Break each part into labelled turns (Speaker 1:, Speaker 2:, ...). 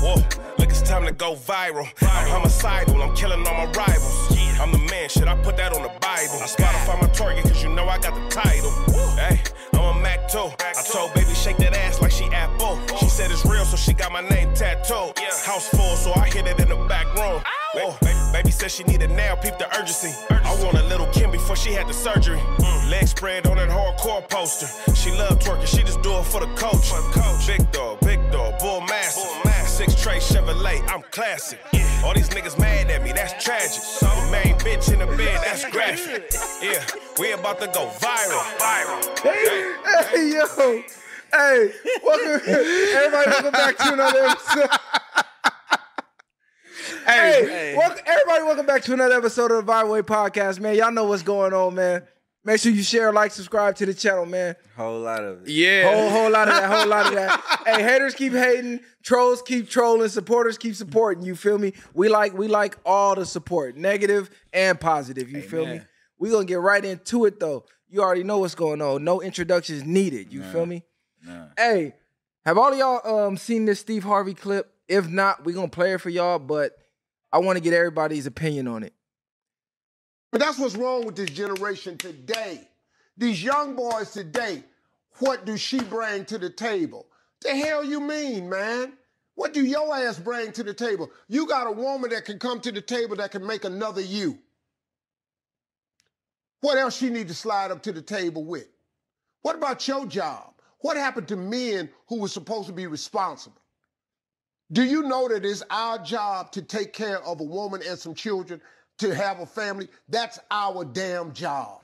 Speaker 1: Whoa, look, it's time to go viral. I'm homicidal, I'm killing all my rivals. I'm the man, shit, I put that on the Bible. I Spotify my target, cause you know I got the title. Hey, I'm a Mac too. I told baby, shake that ass like she Apple. She said it's real, so she got my name tattooed. House full, so I hit it in the back room. Whoa, ba- baby said she need it now, peep the urgency. Mm. I want a little Kim before she had the surgery. Leg spread on that hardcore poster. She love twerking, she just do it for the coach. Big dog, big dog, bull master. Six tray Chevrolet, I'm classic. All these niggas mad at me, that's tragic. The main bitch in the bed, that's graphic. Yeah, we about to go viral. Viral.
Speaker 2: Hey, yo. Hey, welcome. Everybody, welcome back to another episode. Hey, welcome, everybody, welcome back to another episode of the Viral Way Podcast, man. Y'all know what's going on, man. Make sure you share, like, subscribe to the channel, man.
Speaker 3: Whole lot of it.
Speaker 4: Yeah.
Speaker 2: Whole whole lot of that, whole lot of that. hey, haters keep hating, trolls keep trolling, supporters keep supporting. You feel me? We like we like all the support, negative and positive. You feel me?
Speaker 3: Amen.
Speaker 2: We gonna get right into it though. You already know what's going on. No introductions needed. You feel me? Hey, have all of y'all um seen this Steve Harvey clip? If not, we gonna play it for y'all, but I want to get everybody's opinion on it.
Speaker 5: But that's what's wrong with this generation today. These young boys today, what do she bring to the table? The hell you mean, man? What do your ass bring to the table? You got a woman that can come to the table that can make another you. What else she need to slide up to the table with? What about your job? What happened to men who were supposed to be responsible? Do you know that it's our job to take care of a woman and some children, to have a family? That's our damn job.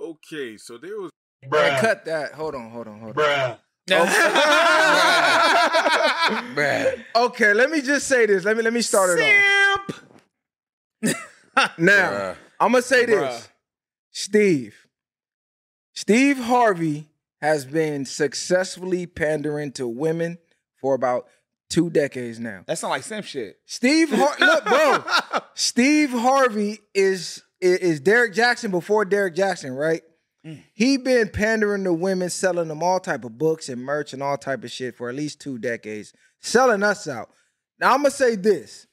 Speaker 4: Okay, so there was.
Speaker 2: Hey, cut that. Hold on, hold on, hold on.
Speaker 3: Bruh.
Speaker 2: Okay, let me just say this. Let me let me start it off. Now,
Speaker 3: Bruh.
Speaker 2: I'm gonna say this,
Speaker 4: Bruh.
Speaker 2: Steve. Steve Harvey has been successfully pandering to women for about two decades now.
Speaker 3: That sound like simp shit.
Speaker 2: Steve, Har- look, bro. Steve Harvey is is- is Derek Jackson before Derek Jackson, right? He been pandering to women, selling them all type of books and merch and all type of shit for at least two decades, selling us out. Now I'm gonna say this: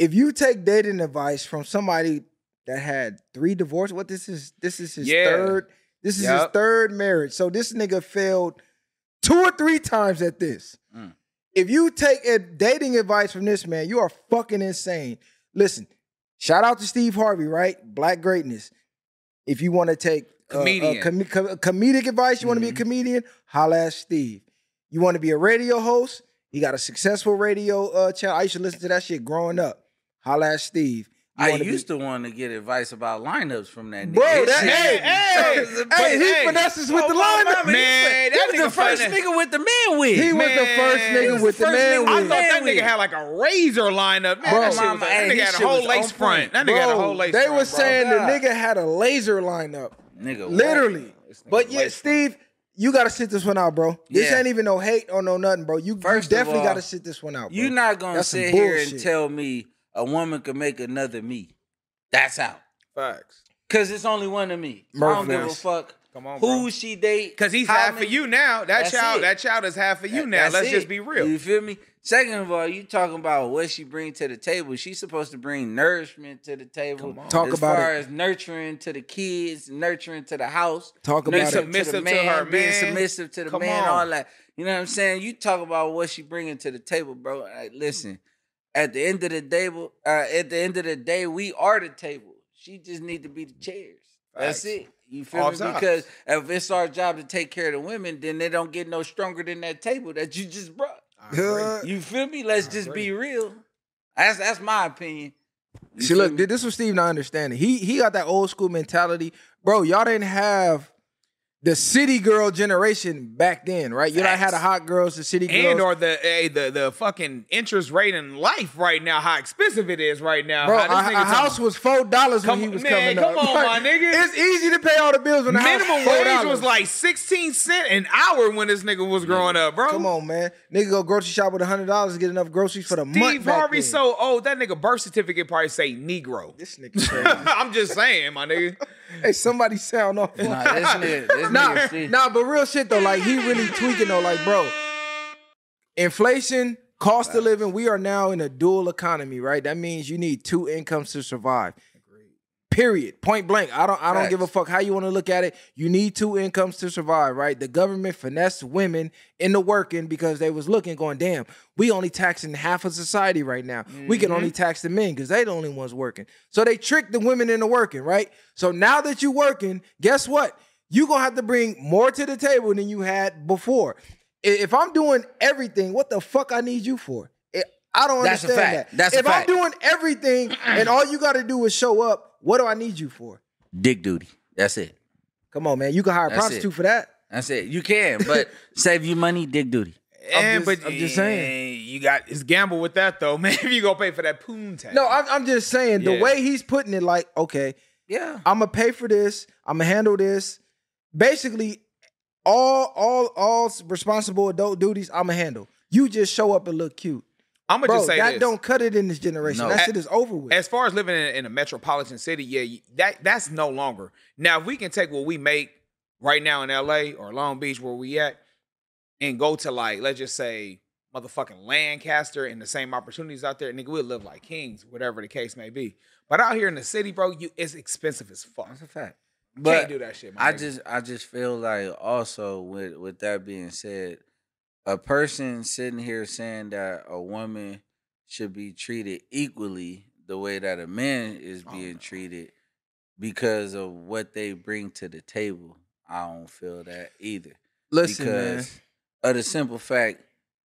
Speaker 2: if you take dating advice from somebody that had three divorces, what this is? This is his
Speaker 3: Yeah.
Speaker 2: third. This is his
Speaker 3: Yup.
Speaker 2: third marriage. So this nigga failed two or three times at this.
Speaker 6: Mm.
Speaker 2: If you take ad- dating advice from this man, you are fucking insane. Listen, shout out to Steve Harvey, right? Black greatness. If you want to take uh, uh,
Speaker 3: Comedian.
Speaker 2: com- com- comedic advice, you want
Speaker 6: Mm-hmm.
Speaker 2: to be a comedian, holla at Steve. You want to be a radio host? He got a successful radio uh, channel. I used to listen to that shit growing up. Holla at Steve. You
Speaker 6: I
Speaker 2: wanna be-
Speaker 6: used to want to get advice about lineups from that nigga.
Speaker 2: Bro,
Speaker 6: This
Speaker 2: that,
Speaker 6: shit-
Speaker 2: hey, hey,
Speaker 3: Hey,
Speaker 2: hey,
Speaker 3: hey,
Speaker 2: he
Speaker 3: hey.
Speaker 2: finesses with
Speaker 6: Oh,
Speaker 2: the
Speaker 6: my
Speaker 2: lineup.
Speaker 6: mama, he
Speaker 3: Man,
Speaker 6: was-
Speaker 3: that
Speaker 6: he was
Speaker 3: nigga
Speaker 6: the first
Speaker 3: finna-
Speaker 6: nigga with the man wig.
Speaker 2: He was the
Speaker 3: Man,
Speaker 2: first
Speaker 3: he
Speaker 2: nigga
Speaker 3: was
Speaker 2: with
Speaker 6: the
Speaker 2: the
Speaker 6: first
Speaker 2: man
Speaker 6: nigga
Speaker 2: wig.
Speaker 3: I thought that
Speaker 6: Anyway.
Speaker 3: nigga had like a razor lineup. Man,
Speaker 2: Bro.
Speaker 3: that, shit was,
Speaker 6: Mama,
Speaker 3: that
Speaker 6: hey,
Speaker 3: nigga
Speaker 6: his
Speaker 3: had a
Speaker 6: shit
Speaker 3: whole
Speaker 6: was
Speaker 3: lace
Speaker 6: on point.
Speaker 3: front. That nigga had a
Speaker 2: Bro,
Speaker 3: whole lace
Speaker 2: they
Speaker 3: front.
Speaker 2: were saying
Speaker 3: bro.
Speaker 2: the nigga had a laser lineup,
Speaker 6: nigga.
Speaker 2: literally.
Speaker 6: what? This nigga
Speaker 2: But yeah,
Speaker 6: white.
Speaker 2: Steve, you gotta sit this one out, bro. This
Speaker 6: Yeah.
Speaker 2: ain't even no hate or no nothing, bro. You, you
Speaker 6: First of
Speaker 2: definitely
Speaker 6: all,
Speaker 2: gotta sit this one out. Bro.
Speaker 6: you not gonna
Speaker 2: That's some
Speaker 6: sit here and
Speaker 2: bullshit.
Speaker 6: tell me a woman could make another me. That's out.
Speaker 3: Facts.
Speaker 6: Cause it's only one of me. I don't give a
Speaker 2: Murphy's.
Speaker 6: fuck
Speaker 3: Come on,
Speaker 6: who
Speaker 3: bro.
Speaker 6: she date.
Speaker 3: Because he's
Speaker 6: how
Speaker 3: half
Speaker 6: many-
Speaker 3: of you now. That
Speaker 6: That's
Speaker 3: child,
Speaker 6: it.
Speaker 3: that child is half of you
Speaker 6: That-
Speaker 3: now.
Speaker 6: that's
Speaker 3: Let's
Speaker 6: it.
Speaker 3: just be real.
Speaker 6: You feel me? Second of all, you talking about what she bring to the table. She's supposed to bring nourishment to the table.
Speaker 3: Come on.
Speaker 2: Talk
Speaker 6: as
Speaker 2: about
Speaker 6: far
Speaker 2: it.
Speaker 6: as nurturing to the kids, nurturing to the house,
Speaker 2: Talk about
Speaker 6: nurturing
Speaker 2: it.
Speaker 3: Submissive to her
Speaker 6: being
Speaker 3: man.
Speaker 6: submissive to the
Speaker 3: Come
Speaker 6: man,
Speaker 3: on.
Speaker 6: all that. You know what I'm saying? You talk about what she bringing to the table, bro. Like, listen, at the end of the table, uh, at the end of the day, we are the table. She just need to be the chairs.
Speaker 3: Facts.
Speaker 6: That's it. You feel
Speaker 3: All
Speaker 6: me?
Speaker 3: sides.
Speaker 6: Because if it's our job to take care of the women, then they don't get no stronger than that table that you just brought.
Speaker 2: Uh,
Speaker 6: You feel me? Let's just be real. That's that's my opinion. You
Speaker 2: See,
Speaker 6: feel
Speaker 2: look,
Speaker 6: me?
Speaker 2: dude, this was Steve not understanding. He he got that old school mentality, bro. Y'all didn't have the city girl generation back then, right? You not had the
Speaker 6: Facts.
Speaker 2: hot girls, the city girls,
Speaker 3: and or the hey, the the fucking interest rate in life right now, how expensive it is right now.
Speaker 2: Bro,
Speaker 3: how
Speaker 2: a,
Speaker 3: Uh-huh, this
Speaker 2: a
Speaker 3: nigga talking-
Speaker 2: house was four dollars when
Speaker 3: Come-
Speaker 2: he was
Speaker 3: man,
Speaker 2: coming
Speaker 3: come
Speaker 2: up.
Speaker 3: on,
Speaker 2: Like,
Speaker 3: my nigga.
Speaker 2: It's easy to pay all the bills when the
Speaker 3: minimum
Speaker 2: house $4.
Speaker 3: wage was like sixteen cent an hour when this nigga was growing up, bro.
Speaker 2: Come on, man, nigga, go grocery shop with hundred dollars to get enough groceries for the month.
Speaker 3: Steve
Speaker 2: back
Speaker 3: Harvey
Speaker 2: then.
Speaker 3: so old that nigga birth certificate probably say Negro.
Speaker 2: this nigga crazy.
Speaker 3: I'm just saying, my nigga.
Speaker 2: hey, somebody sound off.
Speaker 6: Nah, this nigga, this
Speaker 2: Nah,
Speaker 6: nigga, see,
Speaker 2: nah, but real shit though, like he really tweaking though, like bro. inflation, cost of living. We are now in a dual economy, right? That means you need two incomes to survive. Period. Point blank. I don't. I don't give a
Speaker 6: Facts.
Speaker 2: fuck how you want to look at it. You need two incomes to survive, right? The government finessed women into working because they was looking, going, "Damn, we only taxing half of society right now. We can only tax the men because they the only ones working." So they tricked the women into working, right? So now that you working, guess what? You gonna have to bring more to the table than you had before. I- If I'm doing everything, what the fuck I need you for? I- I don't
Speaker 6: That's a
Speaker 2: understand
Speaker 6: fact.
Speaker 2: that.
Speaker 6: That's a
Speaker 2: if
Speaker 6: fact.
Speaker 2: I'm doing everything and all you got to do is show up, what do I need you for?
Speaker 6: Dick duty. That's it.
Speaker 2: Come on, man. You can hire a
Speaker 6: That's
Speaker 2: prostitute
Speaker 6: it.
Speaker 2: for that.
Speaker 6: That's it. You can, but save you money, dick duty.
Speaker 3: And,
Speaker 2: just-
Speaker 3: but
Speaker 2: I'm just saying.
Speaker 3: eh, you got it's gamble with that though, man. If you gonna pay for that poon tax,
Speaker 2: No, I'm, I'm just saying the
Speaker 3: Yeah.
Speaker 2: way he's putting it, like, okay,
Speaker 6: Yeah.
Speaker 2: I'm gonna pay for this. I'm gonna handle this. Basically, all all all responsible adult duties I'm gonna handle. You just show up and look cute,
Speaker 3: I'm gonna
Speaker 2: bro.
Speaker 3: just say
Speaker 2: that
Speaker 3: this.
Speaker 2: don't cut it in this generation.
Speaker 6: No.
Speaker 2: That shit is over with.
Speaker 3: as far as living in, in a metropolitan city, yeah, you- that that's no longer. Now, if we can take what we make right now in LA or Long Beach, where we at, and go to like, let's just say, motherfucking Lancaster, and the same opportunities out there, nigga, we'll live like kings, whatever the case may be. But out here in the city, bro, you it's expensive as fuck.
Speaker 6: That's a fact.
Speaker 3: Can't
Speaker 6: But
Speaker 3: do that shit. My
Speaker 6: I
Speaker 3: nigga.
Speaker 6: just I just feel like also with with that being said, a person sitting here saying that a woman should be treated equally the way that a man is
Speaker 3: Oh,
Speaker 6: being
Speaker 3: no.
Speaker 6: treated because of what they bring to the table. I don't feel that either.
Speaker 2: Listen, man.
Speaker 6: because of the simple fact,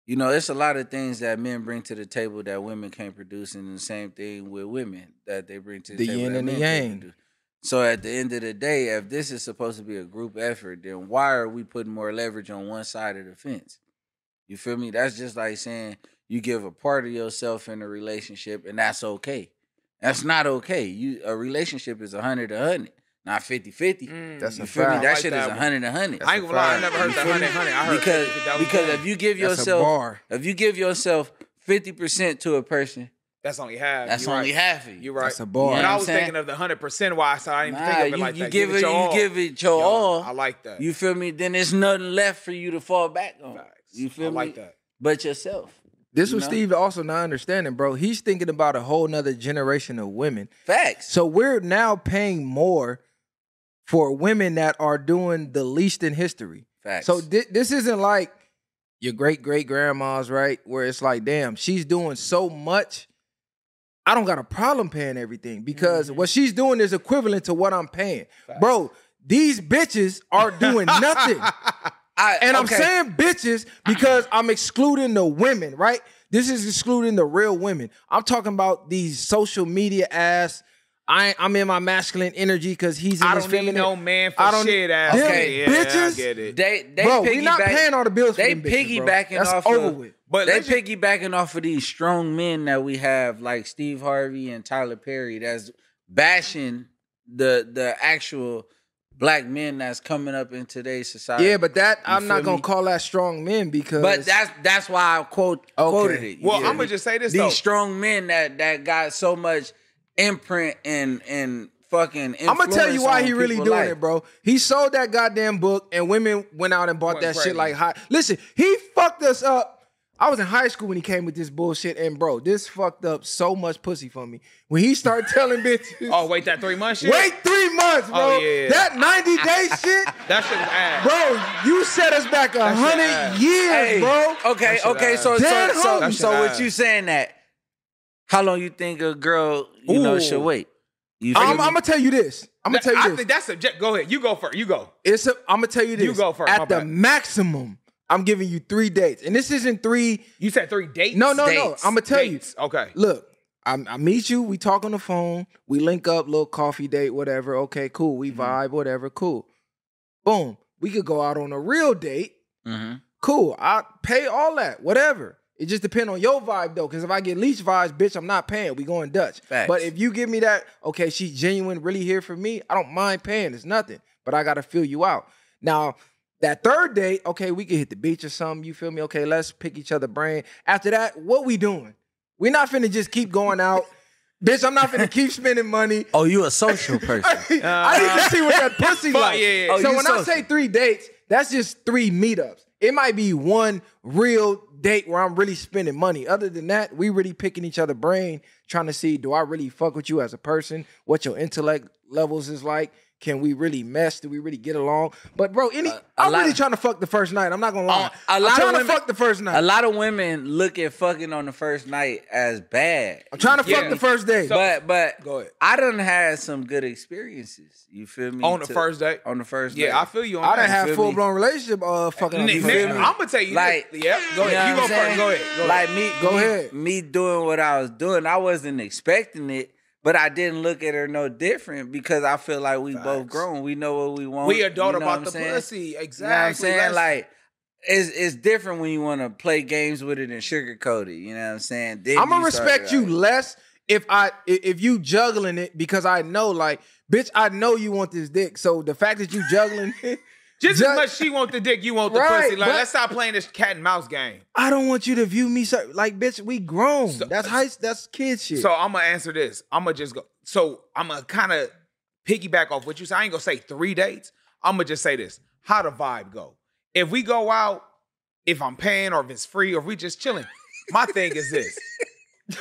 Speaker 6: you know, it's a lot of things that men bring to the table that women can't produce, and the same thing with women that they bring to the,
Speaker 2: The
Speaker 6: table.
Speaker 2: yin
Speaker 6: that
Speaker 2: and the
Speaker 6: men can't
Speaker 2: yang.
Speaker 6: produce. So at the end of the day, if this is supposed to be a group effort, then why are we putting more leverage on one side of the fence? You feel me? That's just like saying you give a part of yourself in a relationship, and that's okay. That's not okay. You a relationship is 100 to 100, not 50 50.
Speaker 2: Mm,
Speaker 7: That's
Speaker 6: You
Speaker 7: a
Speaker 6: feel me?
Speaker 7: fact.
Speaker 6: That
Speaker 3: like
Speaker 6: shit is
Speaker 3: that
Speaker 6: is
Speaker 3: one.
Speaker 6: 100 100
Speaker 3: Mm. I ain't gonna lie, I
Speaker 7: fact.
Speaker 3: never heard that hundred hundred. I heard
Speaker 6: because
Speaker 3: 50,000.
Speaker 6: because if you give
Speaker 2: That's a
Speaker 6: yourself
Speaker 2: bar.
Speaker 6: if you give yourself fifty percent to a person,
Speaker 3: that's only half.
Speaker 6: that's
Speaker 3: you right.
Speaker 6: only half of you.
Speaker 3: You're right.
Speaker 2: That's a bar.
Speaker 6: You
Speaker 3: But
Speaker 6: know what
Speaker 3: I
Speaker 6: I'm
Speaker 3: was
Speaker 6: saying?
Speaker 3: thinking of the hundred percent. Why? So I didn't even
Speaker 6: Nah,
Speaker 3: think of it
Speaker 6: you,
Speaker 3: like
Speaker 6: you
Speaker 3: that.
Speaker 6: give it,
Speaker 3: your
Speaker 6: you
Speaker 3: all.
Speaker 6: give it your
Speaker 3: Yo,
Speaker 6: all.
Speaker 3: I like that.
Speaker 6: uh, you feel me? Then there's nothing left for you to fall back on.
Speaker 3: Facts.
Speaker 6: You feel
Speaker 3: I
Speaker 6: me?
Speaker 3: like that.
Speaker 6: But yourself.
Speaker 2: This
Speaker 6: You
Speaker 2: was
Speaker 6: know?
Speaker 2: Steve also not understanding, bro. He's thinking about a whole nother generation of women.
Speaker 6: Facts.
Speaker 2: So we're now paying more for women that are doing the least in history.
Speaker 6: Facts.
Speaker 2: So thi- this isn't like your great great grandma's, right? Where it's like, damn, she's doing so much. I don't got a problem paying everything because what she's doing is equivalent to what I'm paying. Bro, these bitches are doing nothing.
Speaker 6: I,
Speaker 2: And I'm
Speaker 6: okay.
Speaker 2: saying bitches because I'm excluding the women, right? This is excluding the real women. I'm talking about these social media ass. I, I'm in my masculine energy because he's in
Speaker 3: I
Speaker 2: his
Speaker 3: don't need
Speaker 2: feminine.
Speaker 3: no man for
Speaker 2: I don't-
Speaker 3: shit ass.
Speaker 2: Them
Speaker 3: Okay, yeah,
Speaker 2: bitches,
Speaker 3: I get it.
Speaker 6: they they
Speaker 2: bro,
Speaker 6: piggyback,
Speaker 2: we not paying all the bills. For
Speaker 6: They
Speaker 2: them bitches, bro.
Speaker 6: piggybacking
Speaker 2: That's
Speaker 6: off
Speaker 2: over
Speaker 6: of-
Speaker 2: with.
Speaker 3: but
Speaker 6: they
Speaker 3: let's just-
Speaker 6: piggybacking off of these strong men that we have, like Steve Harvey and Tyler Perry, that's bashing the the actual black men that's coming up in today's society.
Speaker 2: Yeah, but that I'm
Speaker 6: feel
Speaker 2: not gonna
Speaker 6: me?
Speaker 2: call that strong men because
Speaker 6: but that's that's why I quote quoted it. you
Speaker 3: well,
Speaker 6: feel
Speaker 3: I'm
Speaker 6: me?
Speaker 3: gonna just say this
Speaker 6: these
Speaker 3: though.
Speaker 6: strong men that that got so much imprint and and fucking.
Speaker 2: I'm gonna tell you why he really doing
Speaker 6: like,
Speaker 2: it, bro. He sold that goddamn book, and women went out and bought
Speaker 3: Went
Speaker 2: that
Speaker 3: crazy.
Speaker 2: shit like hot. Listen, he fucked us up. I was in high school when he came with this bullshit, and bro, this fucked up so much pussy for me. When he started telling bitches,
Speaker 3: oh, wait, that three months shit.
Speaker 2: wait three months, bro.
Speaker 3: Oh, yeah, yeah.
Speaker 2: That 90 day shit,
Speaker 3: that shit was ass.
Speaker 2: bro. You set us back a
Speaker 3: ass.
Speaker 2: hundred years,
Speaker 6: Hey,
Speaker 2: bro.
Speaker 6: Okay,
Speaker 3: That shit
Speaker 6: okay. So, so,
Speaker 2: Dead
Speaker 6: so,
Speaker 2: homies.
Speaker 6: so
Speaker 3: That shit
Speaker 6: what you saying that? How long you think a girl you know
Speaker 3: Ooh.
Speaker 6: should wait? You feel
Speaker 2: I'm,
Speaker 6: me?
Speaker 2: I'm gonna tell you this. I'm gonna
Speaker 3: That-
Speaker 2: tell you
Speaker 3: I
Speaker 2: this.
Speaker 3: think that's subject. Go ahead. You go first. You go.
Speaker 2: It's a, I'm gonna tell you this.
Speaker 3: You go first, my
Speaker 2: At the
Speaker 3: bad.
Speaker 2: maximum, I'm giving you three dates, and this isn't three.
Speaker 3: You said three dates.
Speaker 2: No, no, no.
Speaker 6: Dates.
Speaker 2: I'm gonna tell
Speaker 3: Dates. Okay.
Speaker 2: you. Look, I, I meet you. We talk on the phone. We link up, little coffee date, whatever. Okay, cool. We
Speaker 3: Mm-hmm.
Speaker 2: vibe, whatever. Cool. Boom. We could go out on a real date.
Speaker 3: Mm-hmm.
Speaker 6: Mhm.
Speaker 2: Cool. I pay all that, whatever. It just depends on your vibe though, because if I get leech vibes, bitch, I'm not paying. We going Dutch.
Speaker 6: Facts.
Speaker 2: But if you give me that, okay, she genuine, really here for me. I don't mind paying. It's nothing, but I gotta feel you out. Now that third date, okay, we can hit the beach or something. You feel me? Okay, let's pick each other brain. After that, what we doing? we not finna just keep going out, bitch. I'm not finna keep spending money.
Speaker 6: Oh, you a social person.
Speaker 2: I need to see what that pussy
Speaker 3: Fuck,
Speaker 2: like.
Speaker 3: yeah, yeah.
Speaker 6: Oh,
Speaker 2: so
Speaker 6: you
Speaker 2: when I
Speaker 6: social.
Speaker 2: say three dates, that's just three meetups. It might be one real date where I'm really spending money. Other than that, we really picking each other brain, trying to see do I really fuck with you as a person? What your intellect levels is like? Can we really mess? Do we really get along? But bro, any
Speaker 6: a
Speaker 2: I'm
Speaker 6: lot
Speaker 2: really
Speaker 6: of-
Speaker 2: trying to fuck the first night. I'm not gonna lie.
Speaker 6: A- a
Speaker 2: I'm
Speaker 6: lot of
Speaker 2: trying to
Speaker 6: women-
Speaker 2: fuck the first night.
Speaker 6: A lot of women look at fucking on the first night as bad.
Speaker 2: I'm trying to
Speaker 3: Yeah.
Speaker 2: fuck the first day.
Speaker 6: but but
Speaker 3: Go ahead.
Speaker 6: I done had some good experiences. You feel me?
Speaker 3: On the
Speaker 6: to-
Speaker 3: first date.
Speaker 6: On the first
Speaker 3: Yeah,
Speaker 6: date.
Speaker 3: I feel you on that.
Speaker 2: I done
Speaker 6: feel
Speaker 2: have
Speaker 6: me?
Speaker 2: full blown relationship uh fucking on the
Speaker 3: Nick,
Speaker 2: first
Speaker 3: Nick,
Speaker 2: night.
Speaker 3: I'm gonna tell you.
Speaker 6: Like-
Speaker 3: Like, yep. Go
Speaker 6: know
Speaker 3: ahead. You
Speaker 6: what
Speaker 3: go first.
Speaker 6: I'm saying?
Speaker 3: Go ahead. Go
Speaker 6: like
Speaker 3: ahead.
Speaker 6: me,
Speaker 2: Go
Speaker 6: me,
Speaker 2: ahead.
Speaker 6: me doing what I was doing. I wasn't expecting it, but I didn't look at her no different because I feel like we both grown. We know what we want.
Speaker 3: We
Speaker 6: you
Speaker 3: adult
Speaker 6: know what
Speaker 3: about
Speaker 6: I'm
Speaker 3: the
Speaker 6: saying?
Speaker 3: pussy.
Speaker 6: You know what I'm
Speaker 3: Exactly.
Speaker 6: saying?
Speaker 3: Let's-
Speaker 6: Like. It's, it's different when you want to play games with it and sugarcoat it. You know what I'm saying? Then
Speaker 2: I'm gonna
Speaker 6: start
Speaker 2: respect
Speaker 6: it
Speaker 2: you
Speaker 6: out.
Speaker 2: less if I i- if you juggling it because I know like bitch I know you want this dick so the fact that you juggling
Speaker 3: just
Speaker 2: ju-
Speaker 3: as much she want the dick, you want the
Speaker 2: Right,
Speaker 3: pussy. Like,
Speaker 2: but-
Speaker 3: let's stop playing this cat and mouse game.
Speaker 2: I don't want you to view me so like bitch we grown that's high that's kid shit
Speaker 3: So I'm gonna answer this. I'm gonna just go. So I'm gonna kind of piggyback off what you said. I ain't gonna say three dates. I'm gonna just say this: how the vibe go. If we go out, if I'm paying or if it's free or if we just chilling, my thing is this.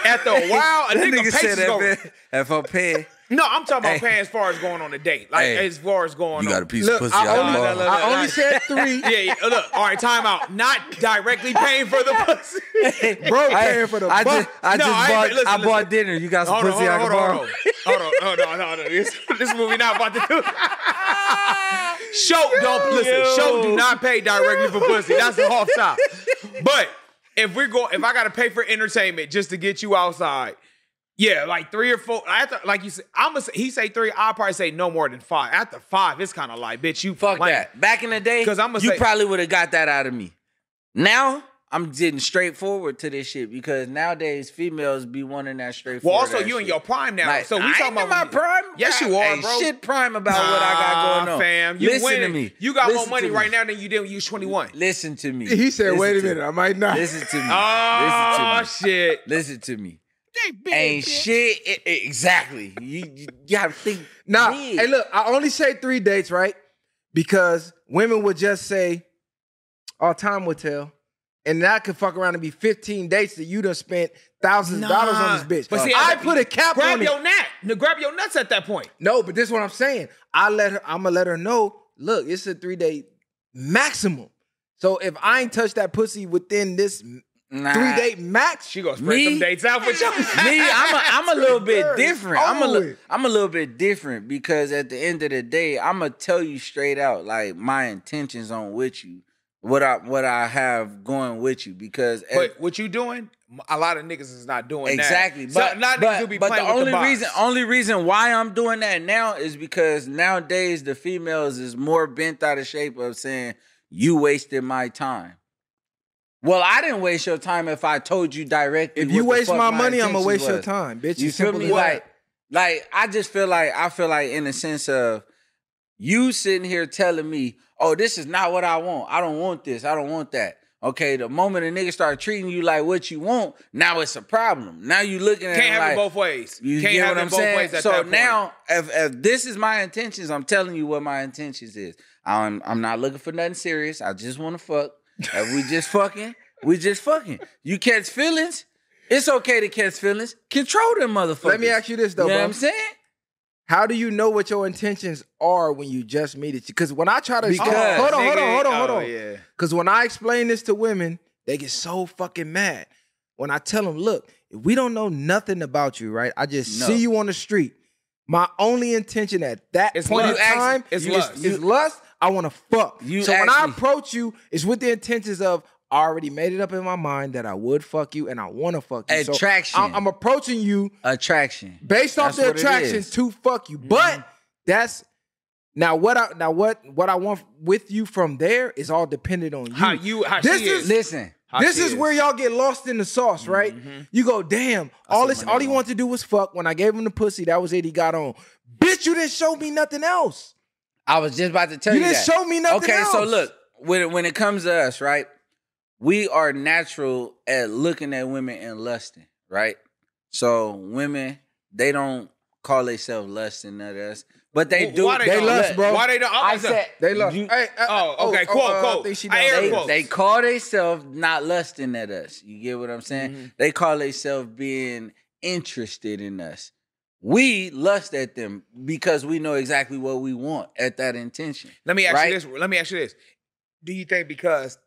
Speaker 3: After a while, a
Speaker 6: That
Speaker 3: nigga
Speaker 6: nigga
Speaker 3: patience
Speaker 6: said
Speaker 3: go.
Speaker 6: that man, if I'm paying,
Speaker 3: No, I'm talking about
Speaker 6: Hey.
Speaker 3: paying as far as going on a date. Like
Speaker 6: Hey.
Speaker 3: as far as going on.
Speaker 6: piece
Speaker 2: look I
Speaker 3: out
Speaker 2: only,
Speaker 3: your
Speaker 2: I
Speaker 3: mouth.
Speaker 2: only said three
Speaker 3: yeah, yeah, look. All right, time out. Not directly paying for the pussy.
Speaker 2: bro paying for the
Speaker 6: I
Speaker 2: buck.
Speaker 6: just, I
Speaker 3: No,
Speaker 6: just
Speaker 3: I ain't-
Speaker 6: bought,
Speaker 3: listen,
Speaker 6: I
Speaker 3: listen.
Speaker 6: bought dinner. You got some
Speaker 3: Hold on,
Speaker 6: pussy
Speaker 3: hold
Speaker 6: I
Speaker 3: on,
Speaker 6: can
Speaker 3: hold on,
Speaker 6: borrow.
Speaker 3: hold on. Hold on, hold on, hold on. This, this is what we not about to do. show don't listen. Show do not pay directly for pussy. That's the off top. But if we're going, if I gotta pay for entertainment just to get you outside, yeah, like three or four. After, like you said, I'm gonna say, he say three. I'll probably say no more than five. After five, it's kind of like, bitch, you
Speaker 6: Fuck
Speaker 3: lame.
Speaker 6: that. Back in the day,
Speaker 3: 'Cause I'ma
Speaker 6: you
Speaker 3: say-
Speaker 6: probably would have got that out of me. Now I'm getting straightforward to this shit because nowadays females be wanting that
Speaker 3: Well,
Speaker 6: straightforward.
Speaker 3: also
Speaker 6: ass
Speaker 3: you in
Speaker 6: shit.
Speaker 3: your prime now,
Speaker 6: Like,
Speaker 3: so we
Speaker 6: I
Speaker 3: talking
Speaker 6: ain't
Speaker 3: about
Speaker 6: in my prime.
Speaker 3: Yes,
Speaker 6: I
Speaker 3: you are,
Speaker 6: ain't
Speaker 3: bro.
Speaker 6: Shit, prime about what I got going
Speaker 3: Nah,
Speaker 6: on,
Speaker 3: fam. You
Speaker 6: Listen
Speaker 3: winning.
Speaker 6: to me.
Speaker 3: You got
Speaker 6: Listen to
Speaker 3: more money
Speaker 6: me.
Speaker 3: right now than you did when you was 21.
Speaker 6: Listen to me.
Speaker 2: he said
Speaker 6: Listen
Speaker 2: wait a
Speaker 6: to me.
Speaker 2: minute I might not
Speaker 6: Listen to me.
Speaker 3: Oh
Speaker 6: Listen
Speaker 3: shit.
Speaker 6: to me. Listen to me. Ain't shit. i- i- exactly. You, you gotta think.
Speaker 2: Nah,
Speaker 6: big.
Speaker 2: hey, look, I only say three dates, right? Because women would just say, "All time will tell," and that could fuck around and be fifteen dates that you done spent thousands of dollars on this bitch.
Speaker 3: But see,
Speaker 2: I
Speaker 3: I-
Speaker 2: put a cap
Speaker 3: Grab
Speaker 2: on
Speaker 3: your
Speaker 2: it.
Speaker 3: nut. No, grab your nuts at that point.
Speaker 2: No, but this is what I'm saying. I let her. I'm gonna let her know. Look, it's a three day maximum. So if I ain't touched that pussy within this
Speaker 6: Nah.
Speaker 2: three day max,
Speaker 3: She gonna spread
Speaker 6: Me?
Speaker 3: them dates out with you.
Speaker 6: me, I'm a, I'm a little bit
Speaker 2: Birds.
Speaker 6: different. I'm a,
Speaker 2: Own
Speaker 6: li-
Speaker 2: it.
Speaker 6: I'm a little bit different because at the end of the day, I'm gonna tell you straight out like my intentions on with you, what I what I have going with you because at-
Speaker 3: But what you doing? A lot of niggas is not doing
Speaker 6: exactly.
Speaker 3: that.
Speaker 6: But
Speaker 3: so, a lot of
Speaker 6: but,
Speaker 3: niggas do be
Speaker 6: but
Speaker 3: playing
Speaker 6: the
Speaker 3: with
Speaker 6: only
Speaker 3: the box.
Speaker 6: reason only reason why I'm doing that now is because nowadays the females is more bent out of shape of saying you wasted my time. Well, I didn't waste your time if I told you directly.
Speaker 2: if you
Speaker 6: what the
Speaker 2: waste
Speaker 6: fuck
Speaker 2: my money, I'm gonna
Speaker 6: intentions
Speaker 2: waste your
Speaker 6: was.
Speaker 2: time, bitch.
Speaker 6: You
Speaker 2: It's
Speaker 6: feel
Speaker 2: simple
Speaker 6: me?
Speaker 2: as that.
Speaker 6: Like, like I just feel like I feel like in the sense of you sitting here telling me, "Oh, this is not what I want. I don't want this. I don't want that." Okay, the moment a nigga start treating you like what you want, now it's a problem. Now you looking at
Speaker 3: Can't
Speaker 6: it
Speaker 3: have
Speaker 6: like,
Speaker 3: it both ways.
Speaker 6: You
Speaker 3: Can't
Speaker 6: get
Speaker 3: have
Speaker 6: what
Speaker 3: it
Speaker 6: I'm
Speaker 3: both
Speaker 6: saying?
Speaker 3: ways at
Speaker 6: so
Speaker 3: that point.
Speaker 6: now, if, if this is my intentions, I'm telling you what my intentions is. I'm I'm not looking for nothing serious. I just want to fuck. If we just fucking, we just fucking. You catch feelings. It's okay to catch feelings. Control them motherfuckers.
Speaker 2: Let me ask you this though,
Speaker 6: You know
Speaker 2: bro.
Speaker 6: what I'm saying?
Speaker 2: How do you know what your intentions are when you just meet it? Because when I try to explain,
Speaker 6: Because,
Speaker 2: hold on, hold on, hold on, hold
Speaker 3: Oh,
Speaker 2: on.
Speaker 3: yeah.
Speaker 2: Because when I explain this to women, they get so fucking mad. When I tell them, look, if we don't know nothing about you, right? I just
Speaker 6: No.
Speaker 2: see you on the street. My only intention at that
Speaker 3: It's
Speaker 2: point
Speaker 3: lust.
Speaker 2: in time
Speaker 3: It's
Speaker 2: is,
Speaker 3: lust.
Speaker 2: is lust. I want to fuck.
Speaker 6: You
Speaker 2: so when I
Speaker 6: actually-
Speaker 2: approach you, it's with the intentions of I already made it up in my mind that I would fuck you and I want to fuck you. So
Speaker 6: Attraction.
Speaker 2: I'm- I'm approaching you
Speaker 6: Attraction.
Speaker 2: based off
Speaker 6: That's
Speaker 2: the
Speaker 6: what it
Speaker 2: attraction
Speaker 6: is. Mm-hmm.
Speaker 2: to fuck you. But that's now what I now what what I want with you from there is all dependent on you.
Speaker 3: How you? How
Speaker 2: This
Speaker 3: she
Speaker 2: is-
Speaker 6: Listen,
Speaker 3: how
Speaker 2: this
Speaker 3: she
Speaker 2: is where y'all get lost in the sauce, right?
Speaker 3: Mm-hmm.
Speaker 2: You go, damn, all this all he wanted to do was fuck. When I gave him the pussy, that was it he got on. Bitch, you didn't show me nothing else.
Speaker 6: I was just about to tell
Speaker 2: You
Speaker 6: you.
Speaker 2: didn't
Speaker 6: that.
Speaker 2: show me nothing
Speaker 6: Okay, so
Speaker 2: else.
Speaker 6: look, when it, when it comes to us, right? We are natural at looking at women and lusting, right? So women, they don't call themselves lusting at us, But they
Speaker 3: Wh-
Speaker 6: do.
Speaker 3: Why they,
Speaker 2: they
Speaker 3: don't-
Speaker 2: lust, bro.
Speaker 3: Why they don't?
Speaker 6: I
Speaker 3: was a-
Speaker 6: said
Speaker 2: They love.
Speaker 6: you-
Speaker 2: hey, uh,
Speaker 3: Oh, okay, quote,
Speaker 2: uh,
Speaker 3: quote.
Speaker 2: I think she
Speaker 3: I
Speaker 2: does.
Speaker 3: air
Speaker 6: they,
Speaker 3: quotes.
Speaker 6: they call themselves not lusting at us. You get what I'm saying?
Speaker 3: Mm-hmm.
Speaker 6: They call themselves being interested in us. We lust at them because we know exactly what we want at that intention.
Speaker 3: Let me ask
Speaker 6: Right?
Speaker 3: you this. Let me ask you this. Do you think because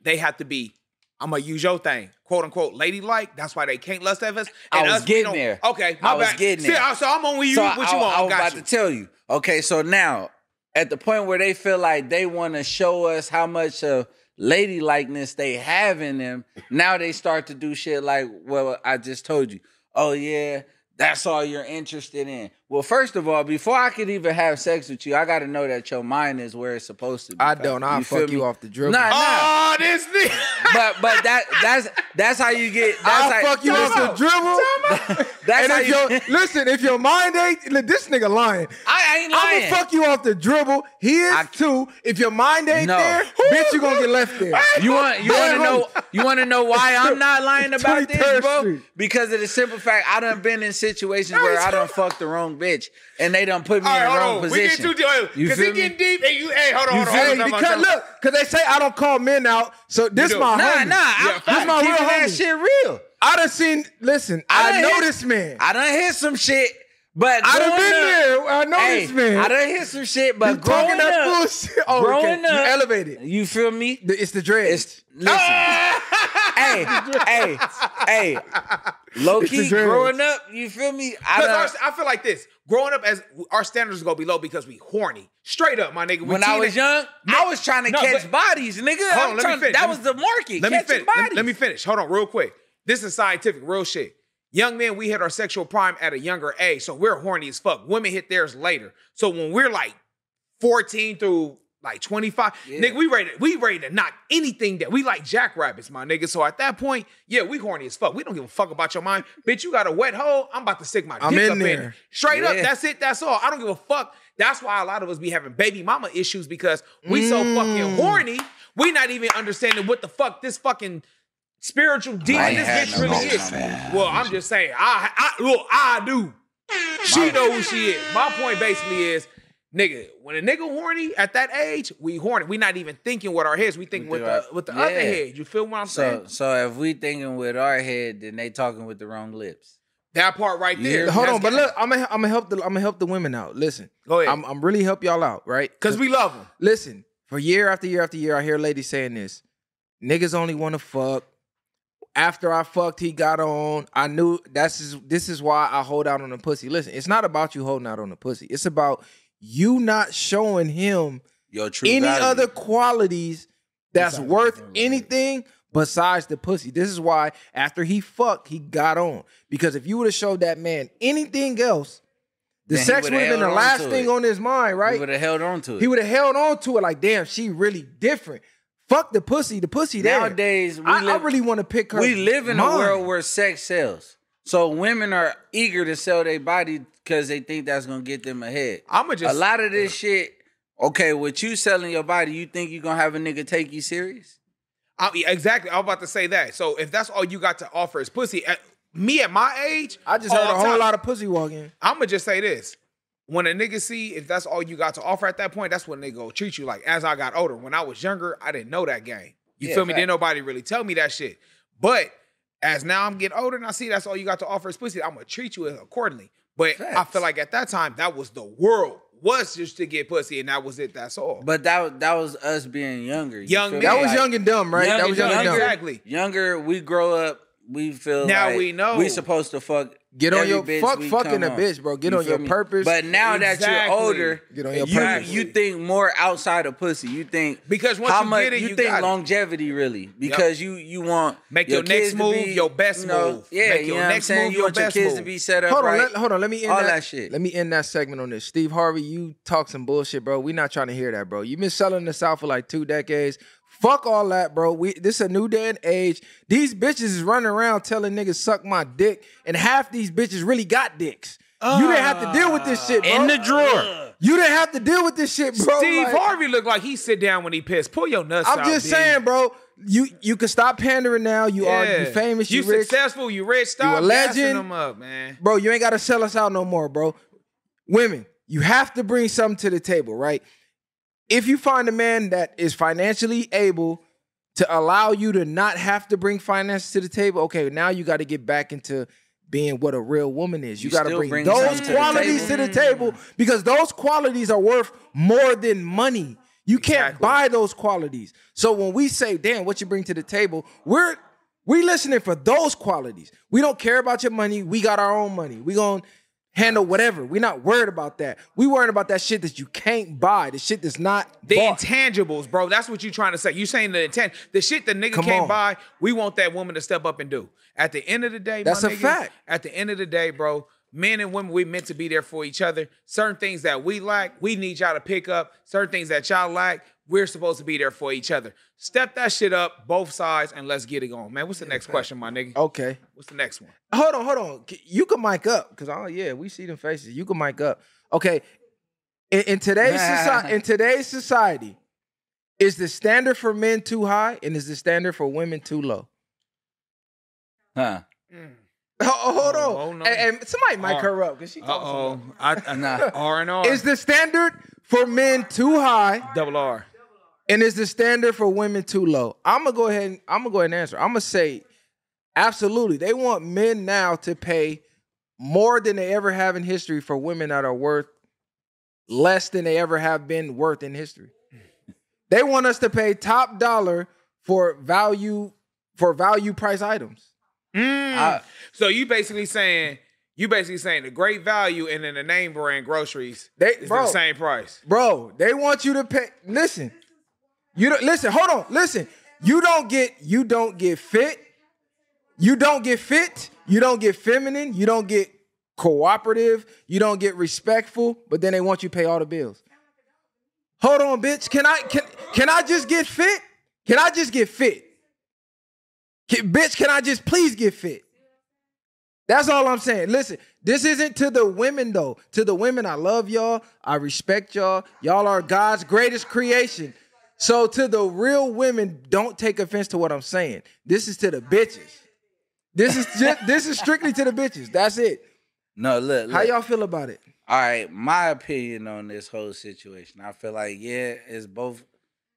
Speaker 3: they have to be, I'm gonna use your thing, quote unquote, ladylike, that's why they can't lust at us?
Speaker 6: I was
Speaker 3: we
Speaker 6: getting
Speaker 3: don't-
Speaker 6: there.
Speaker 3: Okay, my
Speaker 6: I was
Speaker 3: bad.
Speaker 6: getting
Speaker 3: See,
Speaker 6: there.
Speaker 3: I- So I'm on with you,
Speaker 6: so
Speaker 3: what
Speaker 6: I,
Speaker 3: you want.
Speaker 6: I
Speaker 3: I
Speaker 6: was
Speaker 3: got
Speaker 6: about
Speaker 3: you.
Speaker 6: to tell you. Okay, so now at the point where they feel like they want to show us how much of ladylikeness they have in them, now they start to do shit like, well, I just told you. Oh yeah, that's all you're interested in. Well, first of all, before I could even have sex with you, I got to know that your mind is where it's supposed to be.
Speaker 2: I don't. I'll
Speaker 6: feel
Speaker 2: fuck
Speaker 6: me?
Speaker 2: you off the dribble.
Speaker 6: Nah, nah.
Speaker 3: oh, this nigga.
Speaker 6: but but that that's that's how you get. That's
Speaker 2: I'll
Speaker 6: how,
Speaker 2: fuck you
Speaker 6: that's
Speaker 2: off
Speaker 6: how,
Speaker 2: the dribble.
Speaker 6: That's
Speaker 2: And
Speaker 6: how
Speaker 2: if your
Speaker 6: you.
Speaker 2: listen, if your mind ain't look, this nigga lying.
Speaker 6: I ain't lying.
Speaker 2: I'ma fuck you off the dribble. He is
Speaker 6: I-
Speaker 2: too. If your mind ain't
Speaker 6: No.
Speaker 2: there, bitch, you gonna get left there.
Speaker 6: You want you want to
Speaker 2: Damn.
Speaker 6: know you want to know why I'm not lying about this,
Speaker 2: 23rd
Speaker 6: bro?
Speaker 2: Street.
Speaker 6: Because of the simple fact I done been in situations where I done fucked the wrong bitch and they done put me
Speaker 3: All
Speaker 6: in
Speaker 3: right,
Speaker 6: the
Speaker 3: hold
Speaker 6: wrong
Speaker 3: on.
Speaker 6: position.
Speaker 3: We get too
Speaker 6: You
Speaker 3: deep. Because
Speaker 6: feel
Speaker 3: he
Speaker 6: me?
Speaker 3: getting deep and you, hey, hold on,
Speaker 2: You
Speaker 3: hold on. hold
Speaker 2: feel
Speaker 3: on,
Speaker 2: me?
Speaker 3: time out,
Speaker 2: Because
Speaker 3: time out.
Speaker 2: look, because they say I don't call men out. So this
Speaker 3: do.
Speaker 2: my
Speaker 6: Nah,
Speaker 2: homie.
Speaker 6: nah,
Speaker 3: Yeah,
Speaker 6: I'm,
Speaker 3: facts.
Speaker 6: I'm
Speaker 2: This my
Speaker 6: keeping
Speaker 2: real
Speaker 6: that
Speaker 2: homie.
Speaker 6: shit real.
Speaker 2: I done seen. Listen,
Speaker 6: I
Speaker 2: I,
Speaker 6: done
Speaker 2: know
Speaker 6: hit-
Speaker 2: this man. I,
Speaker 6: I done hit some shit, but
Speaker 2: done
Speaker 6: growing
Speaker 2: been
Speaker 6: up-
Speaker 2: there. I know
Speaker 6: Hey,
Speaker 2: this man.
Speaker 6: I done hit some shit,
Speaker 2: you
Speaker 6: but
Speaker 2: talking
Speaker 6: growing
Speaker 2: that
Speaker 6: up,
Speaker 2: bullshit? Oh, okay.
Speaker 6: growing
Speaker 2: you
Speaker 6: up,
Speaker 2: elevated.
Speaker 6: You feel me?
Speaker 2: The- It's the dreads.
Speaker 6: It's listen. hey, hey, hey. Low key
Speaker 2: It's the dreads.
Speaker 6: growing up, you feel me? I done-
Speaker 3: Because I feel like this. Growing up, as our standards go below because we horny. Straight up, my nigga. We
Speaker 6: when I was
Speaker 3: teenage-
Speaker 6: young, I was trying to
Speaker 3: no,
Speaker 6: catch
Speaker 3: but-
Speaker 6: bodies, nigga.
Speaker 3: Hold
Speaker 6: I'm
Speaker 3: on, let me
Speaker 6: trying-
Speaker 3: finish.
Speaker 6: That
Speaker 3: Let
Speaker 6: was
Speaker 3: me-
Speaker 6: the market.
Speaker 3: Let me
Speaker 6: catching
Speaker 3: finish.
Speaker 6: Bodies.
Speaker 3: Let, let me finish. Hold on, real quick. This is scientific, real shit. Young men, we hit our sexual prime at a younger age, so we're horny as fuck. Women hit theirs later. So when we're like 14 through like 25, nigga, we ready, to, we ready to knock anything that we like jackrabbits, my nigga. So at that point, yeah, we horny as fuck. We don't give a fuck about your mind. Bitch, you got a wet hole. I'm about to stick my
Speaker 2: I'm
Speaker 3: dick
Speaker 2: in
Speaker 3: up in
Speaker 2: there.
Speaker 3: it. Straight up,
Speaker 6: Yeah.
Speaker 3: that's it. That's all. I don't give a fuck. That's why a lot of us be having baby mama issues because we so
Speaker 6: Mm.
Speaker 3: fucking horny. We not even understanding what the fuck this fucking spiritual demon this
Speaker 6: had
Speaker 3: bitch
Speaker 6: no
Speaker 3: really
Speaker 6: mama
Speaker 3: is. Well, I'm just saying. I, I look. I do. She know who she is. My point basically is, nigga, when a nigga horny at that age, we horny. We not even thinking with our heads. We think with the with the
Speaker 6: Yeah.
Speaker 3: other head. You feel what I'm
Speaker 6: So,
Speaker 3: saying?
Speaker 6: so if we thinking with our head, then they talking with the wrong lips.
Speaker 3: That part right there.
Speaker 6: Yeah.
Speaker 2: Hold
Speaker 3: that's
Speaker 2: on, but
Speaker 3: gas.
Speaker 2: look, I'm gonna I'm gonna help the I'm gonna help the women out. Listen,
Speaker 3: Go ahead.
Speaker 2: I'm I'm really help y'all out, right?
Speaker 3: Cause we love him.
Speaker 2: listen for year after year after year, I hear ladies saying this: niggas only want to fuck. After I fucked, he got on. I knew that's is this is why I hold out on the pussy. Listen, it's not about you holding out on the pussy. It's about you not showing him
Speaker 6: Your true
Speaker 2: any
Speaker 6: value.
Speaker 2: other qualities that's worth anything besides the pussy. This is why after he fucked, he got on. Because if you would have showed that man anything else, the
Speaker 6: Then he
Speaker 2: sex
Speaker 6: would've
Speaker 2: would have been the
Speaker 6: held on
Speaker 2: last
Speaker 6: to
Speaker 2: thing
Speaker 6: it.
Speaker 2: on his mind,
Speaker 6: He
Speaker 2: right?
Speaker 6: would have held on to it.
Speaker 2: He would have held on to it like, damn, she really different. Fuck the pussy, the pussy there.
Speaker 6: Nowadays, we
Speaker 2: I, I
Speaker 6: live-
Speaker 2: really want to pick her.
Speaker 6: we live in a
Speaker 2: mind.
Speaker 6: world where sex sells. So women are eager to sell their body because they think that's gonna get them ahead.
Speaker 3: I'ma just-
Speaker 6: a lot of this shit. Okay, with you selling your body, you think you gonna have a nigga take you serious?
Speaker 3: I, yeah, exactly. I'm about to say that. So if that's all you got to offer is pussy, at, me at my age,
Speaker 2: I just heard a whole lot of pussy walking.
Speaker 3: I'm gonna just say this: when a nigga see if that's all you got to offer at that point, that's when they go treat you like. As I got older, when I was younger, I didn't know that game. You
Speaker 6: Yeah,
Speaker 3: feel me?
Speaker 6: fact.
Speaker 3: Didn't nobody really tell me that shit. But as now I'm getting older and I see that's all you got to offer is pussy, I'm gonna treat you accordingly. But I
Speaker 6: Facts.
Speaker 3: feel like at that time, that was the world was just to get pussy, and that was it. That's all.
Speaker 6: But that that was us being younger. you
Speaker 3: Young
Speaker 6: feel me?
Speaker 3: men.
Speaker 2: That was
Speaker 6: Like-
Speaker 2: young and dumb, right?
Speaker 6: Young
Speaker 2: that
Speaker 6: and
Speaker 2: was young and
Speaker 6: dumb.
Speaker 2: dumb.
Speaker 3: exactly.
Speaker 6: younger we grow up we feel
Speaker 3: Now
Speaker 6: like
Speaker 3: we know.
Speaker 6: we supposed to fuck
Speaker 2: Get on
Speaker 6: every
Speaker 2: your-
Speaker 6: bitch
Speaker 2: fuck
Speaker 6: we
Speaker 2: fucking
Speaker 6: come
Speaker 2: a bitch, bro. Get on
Speaker 6: feel
Speaker 2: your purpose.
Speaker 6: but now that
Speaker 3: Exactly.
Speaker 6: you're older
Speaker 2: Get on your
Speaker 6: you,
Speaker 2: purpose.
Speaker 6: you think more outside of pussy you think
Speaker 3: Because once
Speaker 6: how
Speaker 3: you
Speaker 6: much
Speaker 3: get it, you
Speaker 6: think
Speaker 3: got it.
Speaker 6: longevity really because you you want
Speaker 3: Make your
Speaker 6: kids
Speaker 3: next
Speaker 6: to
Speaker 3: move
Speaker 6: be,
Speaker 3: your best
Speaker 6: you know,
Speaker 3: move.
Speaker 6: yeah
Speaker 3: Make
Speaker 6: you
Speaker 3: your
Speaker 6: know what I'm
Speaker 3: next
Speaker 6: saying
Speaker 3: move
Speaker 6: you
Speaker 3: your
Speaker 6: want your
Speaker 3: best
Speaker 6: kids to
Speaker 3: move.
Speaker 6: be set up
Speaker 2: Hold on,
Speaker 6: right
Speaker 2: let, hold on. Let me end
Speaker 6: All
Speaker 2: that,
Speaker 6: that shit.
Speaker 2: Let me end that segment on this. Steve Harvey, you talk some bullshit, bro. We not trying to hear that, bro. You've been selling the South for like two decades. Fuck all that, bro. We this a new day and age. These bitches is running around telling niggas suck my dick, and half these bitches really got dicks. you didn't have to deal with this
Speaker 3: Ah.
Speaker 2: shit, bro.
Speaker 7: In the drawer.
Speaker 2: you didn't have to deal with this shit, bro.
Speaker 3: Steve
Speaker 2: Like,
Speaker 3: Harvey looked like he sit down when he pissed. Pull your nuts
Speaker 2: I'm
Speaker 3: out.
Speaker 2: just
Speaker 3: B.
Speaker 2: saying, bro. You you can stop pandering now. You
Speaker 3: Yeah.
Speaker 2: are you famous.
Speaker 3: You,
Speaker 2: You, rich.
Speaker 3: successful. You rich. Stop you
Speaker 2: legend.
Speaker 3: them up, man.
Speaker 2: bro. You ain't gotta sell us out no more, bro. Women, You have to bring something to the table, right? If you find a man that is financially able to allow you to not have to bring finances to the table, okay, now you got to get back into being what a real woman is. You,
Speaker 6: You
Speaker 2: got to
Speaker 6: still
Speaker 2: bring,
Speaker 6: bring
Speaker 2: those
Speaker 6: something to the
Speaker 2: qualities to
Speaker 6: table.
Speaker 2: the table because those qualities are worth more than money. You can't
Speaker 3: Exactly.
Speaker 2: buy those qualities. So when we say, "Damn, what you bring to the table," we're we listening for those qualities. We don't care about your money. We got our own money. We gonna handle whatever. We're not worried about that. We worried about that shit that you can't buy. The shit that's not
Speaker 3: The
Speaker 2: bought.
Speaker 3: intangibles, bro. That's what you trying to say. You saying the intent, the shit the nigga
Speaker 2: Come
Speaker 3: can't
Speaker 2: on.
Speaker 3: buy. We want that woman to step up and do. At the end of the day,
Speaker 2: That's
Speaker 3: my
Speaker 2: a
Speaker 3: nigga,
Speaker 2: fact.
Speaker 3: At the end of the day, bro, men and women, we meant to be there for each other. Certain things that we lack, we need y'all to pick up. Certain things that y'all lack, we're supposed to be there for each other. Step that shit up, both sides, and let's get it on, man. What's the next question, my nigga?
Speaker 2: okay.
Speaker 3: What's the next one?
Speaker 2: Hold on, hold on. C- You can mic up because oh yeah, we see them faces. You can mic up. Okay. In, in today's society, in today's society, is the standard for men too high and is the standard for women too low?
Speaker 6: Huh?
Speaker 2: Oh, oh, hold
Speaker 3: Oh,
Speaker 2: on.
Speaker 3: oh, no.
Speaker 2: and, and somebody mic
Speaker 3: Oh.
Speaker 2: her up because she talking.
Speaker 3: Uh-oh.
Speaker 2: so much.
Speaker 3: I, I,
Speaker 6: Nah.
Speaker 3: R and R.
Speaker 2: uh, Is the standard for men too high
Speaker 3: double R.
Speaker 2: and is the standard for women too low? I'm gonna go ahead. And, I'm gonna go ahead and answer. I'm gonna say, absolutely. They want men now to pay more than they ever have in history for women that are worth less than they ever have been worth in history. They want us to pay top dollar for value for value price items.
Speaker 3: Mm.
Speaker 6: I-
Speaker 3: so you basically saying you basically saying the great value and then the name brand groceries
Speaker 2: They-
Speaker 3: is
Speaker 2: bro.
Speaker 3: the same price.
Speaker 2: Bro, they want you to pay. Listen, you don't listen. Hold on, listen. You don't get. You don't get fit. You don't get fit. You don't get feminine. You don't get cooperative. You don't get respectful. But then they want you to pay all the bills. Hold on, bitch. Can I can can I just get fit? Can I just get fit? Can- bitch, can I just please get fit? That's all I'm saying. Listen, this isn't to the women though. To the women, I love y'all. I respect y'all. Y'all are God's greatest creation. So to the real women, don't take offense to what I'm saying. This is to the bitches. This is just, this is strictly to the bitches. That's it.
Speaker 6: No, look, look.
Speaker 2: How y'all feel about it?
Speaker 6: All right, my opinion on this whole situation. I feel like yeah, it's both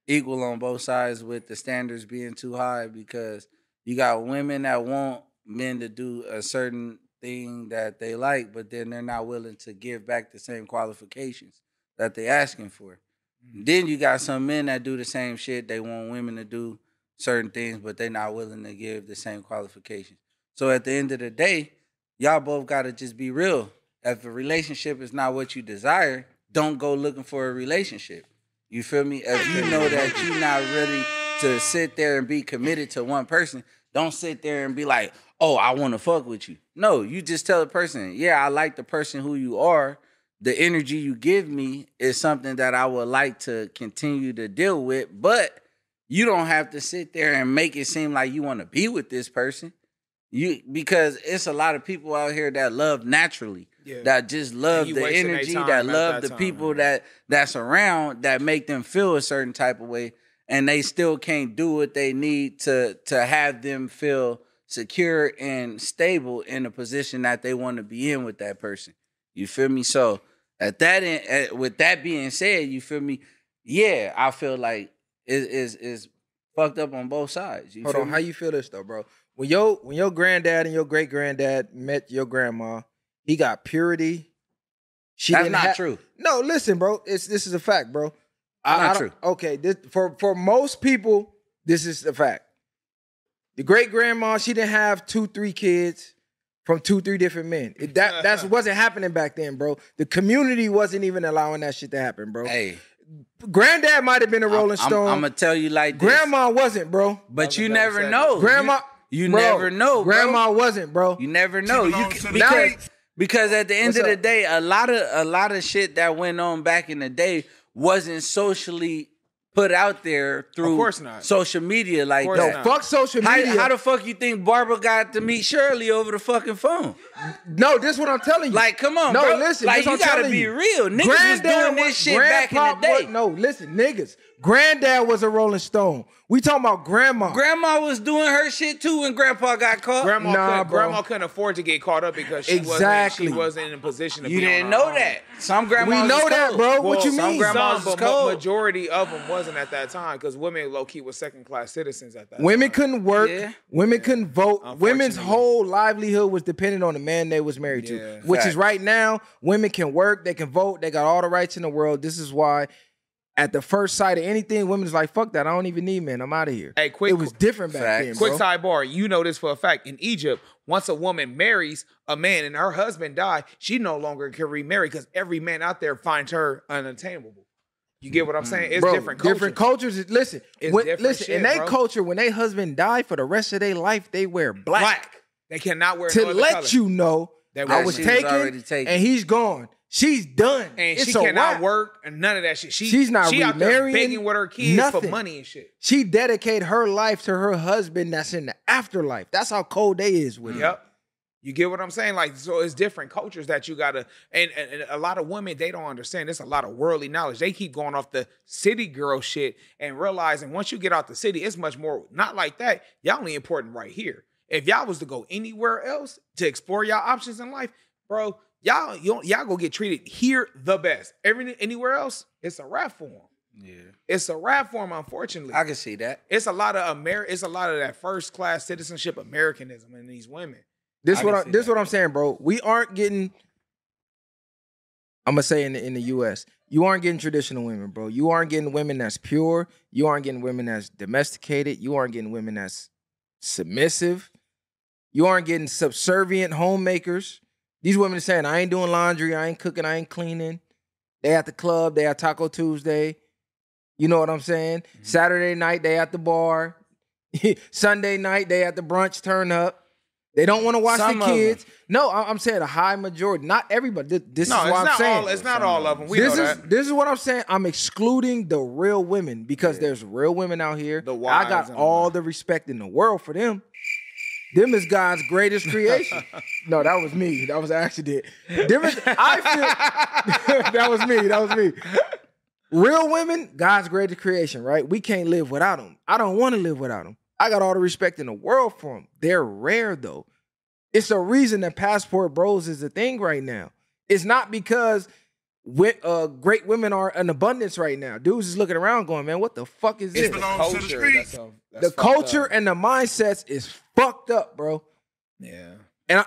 Speaker 6: equal on both sides with the standards being too high because you got women that want men to do a certain thing that they like, but then they're not willing to give back the same qualifications that they asking for. Then you got some men that do the same shit. They want women to do certain things, but they're not willing to give the same qualifications. So at the end of the day, y'all both gotta just be real. If a relationship is not what you desire, don't go looking for a relationship. You feel me? If you know that you're not ready to sit there and be committed to one person, don't sit there and be like, oh, I want to fuck with you. No, you just tell the person, yeah, I like the person who you are. The energy you give me is something that I would like to continue to deal with, but you don't have to sit there and make it seem like you want to be with this person. You because it's a lot of people out here that love naturally,
Speaker 3: Yeah.
Speaker 6: that just love
Speaker 3: you
Speaker 6: the
Speaker 3: wasting their
Speaker 6: energy,
Speaker 3: time
Speaker 6: that
Speaker 3: at
Speaker 6: love
Speaker 3: that
Speaker 6: the
Speaker 3: time,
Speaker 6: people
Speaker 3: man.
Speaker 6: that that's around, that make them feel a certain type of way, and they still can't do what they need to to have them feel secure and stable in a position that they want to be in with that person. You feel me? So at that end, at, with that being said, you feel me? Yeah, I feel like it is is fucked up on both sides. You
Speaker 2: Hold
Speaker 6: feel
Speaker 2: on,
Speaker 6: me?
Speaker 2: how you feel this though, bro? When your when your granddad and your great granddad met your grandma, he got purity. She
Speaker 6: That's
Speaker 2: didn't
Speaker 6: not
Speaker 2: ha-
Speaker 6: true.
Speaker 2: No, listen, bro. It's this is a fact, bro.
Speaker 6: Not
Speaker 2: don't- Okay, this, for for most people, this is a fact. The great grandma, she didn't have two, three kids from two, three different men. It- that that's wasn't happening back then, bro. The community wasn't even allowing that shit to happen, bro.
Speaker 6: Hey,
Speaker 2: Granddad might have been a Rolling Stone.
Speaker 6: I'm, gonna tell you like this,
Speaker 2: Grandma wasn't, bro.
Speaker 6: But you
Speaker 3: That was
Speaker 6: never
Speaker 3: sad.
Speaker 6: know,
Speaker 2: Grandma,
Speaker 6: You, you
Speaker 2: bro,
Speaker 6: never know, bro.
Speaker 2: Grandma wasn't, bro.
Speaker 6: You never know. You
Speaker 4: belongs to
Speaker 6: c-
Speaker 4: the
Speaker 6: because,
Speaker 2: streets.
Speaker 6: because at the end
Speaker 2: What's
Speaker 6: of the
Speaker 2: up?
Speaker 6: day, a lot of a lot of shit that went on back in the day wasn't socially put out there through
Speaker 3: course not.
Speaker 6: social media like
Speaker 3: course
Speaker 6: that.
Speaker 3: not.
Speaker 2: Fuck social
Speaker 6: How,
Speaker 2: media.
Speaker 6: how the fuck you think Barbara got to meet Shirley over the fucking phone?
Speaker 2: no, this is what I'm telling you.
Speaker 6: Like, come on,
Speaker 2: no,
Speaker 6: bro.
Speaker 2: listen.
Speaker 6: Like,
Speaker 2: this
Speaker 6: you
Speaker 2: I'm
Speaker 6: gotta
Speaker 2: telling
Speaker 6: be
Speaker 2: you.
Speaker 6: real. Niggas was doing
Speaker 2: Granddad
Speaker 6: this
Speaker 2: was-
Speaker 6: shit back in the
Speaker 2: grandpa
Speaker 6: day.
Speaker 2: was- no, listen, niggas. Granddad was a Rolling Stone. We talking about grandma.
Speaker 6: Grandma was doing her shit too when grandpa got caught.
Speaker 3: Grandma,
Speaker 2: Nah,
Speaker 3: couldn't,
Speaker 2: bro.
Speaker 3: grandma couldn't afford to get caught up because she
Speaker 2: Exactly.
Speaker 3: wasn't she wasn't in a position to
Speaker 6: you
Speaker 3: be on
Speaker 6: didn't
Speaker 3: her
Speaker 6: know
Speaker 3: own.
Speaker 6: that. Some grandmas
Speaker 2: we know
Speaker 6: was
Speaker 2: that,
Speaker 6: cold.
Speaker 2: bro.
Speaker 3: Well,
Speaker 2: what you
Speaker 3: some
Speaker 2: mean?
Speaker 3: Grandmas,
Speaker 6: Some
Speaker 3: but
Speaker 6: is cold.
Speaker 3: majority of them wasn't at that time because women low key were second class citizens at that.
Speaker 2: Women
Speaker 3: time.
Speaker 2: couldn't work.
Speaker 6: Yeah.
Speaker 2: Women couldn't vote. Women's
Speaker 3: Unfortunately.
Speaker 2: whole livelihood was dependent on the man they was married
Speaker 3: Yeah.
Speaker 2: to. Which
Speaker 6: Facts.
Speaker 2: is right now, women can work. They can vote. They got all the rights in the world. This is why, at the first sight of anything, women's like, "Fuck that. I don't even need men. I'm out of here."
Speaker 3: Hey, quick-
Speaker 2: It was different back
Speaker 6: Facts.
Speaker 2: then, bro.
Speaker 3: Quick sidebar, you know this for a fact. In Egypt, once a woman marries a man and her husband died, she no longer can remarry because every man out there finds her unattainable. You get what I'm saying? It's
Speaker 2: Bro,
Speaker 3: different culture.
Speaker 2: Different cultures. is- Listen,
Speaker 3: It's
Speaker 2: when-
Speaker 3: different
Speaker 2: listen. in
Speaker 3: shit,
Speaker 2: their
Speaker 3: bro.
Speaker 2: culture, when they husband died for the rest of their life, they wear black,
Speaker 3: Black. They cannot wear
Speaker 2: to
Speaker 3: no other
Speaker 2: let
Speaker 3: color.
Speaker 2: you know
Speaker 3: That
Speaker 2: I
Speaker 3: she
Speaker 2: was
Speaker 3: was
Speaker 2: taken,
Speaker 6: already taken.
Speaker 2: and he's gone. She's done.
Speaker 3: and
Speaker 2: It's
Speaker 3: she
Speaker 2: a
Speaker 3: cannot
Speaker 2: wrap.
Speaker 3: work and none of that shit. She,
Speaker 2: She's not
Speaker 3: she out there
Speaker 2: remarrying,
Speaker 3: begging with her kids for
Speaker 2: nothing.
Speaker 3: money and shit.
Speaker 2: She dedicate her life to her husband that's in the afterlife. That's how cold they is with it.
Speaker 3: Yep. You get what I'm saying? Like, so it's different cultures that you gotta, and, and, and a lot of women they don't understand. It's a lot of worldly knowledge. They keep going off the city girl shit and realizing once you get out the city, it's much more not like that. Y'all only important right here. If y'all was to go anywhere else to explore y'all options in life, bro, y'all y'all, y'all go get treated here the best. Every anywhere else, it's a rap form. Yeah, it's a rap form. Unfortunately,
Speaker 6: I can see that.
Speaker 3: it's a lot of Amer. It's a lot of that first class citizenship Americanism in these women.
Speaker 2: This
Speaker 6: I
Speaker 2: what
Speaker 6: can
Speaker 2: I,
Speaker 6: see
Speaker 2: this
Speaker 6: that.
Speaker 2: what I'm saying, bro. We aren't getting. I'm gonna say in the, in the U.S. You aren't getting traditional women, bro. You aren't getting women that's pure. You aren't getting women that's domesticated. You aren't getting women that's submissive. You aren't getting subservient homemakers. These women are saying, "I ain't doing laundry. I ain't cooking. I ain't cleaning." They at the club. They at Taco Tuesday. You know what I'm saying?
Speaker 3: Mm-hmm.
Speaker 2: Saturday night they at the bar. Sunday night they at the brunch turn up. They don't want to watch
Speaker 6: Some
Speaker 2: the
Speaker 6: of 'em.
Speaker 2: kids. No, I- I'm saying a high majority, not everybody. Th- This
Speaker 3: no,
Speaker 2: is
Speaker 3: it's
Speaker 2: what I'm
Speaker 3: not
Speaker 2: saying.
Speaker 3: all. It's not all of them. We
Speaker 2: this
Speaker 3: know
Speaker 2: is
Speaker 3: that.
Speaker 2: this is what I'm saying. I'm excluding the real women because there's real women out here.
Speaker 3: The
Speaker 2: I
Speaker 3: wives
Speaker 2: got
Speaker 3: and
Speaker 2: all
Speaker 3: all
Speaker 2: the respect in the world for them. Them is God's greatest creation. no, that was me. That was an accident. Them is, I feel that was me. That was me. Real women, God's greatest creation, right? We can't live without them. I don't want to live without them. I got all the respect in the world for them. They're rare though. It's the reason that passport bros is a thing right now. It's not because wi- uh, great women are in abundance right now. Dudes is looking around going, man, what the fuck is this?
Speaker 4: belong- Belongs to the
Speaker 3: Culture.
Speaker 4: streets.
Speaker 3: That's a,
Speaker 2: The
Speaker 3: that's fucked
Speaker 2: culture
Speaker 3: up.
Speaker 2: and the mindsets is fucked up, bro.
Speaker 3: yeah.
Speaker 2: And I,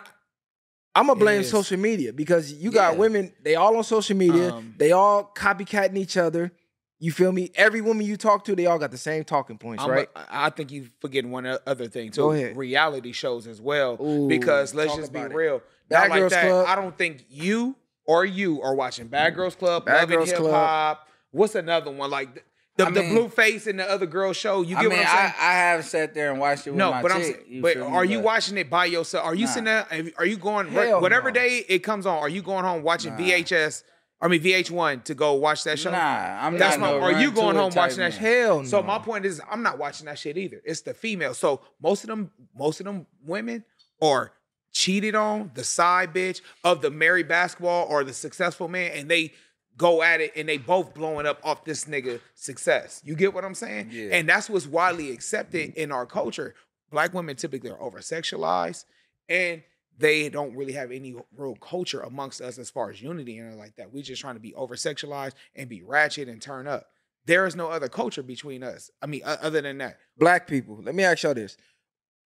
Speaker 2: I'm gonna
Speaker 3: It
Speaker 2: blame
Speaker 3: is.
Speaker 2: social media because you got
Speaker 6: Yeah.
Speaker 2: women. They all on social media.
Speaker 3: Um,
Speaker 2: they all copycatting each other. You feel me? Every woman you talk to, they all got the same talking points,
Speaker 3: I'm
Speaker 2: right?
Speaker 3: a- I I think you forgetting one o- other thing too.
Speaker 2: Go ahead.
Speaker 3: Reality shows as well.
Speaker 2: Ooh,
Speaker 3: because let's
Speaker 2: talk
Speaker 3: just be
Speaker 2: about it.
Speaker 3: real.
Speaker 2: Bad
Speaker 3: Not like
Speaker 2: Girls
Speaker 3: that.
Speaker 2: Club.
Speaker 3: I don't think you or you are watching Bad Girls Club,
Speaker 2: Bad
Speaker 3: Love and
Speaker 2: Girls
Speaker 3: Hip
Speaker 2: Club.
Speaker 3: Hop. What's another one? Like the, the,
Speaker 6: I
Speaker 3: the
Speaker 6: mean-
Speaker 3: blue face and the other girl show. You get
Speaker 6: I mean,
Speaker 3: what I'm
Speaker 6: I,
Speaker 3: saying?
Speaker 6: I have sat there and watched it with
Speaker 3: no,
Speaker 6: my
Speaker 3: but I'm
Speaker 6: chick.
Speaker 3: saying,
Speaker 6: you
Speaker 3: but
Speaker 6: feel me?
Speaker 3: are you watching it by yourself? Are you
Speaker 6: Nah.
Speaker 3: sitting there? Are you going
Speaker 2: Hell
Speaker 3: whatever
Speaker 2: no.
Speaker 3: day it comes on? Are you going home watching
Speaker 6: Nah.
Speaker 3: VHS? I mean VH1 to go watch that show?
Speaker 6: Nah, I'm
Speaker 3: That's
Speaker 6: not.
Speaker 3: my.
Speaker 6: no
Speaker 3: Are
Speaker 6: run
Speaker 3: you going
Speaker 6: to it
Speaker 3: home
Speaker 6: type
Speaker 3: watching that?
Speaker 6: man.
Speaker 3: shit?
Speaker 2: Hell no.
Speaker 3: So my point is, I'm not watching that shit either. It's the female. So most of them, most of them women are cheated on the side bitch of the married basketball or the successful man, and they go at it and they both blowing up off this nigga success. You get what I'm saying?
Speaker 6: Yeah.
Speaker 3: And that's what's widely accepted in our culture. Black women typically are over sexualized and they don't really have any real culture amongst us as far as unity and like that. We're just trying to be over sexualized and be ratchet and turn up. There is no other culture between us. I mean, o- other than that,
Speaker 2: Black people, let me ask y'all this: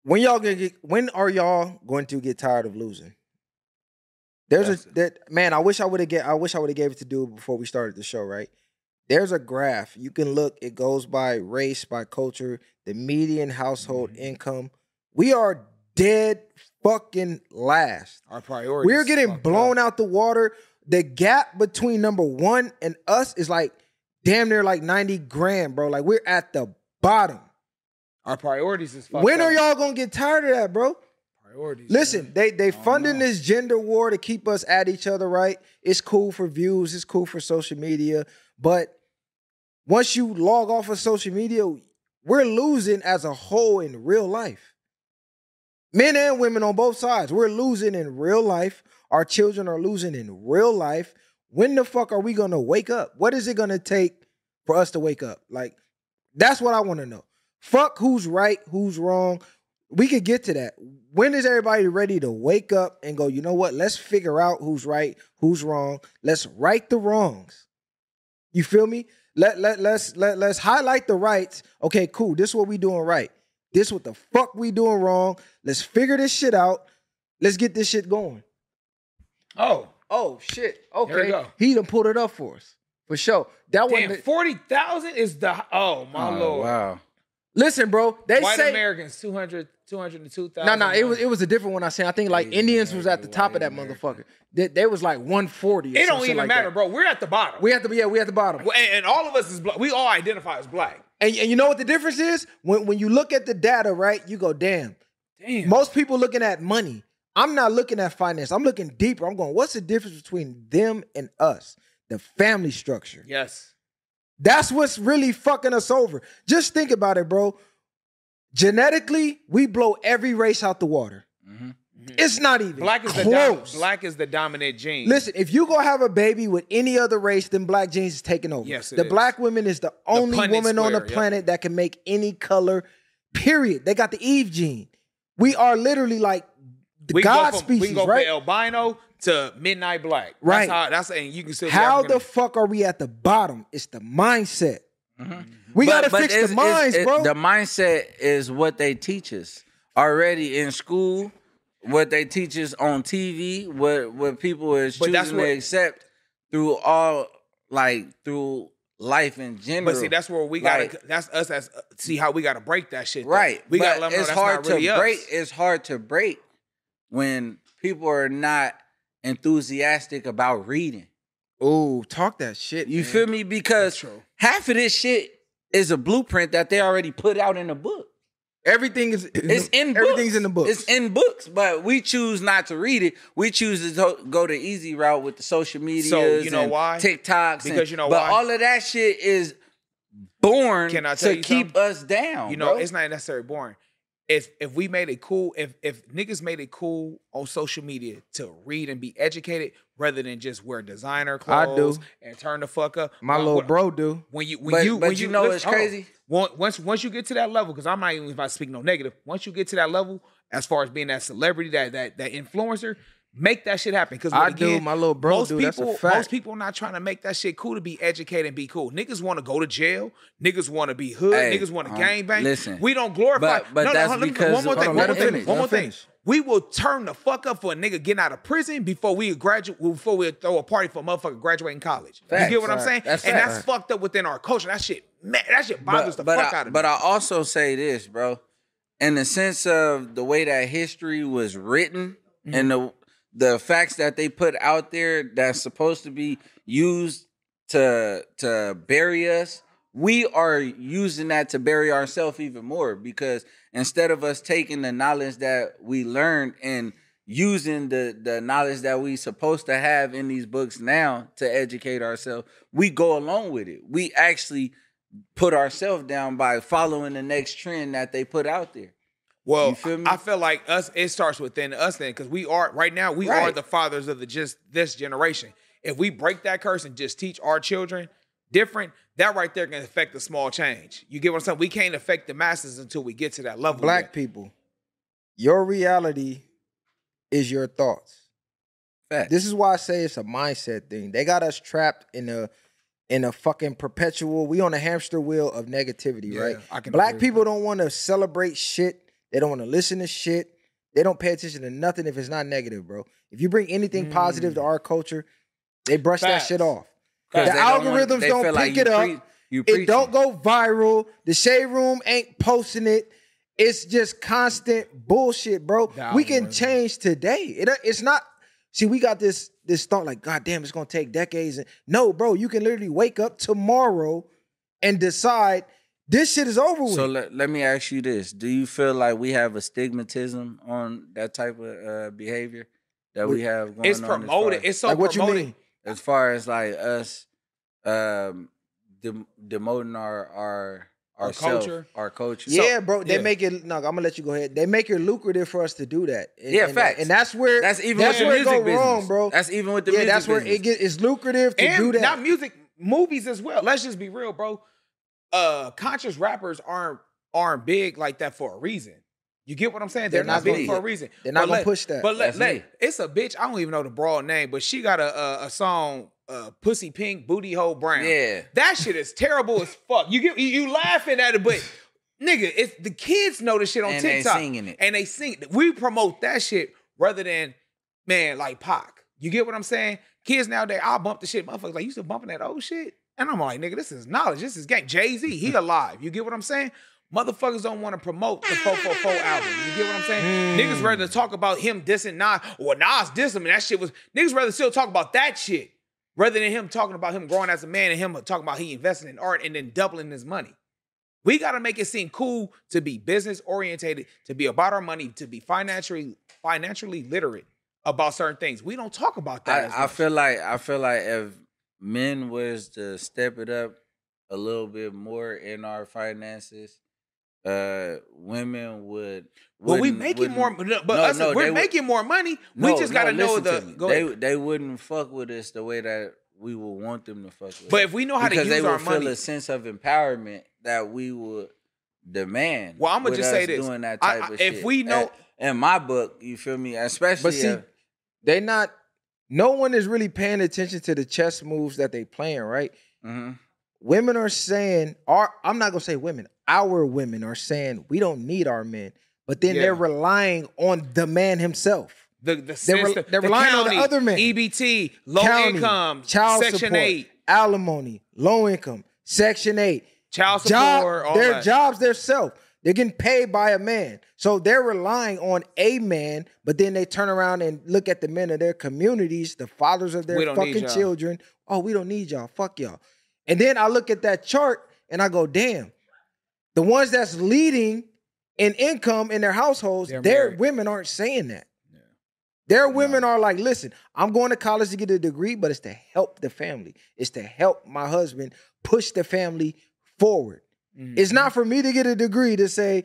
Speaker 2: When y'all gonna get? When are y'all going to get tired of losing? There's
Speaker 6: That's-
Speaker 2: a that man. I wish I would have get. I wish I would have gave it to dude before we started the show. Right? There's a graph you can look. It goes by race, by culture, the median household income. We are dead fucking last.
Speaker 3: our priorities.
Speaker 2: We're getting blown out the water. The gap between number one and us is like damn near like 90 grand, bro. Like we're at the bottom.
Speaker 3: Our priorities is fucked
Speaker 2: When are
Speaker 3: up.
Speaker 2: y'all gonna get tired of that, bro?
Speaker 3: priorities?
Speaker 2: Listen, they they
Speaker 3: don't
Speaker 2: funding
Speaker 3: know.
Speaker 2: this gender war to keep us at each other, right? It's cool for views, it's cool for social media, but once you log off of social media, we're losing as a whole in real life. Men and women on both sides, we're losing in real life. Our children are losing in real life. When the fuck are we gonna wake up? What is it gonna take for us to wake up. Like that's what I want to know. Fuck who's right, who's wrong. We could get to that. When is everybody ready to wake up and go, you know what? Let's figure out who's right, who's wrong. Let's right the wrongs. You feel me? Let let let's let let's highlight the rights. Okay, cool. This what we doing right. This what the fuck we doing wrong. Let's figure this shit out. Let's get this shit going.
Speaker 3: Oh,
Speaker 2: Oh shit. Okay.
Speaker 3: There we go.
Speaker 2: He done pulled it up for us. For sure. That
Speaker 3: damn,
Speaker 2: wasn't
Speaker 3: forty thousand is the oh my
Speaker 6: Oh,
Speaker 3: lord.
Speaker 6: Wow.
Speaker 2: Listen, bro. They
Speaker 3: White
Speaker 2: say
Speaker 3: Americans 200, 202,000.
Speaker 2: No, no, it was it was a different one I seen. I think like
Speaker 6: Asian
Speaker 2: Indians was at the
Speaker 6: American,
Speaker 2: top of that
Speaker 6: White
Speaker 2: motherfucker. They, they was like 140. Or
Speaker 3: It
Speaker 2: some
Speaker 3: don't
Speaker 2: shit
Speaker 3: even
Speaker 2: like
Speaker 3: matter,
Speaker 2: that.
Speaker 3: bro. We're at the bottom.
Speaker 2: We have to be yeah, we at the bottom.
Speaker 3: and, and all of us is black. We all identify as black.
Speaker 2: And, and you know what the difference is? When when you look at the data, right, you go, damn.
Speaker 3: Damn.
Speaker 2: Most people looking at money. I'm not looking at finance. I'm looking deeper. I'm going, what's the difference between them and us? The family structure.
Speaker 3: yes.
Speaker 2: That's what's really fucking us over. Just think about it, bro. Genetically, we blow every race out the water.
Speaker 6: Mhm.
Speaker 2: It's not even
Speaker 3: Mm-hmm. Black is the dom-
Speaker 2: close.
Speaker 3: black is the dominant gene.
Speaker 2: Listen, if you gonna have a baby with any other race, then black jeans is taking over.
Speaker 3: Yes, it
Speaker 2: the
Speaker 3: is.
Speaker 2: black woman is the only
Speaker 3: Punnett
Speaker 2: woman on the
Speaker 3: square, yep.
Speaker 2: planet that can make any color. Period. They got the Eve gene. We are literally like the
Speaker 3: we can
Speaker 2: God
Speaker 3: go from, we
Speaker 2: species,
Speaker 3: can go
Speaker 2: right?
Speaker 3: from albino to midnight black.
Speaker 2: Right.
Speaker 3: That's how that's and you can still be
Speaker 2: How the
Speaker 3: African-
Speaker 2: fuck are we at the bottom? It's the mindset. We
Speaker 6: Mm-hmm. But-
Speaker 2: gotta
Speaker 6: but
Speaker 2: fix
Speaker 6: it's-
Speaker 2: the
Speaker 6: it's-
Speaker 2: minds,
Speaker 6: it-
Speaker 2: bro.
Speaker 6: The mindset is what they teach us already in school. What they teach us on TV. What what people is
Speaker 3: But
Speaker 6: choosing
Speaker 3: that's
Speaker 6: to
Speaker 3: what-
Speaker 6: accept through all like through life in general.
Speaker 3: But see, that's where we gotta.
Speaker 6: Like-
Speaker 3: that's us. As uh, see how we gotta break that shit. though.
Speaker 6: right.
Speaker 3: We
Speaker 6: but
Speaker 3: gotta let them know
Speaker 6: it's
Speaker 3: that's
Speaker 6: hard
Speaker 3: not really
Speaker 6: to
Speaker 3: us.
Speaker 6: break. It's hard to break when people are not enthusiastic about reading.
Speaker 2: Ooh, talk that shit.
Speaker 6: You
Speaker 2: man.
Speaker 6: feel me? Because half of this shit is a blueprint that they already put out in a book.
Speaker 2: Everything is
Speaker 3: Mm-hmm.
Speaker 6: It's in
Speaker 2: everything's
Speaker 6: books.
Speaker 2: in the books.
Speaker 6: It's in books, but we choose not to read it. We choose to to- go the easy route with the social media.
Speaker 3: you know why?
Speaker 6: TikToks. and-
Speaker 3: Because you know
Speaker 6: but
Speaker 3: why?
Speaker 6: all of that shit is born
Speaker 3: Can I tell
Speaker 6: to
Speaker 3: you
Speaker 6: keep
Speaker 3: something?
Speaker 6: us down.
Speaker 3: You know,
Speaker 6: bro.
Speaker 3: it's not necessarily boring. If if we made it cool, if if niggas made it cool on social media to read and be educated rather than just wear designer
Speaker 2: I do.
Speaker 3: clothes and turn the fuck up.
Speaker 2: My
Speaker 3: When-
Speaker 2: little bro do.
Speaker 3: When you when
Speaker 6: But-
Speaker 3: you
Speaker 6: but
Speaker 3: when
Speaker 6: you know
Speaker 3: listen,
Speaker 6: it's
Speaker 3: hold on.
Speaker 6: crazy?
Speaker 3: Once once- once you get to that level, because I'm not even about to speak no negative. Once you get to that level, as far as being that celebrity, that that that influencer, make that shit happen. Because
Speaker 2: I
Speaker 3: again,
Speaker 2: do. My little bro
Speaker 3: most
Speaker 2: do.
Speaker 3: people,
Speaker 2: That's a fact.
Speaker 3: most people not trying to make that shit cool to be educated and be cool. Niggas want to go to jail. Niggas want to be hood.
Speaker 6: Hey,
Speaker 3: niggas want to
Speaker 6: um,
Speaker 3: gang bang.
Speaker 6: listen.
Speaker 3: we don't glorify.
Speaker 6: But- but
Speaker 3: no,
Speaker 6: that's
Speaker 3: no, hold on, let me-
Speaker 6: because-
Speaker 3: one more
Speaker 6: hold
Speaker 3: thing.
Speaker 6: on,
Speaker 3: one
Speaker 6: let
Speaker 3: more
Speaker 6: him
Speaker 3: thing.
Speaker 6: finish,
Speaker 3: One
Speaker 2: let
Speaker 3: more
Speaker 2: him
Speaker 3: thing.
Speaker 2: finish.
Speaker 3: We will turn the fuck up for a nigga getting out of prison before we graduate. Before we throw a party for a motherfucker graduating college.
Speaker 6: Facts.
Speaker 3: you get what I'm
Speaker 6: Right.
Speaker 3: saying?
Speaker 6: That's
Speaker 3: and
Speaker 6: facts.
Speaker 3: that's fucked up within our culture. That shit, man, that shit bothers the fuck
Speaker 6: I,
Speaker 3: out of
Speaker 6: but
Speaker 3: me.
Speaker 6: I also say this, bro, in the sense of the way that history was written
Speaker 3: Mm-hmm.
Speaker 6: and the the facts that they put out there that's supposed to be used to to bury us, we are using that to bury ourselves even more because instead of us taking the knowledge that we learned and using the the knowledge that we supposed to have in these books now to educate ourselves, we go along with it. We actually put ourselves down by following the next trend that they put out there.
Speaker 3: well,
Speaker 6: you feel me?
Speaker 3: I feel like us. It starts within us then, because we are right now. We are
Speaker 6: Right.
Speaker 3: the fathers of the just this generation. If we break that curse and just teach our children different, that right there can affect the small change. You get what I'm saying? We can't affect the masses until we get to that level.
Speaker 2: Black
Speaker 3: yet.
Speaker 2: people, your reality is your thoughts.
Speaker 6: Fact.
Speaker 2: This is why I say it's a mindset thing. They got us trapped in a in a fucking perpetual. We on a hamster wheel of negativity,
Speaker 3: Yeah,
Speaker 2: right?
Speaker 3: I can agree
Speaker 2: Black
Speaker 3: with
Speaker 2: people don't want to celebrate shit. They don't want to listen to shit. They don't pay attention to nothing if it's not negative, bro. If you bring anything positive to our culture, they brush
Speaker 3: Mm. Facts.
Speaker 2: that shit off.
Speaker 6: 'Cause
Speaker 2: The
Speaker 6: they don't want-
Speaker 2: algorithms
Speaker 6: they
Speaker 2: don't,
Speaker 6: feel like
Speaker 2: pick
Speaker 6: you
Speaker 2: it up.
Speaker 6: pre- you
Speaker 2: it
Speaker 6: preaching.
Speaker 2: don't go viral. The shade room ain't posting it. It's just constant bullshit, bro.
Speaker 3: Nah,
Speaker 2: we can
Speaker 3: bro.
Speaker 2: change today. It, uh, it's not. See, we got this this thought like, God damn, it's gonna take decades. And no, bro, you can literally wake up tomorrow and decide this shit is over with.
Speaker 6: So let, let me ask you this: Do you feel like we have a stigmatism on that type of uh, behavior that we have going
Speaker 3: It's
Speaker 6: on? as far-
Speaker 3: promoted. It's so
Speaker 2: like, what
Speaker 3: promoted.
Speaker 2: you mean?
Speaker 6: as far as like us um, dem- demoting our our
Speaker 3: Our
Speaker 6: ourself,
Speaker 3: culture.
Speaker 6: our culture.
Speaker 2: yeah, bro. They
Speaker 3: yeah.
Speaker 2: make it. No, I'm gonna let you go ahead. They make it lucrative for us to do that. And,
Speaker 6: Yeah,
Speaker 2: and,
Speaker 6: facts.
Speaker 2: And that's where
Speaker 6: that's even
Speaker 2: that's
Speaker 6: with the
Speaker 2: where it
Speaker 6: music
Speaker 2: go
Speaker 6: business,
Speaker 2: wrong, bro.
Speaker 6: That's even with the
Speaker 2: yeah,
Speaker 6: music
Speaker 2: that's where
Speaker 6: business.
Speaker 2: it get. It's lucrative to
Speaker 3: and
Speaker 2: do that.
Speaker 3: not music. movies as well. Let's just be real, bro. Uh, conscious rappers aren't aren't big like that for a reason. You get what I'm saying? They're,
Speaker 2: They're
Speaker 3: not
Speaker 2: not
Speaker 3: big
Speaker 2: gonna-
Speaker 3: for a reason.
Speaker 2: They're not
Speaker 3: But
Speaker 2: gonna
Speaker 3: let-
Speaker 2: push that.
Speaker 3: But let,
Speaker 6: That's
Speaker 3: let-
Speaker 6: me.
Speaker 3: it's a bitch. I don't even know the broad name, but she got a a, a song, uh, "Pussy Pink Booty Hole Brown."
Speaker 6: Yeah.
Speaker 3: that shit is terrible as fuck. You get you, you laughing at it, but nigga, it's the kids know this shit on
Speaker 6: And they
Speaker 3: TikTok
Speaker 6: singing it.
Speaker 3: and they sing. We promote that shit rather than man like Pac. You get what I'm saying? Kids nowadays, I'll bump the shit, motherfuckers. Like you still bumping that old shit, and I'm like, nigga, this is knowledge. This is game. Jay Z, he alive. You get what I'm saying? Motherfuckers don't want to promote the 444 album. You get what I'm
Speaker 6: Mm.
Speaker 3: saying? Niggas rather talk about him dissing Nas. Well, Nas dissed him, and that shit was. Niggas rather still talk about that shit rather than him talking about him growing as a man and him talking about he investing in art and then doubling his money. We got to make it seem cool to be business orientated, to be about our money, to be financially financially literate about certain things. We don't talk about that. as
Speaker 6: I, I
Speaker 3: much.
Speaker 6: feel like I feel like if men was to step it up a little bit more in our finances, uh, women would.
Speaker 3: But we
Speaker 6: wouldn't-
Speaker 3: making
Speaker 6: wouldn't-
Speaker 3: more, but
Speaker 6: No,
Speaker 3: us,
Speaker 6: no,
Speaker 3: we're
Speaker 6: they would-
Speaker 3: making more money.
Speaker 6: No,
Speaker 3: we just
Speaker 6: no,
Speaker 3: got to know
Speaker 6: listen
Speaker 3: the.
Speaker 6: me.
Speaker 3: go
Speaker 6: they
Speaker 3: ahead.
Speaker 6: they wouldn't fuck with us the way that we would want them to fuck with.
Speaker 3: But
Speaker 6: us.
Speaker 3: if we know how to
Speaker 6: because
Speaker 3: use
Speaker 6: they
Speaker 3: our
Speaker 6: would
Speaker 3: money,
Speaker 6: feel a sense of empowerment that we would demand.
Speaker 3: Well, I'ma
Speaker 6: with
Speaker 3: just say
Speaker 6: us
Speaker 3: this.
Speaker 6: doing that
Speaker 3: I-
Speaker 6: type
Speaker 3: I-
Speaker 6: of
Speaker 3: if
Speaker 6: shit.
Speaker 3: we know-
Speaker 6: in, in my book, you feel me, especially.
Speaker 2: But see,
Speaker 6: if-
Speaker 2: They not. No one is really paying attention to the chess moves that they playing, right?
Speaker 6: Mhm.
Speaker 2: Women are saying, "Our." I'm not gonna say women. Our women are saying we don't need our men, but then
Speaker 3: Yeah.
Speaker 2: they're relying on the man himself.
Speaker 3: the, the system,
Speaker 2: rel- they're
Speaker 3: the
Speaker 2: relying on the
Speaker 3: county,
Speaker 2: other men.
Speaker 3: EBT, low
Speaker 2: County,
Speaker 3: income,
Speaker 2: child
Speaker 3: Section
Speaker 2: support,
Speaker 3: 8,
Speaker 2: alimony, low income, Section Eight,
Speaker 3: child support, all
Speaker 2: job, their
Speaker 3: that.
Speaker 2: jobs, their self. They're getting paid by a man, so they're relying on a man. But then they turn around and look at the men of their communities, the fathers of
Speaker 3: We
Speaker 2: their
Speaker 3: don't need
Speaker 2: fucking
Speaker 3: y'all.
Speaker 2: children. Oh, we don't need y'all. Fuck y'all. And then I look at that chart and I go, damn, the ones that's leading in income in their households,
Speaker 3: They're
Speaker 2: their
Speaker 3: married.
Speaker 2: women aren't saying that. Their women are like, listen, I'm going to college to get a degree, but it's to help the family. It's to help my husband push the family forward. It's
Speaker 3: Mm-hmm.
Speaker 2: not for me to get a degree to say,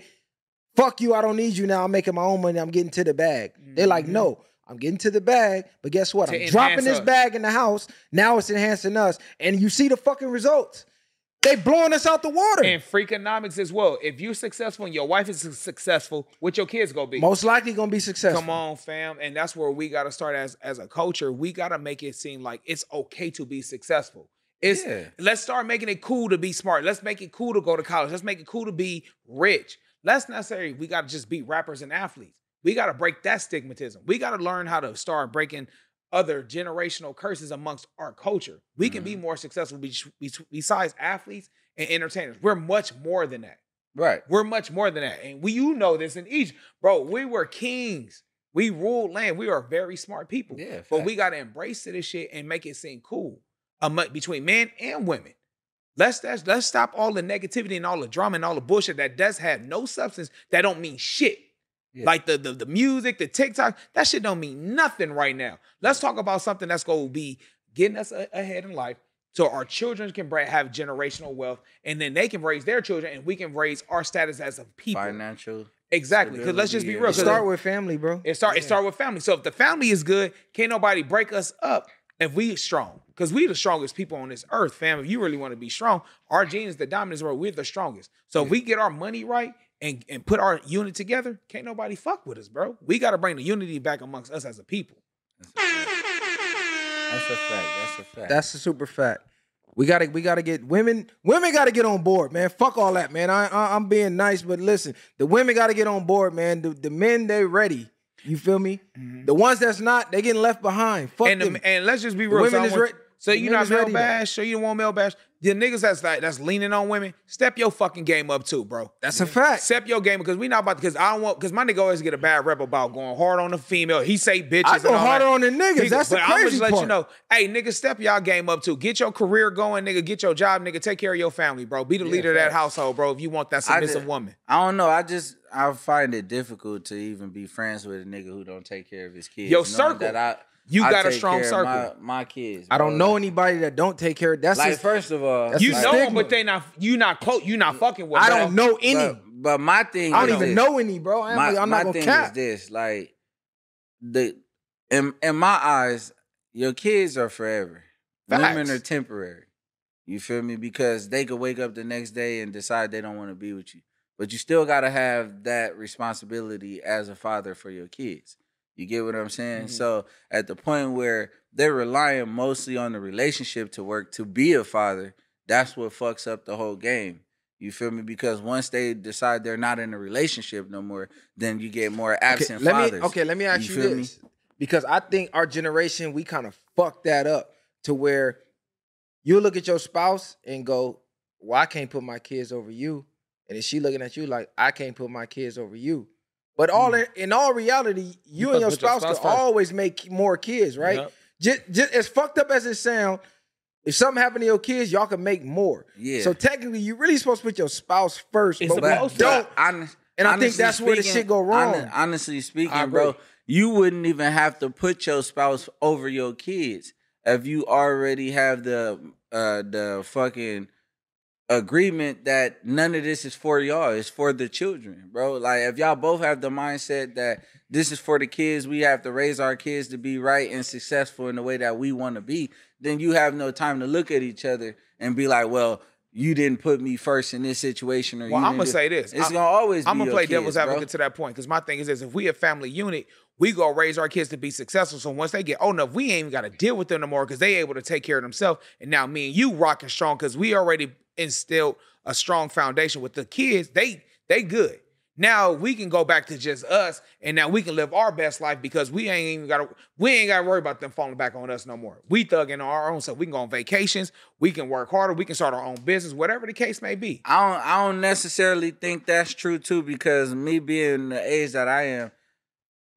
Speaker 2: fuck you, I don't need you now. I'm making my own money. I'm getting to the bag. They're like, no, I'm getting to the bag, but guess what?
Speaker 3: Mm-hmm. To
Speaker 2: I'm
Speaker 3: enhance
Speaker 2: dropping this
Speaker 3: us.
Speaker 2: bag in the house. Now it's enhancing us. And you see the fucking results. They blowing us out the water.
Speaker 3: And freakonomics as well. If you're successful and your wife is successful, what your kids gonna be?
Speaker 2: Most likely gonna be successful.
Speaker 3: Come on, fam. And that's where we gotta start as as a culture. We gotta make it seem like it's okay to be successful. It's
Speaker 6: Yeah.
Speaker 3: let's start making it cool to be smart. Let's make it cool to go to college. Let's make it cool to be rich. Let's not say we gotta just be rappers and athletes. We gotta break that stigmatism. We gotta learn how to start breaking other generational curses amongst our culture. We can be more successful be- be- besides athletes and entertainers. We're much more than that.
Speaker 6: right.
Speaker 3: We're much more than that. And we you know this in Egypt. Bro, we were kings. We ruled land. We are very smart people.
Speaker 6: Yeah,
Speaker 3: but
Speaker 6: facts.
Speaker 3: we gotta embrace this shit and make it seem cool among, between men and women. Let's that's, let's stop all the negativity and all the drama and all the bullshit that does have no substance that don't mean shit.
Speaker 6: Yeah.
Speaker 3: Like the, the the music, the TikTok, that shit don't mean nothing right now. Let's talk about something that's gonna be getting us a- ahead in life, so our children can bra- have generational wealth, and then they can raise their children, and we can raise our status as a people.
Speaker 6: Financial.
Speaker 3: Exactly, because let's just be
Speaker 6: stability
Speaker 3: real.
Speaker 6: and-
Speaker 3: 'cause
Speaker 2: Start with family, bro.
Speaker 3: it start it start with family. So if the family is good, can't nobody break us up if we strong. Because we the strongest people on this earth, fam. If you really want to be strong, our genes, the dominance, where we're the strongest. So if we get our money right and, and put our unit together, can't nobody fuck with us, bro. We gotta bring the unity back amongst us as a people.
Speaker 6: That's a fact. That's a fact.
Speaker 2: That's a super fact. We gotta we gotta get women women gotta get on board, man. Fuck all that, man. I, I I'm being nice, but listen, the women gotta get on board, man. The, the men they ready. You feel me?
Speaker 6: Mm-hmm.
Speaker 2: The ones that's not, they getting left behind. Fuck
Speaker 3: and, the-
Speaker 2: them.
Speaker 3: and let's just be real.
Speaker 2: women
Speaker 3: so I
Speaker 2: is
Speaker 3: want-
Speaker 2: re-
Speaker 3: so
Speaker 2: the
Speaker 3: you
Speaker 2: men
Speaker 3: not
Speaker 2: is
Speaker 3: male
Speaker 2: ready now.
Speaker 3: bash, so you don't want male bash. The niggas that's like that's leaning on women, step your fucking game up too, bro.
Speaker 2: that's a fact.
Speaker 3: Step your game because we not about because I don't want because my nigga always get a bad rep about going hard on the female. He say bitches.
Speaker 2: I go
Speaker 3: and all
Speaker 2: harder
Speaker 3: that.
Speaker 2: on the niggas.
Speaker 3: He-
Speaker 2: That's the
Speaker 3: but I'm
Speaker 2: crazy
Speaker 3: just let you
Speaker 2: part.
Speaker 3: know, hey nigga, step y'all game up too. Get your career going, nigga. Get your job, nigga. Take care of your family, bro. Be the leader of that household, bro. If you want that
Speaker 6: I
Speaker 3: submissive
Speaker 6: did-
Speaker 3: woman,
Speaker 6: I don't know. I just I find it difficult to even be friends with a nigga who don't take care of his kids.
Speaker 3: Your
Speaker 6: knowing
Speaker 3: circle.
Speaker 6: That I,
Speaker 3: You
Speaker 6: I
Speaker 3: got a
Speaker 6: take
Speaker 3: strong
Speaker 6: care of my-
Speaker 3: circle.
Speaker 6: My, kids.
Speaker 2: I don't
Speaker 6: bro.
Speaker 2: know anybody that don't take care of that's
Speaker 6: Like
Speaker 2: just-
Speaker 6: first of all,
Speaker 2: That's
Speaker 3: you
Speaker 2: a
Speaker 6: like,
Speaker 3: know, 'em,
Speaker 2: stigma.
Speaker 3: but they not you not close. You not fucking with.
Speaker 2: I
Speaker 3: them.
Speaker 2: don't know any.
Speaker 6: But, but my thing.
Speaker 2: I don't
Speaker 6: is
Speaker 2: even
Speaker 6: this.
Speaker 2: know any, bro. I am,
Speaker 6: My,
Speaker 2: I'm
Speaker 6: my
Speaker 2: not gonna
Speaker 6: thing is
Speaker 2: cap.
Speaker 6: this. Like the in in my eyes, your kids are forever. Women
Speaker 3: Facts.
Speaker 6: are temporary. You feel me? Because they could wake up the next day and decide they don't want to be with you. But you still gotta have that responsibility as a father for your kids. You get what I'm saying?
Speaker 2: Mm-hmm.
Speaker 3: Mhm.
Speaker 6: So at the point where they're relying mostly on the relationship to work to be a father, that's what fucks up the whole game. You feel me? Because once they decide they're not in a relationship no more, then you get more absent
Speaker 2: let
Speaker 6: fathers.
Speaker 2: Me, okay, let me ask
Speaker 6: You
Speaker 2: you,
Speaker 6: feel me?
Speaker 2: this. Because I think our generation, we kind of fucked that up to where you look at your spouse and go, Well, I can't put my kids over you. And then she looking at you like, I can't put my kids over you. But all
Speaker 6: Hmm.
Speaker 2: in, in all reality, you, and your
Speaker 3: supposed to put your
Speaker 2: spouse, could
Speaker 3: spouse first.
Speaker 2: always make more kids, right?
Speaker 3: Yep.
Speaker 2: Just, just as fucked up as it sound, if something happened to your kids, y'all can make more.
Speaker 6: Yeah.
Speaker 2: So technically, you're really supposed to put your spouse first,
Speaker 3: It's
Speaker 2: but we
Speaker 3: supposed
Speaker 2: don't.
Speaker 3: to.
Speaker 6: Honest-
Speaker 2: And I think
Speaker 6: honestly
Speaker 2: that's where the shit go wrong.
Speaker 6: hone- honestly
Speaker 3: I
Speaker 6: speaking,
Speaker 3: agree.
Speaker 6: bro, you wouldn't even have to put your spouse over your kids if you already have the uh the fucking agreement that none of this is for y'all. It's for the children, bro. Like if y'all both have the mindset that this is for the kids, we have to raise our kids to be right and successful in the way that we want to be, then you have no time to look at each other and be like, well, you didn't put me first in this situation or
Speaker 3: Well,
Speaker 6: you
Speaker 3: I'm
Speaker 6: didn't
Speaker 3: gonna say
Speaker 6: do-
Speaker 3: this.
Speaker 6: It's
Speaker 3: I-
Speaker 6: gonna always be
Speaker 3: I'm gonna
Speaker 6: your
Speaker 3: play
Speaker 6: kids,
Speaker 3: devil's advocate
Speaker 6: bro.
Speaker 3: to that point because my thing is this: if we a family unit, we gonna raise our kids to be successful. So once they get old enough, we ain't even gotta deal with them no more because they able to take care of themselves. And now me and you rocking strong because we already instilled a strong foundation with the kids. They they good. Now we can go back to just us, and now we can live our best life because we ain't even gotta we ain't gotta worry about them falling back on us no more. We thugging our own stuff. We can go on vacations. We can work harder. We can start our own business, whatever the case may be.
Speaker 6: I don't I don't necessarily think that's true too because me being the age that I am,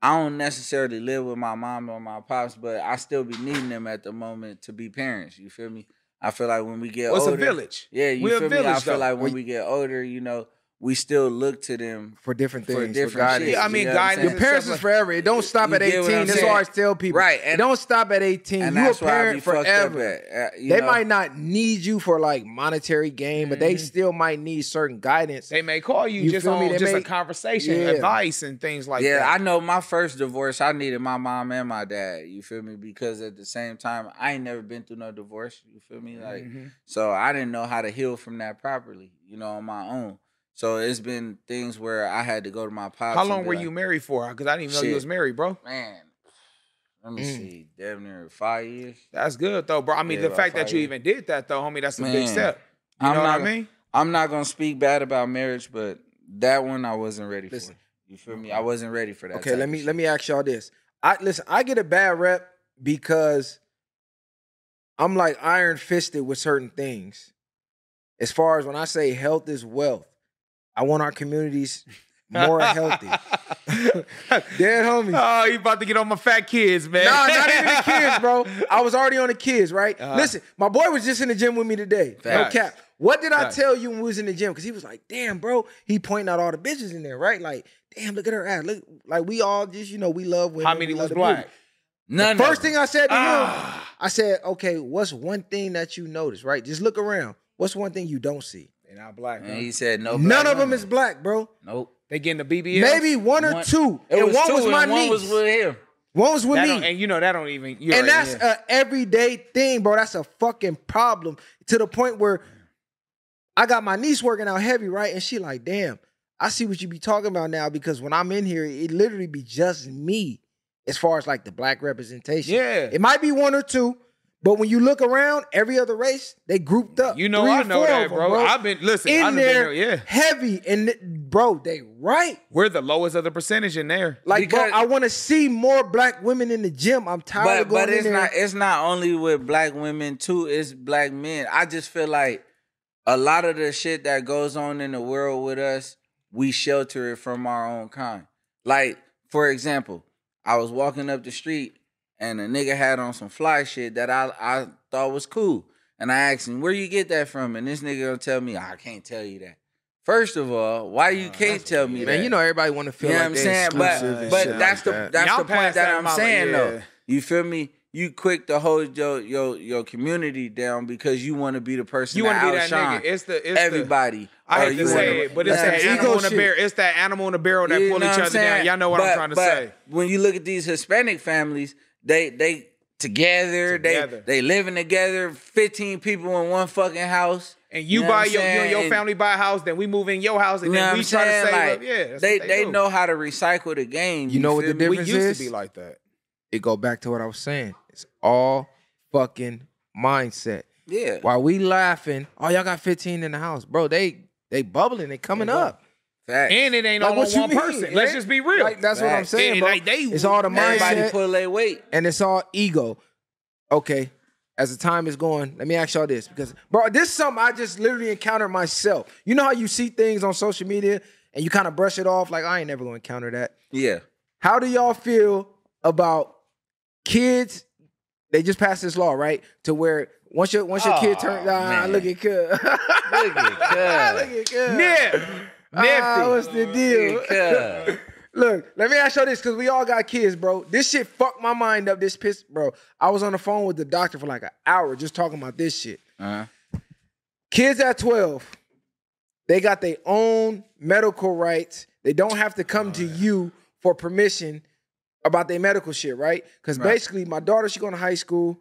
Speaker 6: I don't necessarily live with my mom or my pops, but I still be needing them at the moment to be parents. You feel me? I feel like when we get
Speaker 3: Well, it's
Speaker 6: older,
Speaker 3: a village.
Speaker 6: yeah, you
Speaker 3: We're a
Speaker 6: feel me? I
Speaker 3: village,
Speaker 6: feel
Speaker 3: though.
Speaker 6: like when
Speaker 2: We-
Speaker 6: we get older, you know, we still look to them
Speaker 2: for different things,
Speaker 6: for different
Speaker 2: guidance.
Speaker 6: shit.
Speaker 3: Yeah, I
Speaker 6: you
Speaker 3: mean,
Speaker 6: know what I'm
Speaker 3: guidance
Speaker 6: saying?
Speaker 2: Your parents
Speaker 3: stuff
Speaker 2: is
Speaker 3: like-
Speaker 2: forever. It don't stop
Speaker 6: You
Speaker 2: at
Speaker 6: get what I'm
Speaker 2: 18. That's
Speaker 6: saying?
Speaker 2: what I always tell people.
Speaker 6: Right,
Speaker 2: It
Speaker 6: and-
Speaker 2: don't stop at 18.
Speaker 6: and
Speaker 2: you a
Speaker 6: that's why I be
Speaker 2: parent
Speaker 6: fucked up
Speaker 2: forever.
Speaker 6: at. uh,
Speaker 2: They
Speaker 6: you know? Mm-hmm.
Speaker 2: might not need you for like monetary gain, but they still might need certain guidance.
Speaker 3: They may call you,
Speaker 2: You
Speaker 3: just
Speaker 2: feel me?
Speaker 3: on
Speaker 2: They
Speaker 3: just a
Speaker 2: may-
Speaker 3: conversation,
Speaker 2: Yeah.
Speaker 3: advice, and things like
Speaker 6: yeah,
Speaker 3: that.
Speaker 6: I know my first divorce, I needed my mom and my dad. You feel me? Because at the same time, I ain't never been through no divorce. You feel me? Like,
Speaker 2: Mm-hmm.
Speaker 3: Mhm.
Speaker 6: so I didn't know how to heal from that properly, you know, on my own. So it's been things where I had to go to my pops.
Speaker 3: How
Speaker 6: and
Speaker 3: long
Speaker 6: be
Speaker 3: were
Speaker 6: like,
Speaker 3: you married for? Because I didn't even know
Speaker 6: Shit.
Speaker 3: you was married, bro.
Speaker 6: Man, let me
Speaker 2: Mm.
Speaker 6: see, damn near five years.
Speaker 3: That's good though, bro. I mean,
Speaker 6: Yeah,
Speaker 3: the
Speaker 6: about
Speaker 3: fact that
Speaker 6: five
Speaker 3: you
Speaker 6: years.
Speaker 3: even did that though, homie, that's a
Speaker 6: Man,
Speaker 3: big step. You
Speaker 6: I'm
Speaker 3: know
Speaker 6: not
Speaker 3: what I mean?
Speaker 6: I'm not gonna speak bad about marriage, but that one I wasn't ready
Speaker 2: Listen.
Speaker 6: for. You feel me? I wasn't ready for that.
Speaker 2: Okay, let me let me ask y'all this. I listen, I get a bad rep because I'm like iron fisted with certain things. As far as when I say health is wealth, I want our communities more healthy. Dead homies.
Speaker 3: oh, you about to get on my fat kids, man?
Speaker 2: Nah, not even the kids, bro. I was already on the kids, right?
Speaker 3: Uh-huh.
Speaker 2: Listen, my boy was just in the gym with me today.
Speaker 6: Facts.
Speaker 2: No cap. What did
Speaker 3: Facts.
Speaker 2: I tell you when we was in the gym? Because he was like, "Damn, bro," he pointing out all the bitches in there, right? Like, "Damn, look at her ass." Look, like we all just, you know, we love women.
Speaker 3: How many
Speaker 2: we
Speaker 3: was
Speaker 2: love the
Speaker 3: black?
Speaker 2: beauty.
Speaker 6: None. of
Speaker 2: First
Speaker 6: them.
Speaker 2: thing I said to him,
Speaker 3: Ah.
Speaker 2: I said, "Okay, what's one thing that you notice? Right? Just look around. What's one thing you don't see?
Speaker 3: They're not black.
Speaker 6: and
Speaker 3: huh?
Speaker 6: he said no.
Speaker 2: None
Speaker 6: black
Speaker 2: of them
Speaker 6: women.
Speaker 2: is black, bro.
Speaker 6: Nope.
Speaker 3: They getting the BBL.
Speaker 2: Maybe one or
Speaker 6: One-
Speaker 2: two,
Speaker 6: It
Speaker 2: and
Speaker 6: was
Speaker 2: one
Speaker 6: two
Speaker 2: was my
Speaker 6: and one
Speaker 2: niece.
Speaker 6: was with him.
Speaker 2: one was with
Speaker 3: That
Speaker 2: me.
Speaker 3: don't- and you know that don't even. you already-
Speaker 2: And that's
Speaker 3: yeah.
Speaker 2: a everyday thing, bro. That's a fucking problem to the point where I got my niece working out heavy, right? And she like, damn, I see what you be talking about now because when I'm in here, it literally be just me as far as like the black representation.
Speaker 3: Yeah.
Speaker 2: It might be one or two, but when you look around, every other race, they grouped up.
Speaker 3: You know
Speaker 2: uh, Three
Speaker 3: I
Speaker 2: or
Speaker 3: know
Speaker 2: four
Speaker 3: that,
Speaker 2: of 'em,
Speaker 3: bro. I've been listen.
Speaker 2: in
Speaker 3: I've
Speaker 2: there,
Speaker 3: been there. Yeah,
Speaker 2: heavy. And th- bro, they right.
Speaker 3: we're the lowest of the percentage in there.
Speaker 2: Like,
Speaker 6: Because-
Speaker 2: bro, I want to see more black women in the gym. I'm tired
Speaker 6: But
Speaker 2: of going
Speaker 6: but it's
Speaker 2: in there.
Speaker 6: not it's not only with black women too. It's black men. I just feel like a lot of the shit that goes on in the world with us, we shelter it from our own kind. Like for example, I was walking up the street and a nigga had on some fly shit that I I thought was cool, and I asked him where you get that from, and this nigga gonna tell me I can't tell you that. First of all, why you can't tell me that?
Speaker 2: Man, you know everybody want to feel
Speaker 6: You know
Speaker 2: like
Speaker 6: what I'm
Speaker 2: they
Speaker 6: saying?
Speaker 2: exclusive
Speaker 6: But
Speaker 2: and
Speaker 6: but
Speaker 2: shit
Speaker 6: that's
Speaker 2: like
Speaker 6: the
Speaker 2: that.
Speaker 6: that's
Speaker 3: Y'all
Speaker 6: the point
Speaker 3: past
Speaker 6: that
Speaker 3: that
Speaker 6: I'm
Speaker 3: mile,
Speaker 6: saying though.
Speaker 3: yeah.
Speaker 6: You feel me? You quick to hold your your your community down because you want to be the person
Speaker 3: You
Speaker 6: want to
Speaker 3: be that nigga. It's the it's the-
Speaker 6: everybody.
Speaker 3: I
Speaker 6: Or
Speaker 3: hate
Speaker 6: you
Speaker 3: to
Speaker 6: wanna-
Speaker 3: say it, but it's
Speaker 2: that's
Speaker 3: that
Speaker 2: some
Speaker 3: animal
Speaker 2: ego
Speaker 3: in a
Speaker 2: shit.
Speaker 3: barrel. It's that animal in a barrel that
Speaker 6: You
Speaker 3: pull
Speaker 6: know
Speaker 3: each
Speaker 6: what I'm
Speaker 3: other down.
Speaker 6: saying?
Speaker 3: Y'all know what
Speaker 6: But-
Speaker 3: I'm trying to
Speaker 6: but
Speaker 3: say.
Speaker 6: When you look at these Hispanic families, they they together.
Speaker 3: Together.
Speaker 6: They they living together. Fifteen people in one fucking house.
Speaker 3: And you
Speaker 6: know what
Speaker 3: buy
Speaker 6: I'm
Speaker 3: your you and
Speaker 6: saying?
Speaker 3: your
Speaker 6: And-
Speaker 3: family buy a house, then we move in your house, and
Speaker 6: you know
Speaker 3: then
Speaker 6: what
Speaker 3: we
Speaker 6: I'm
Speaker 3: try to
Speaker 6: saying?
Speaker 3: save
Speaker 6: Like
Speaker 3: up. Yeah, that's
Speaker 6: they
Speaker 3: what
Speaker 6: they,
Speaker 3: do.
Speaker 6: know how to recycle the game.
Speaker 2: You know what
Speaker 6: feel
Speaker 2: the
Speaker 6: me?
Speaker 3: We
Speaker 2: difference
Speaker 3: used
Speaker 2: is?
Speaker 3: to be like that.
Speaker 2: It go back to what I was saying. It's all fucking mindset.
Speaker 6: Yeah.
Speaker 2: While we laughing, oh y'all got 15 in the house, bro. They they bubbling, they coming up.
Speaker 6: Facts.
Speaker 3: And it ain't
Speaker 2: Like,
Speaker 3: all
Speaker 2: what
Speaker 3: on
Speaker 2: you
Speaker 3: one
Speaker 2: mean?
Speaker 3: person.
Speaker 2: It
Speaker 3: Let's
Speaker 2: ain't-
Speaker 3: just be real.
Speaker 2: Like, that's what I'm
Speaker 6: Facts.
Speaker 2: saying,
Speaker 3: And,
Speaker 2: bro.
Speaker 3: like, they-
Speaker 2: it's all the
Speaker 6: Everybody
Speaker 2: mindset.
Speaker 6: pull their weight.
Speaker 2: and it's all ego. Okay, as the time is going, let me ask y'all this because, bro, this is something I just literally encountered myself. You know how you see things on social media and you kind of brush it off like I ain't never gonna encounter that.
Speaker 6: Yeah.
Speaker 2: How do y'all feel about kids? They just passed this law, right? To where once your once your kid
Speaker 6: Aw,
Speaker 2: turns, ah,
Speaker 6: man.
Speaker 2: look at kid, look
Speaker 6: Look at
Speaker 2: at kid.
Speaker 3: Nip.
Speaker 2: Ah,
Speaker 3: Nifty.
Speaker 2: what's the deal?
Speaker 6: Cuz.
Speaker 2: Look, let me ask you this, because we all got kids, bro. This shit fucked my mind up. This piss, bro. I was on the phone with the doctor for like an hour just talking about this shit.
Speaker 6: Uh-huh.
Speaker 2: Kids at 12, they got their own medical rights. They don't have to come to you for permission about their medical shit, right? Because
Speaker 6: Right.
Speaker 2: basically, my daughter, she going to high school.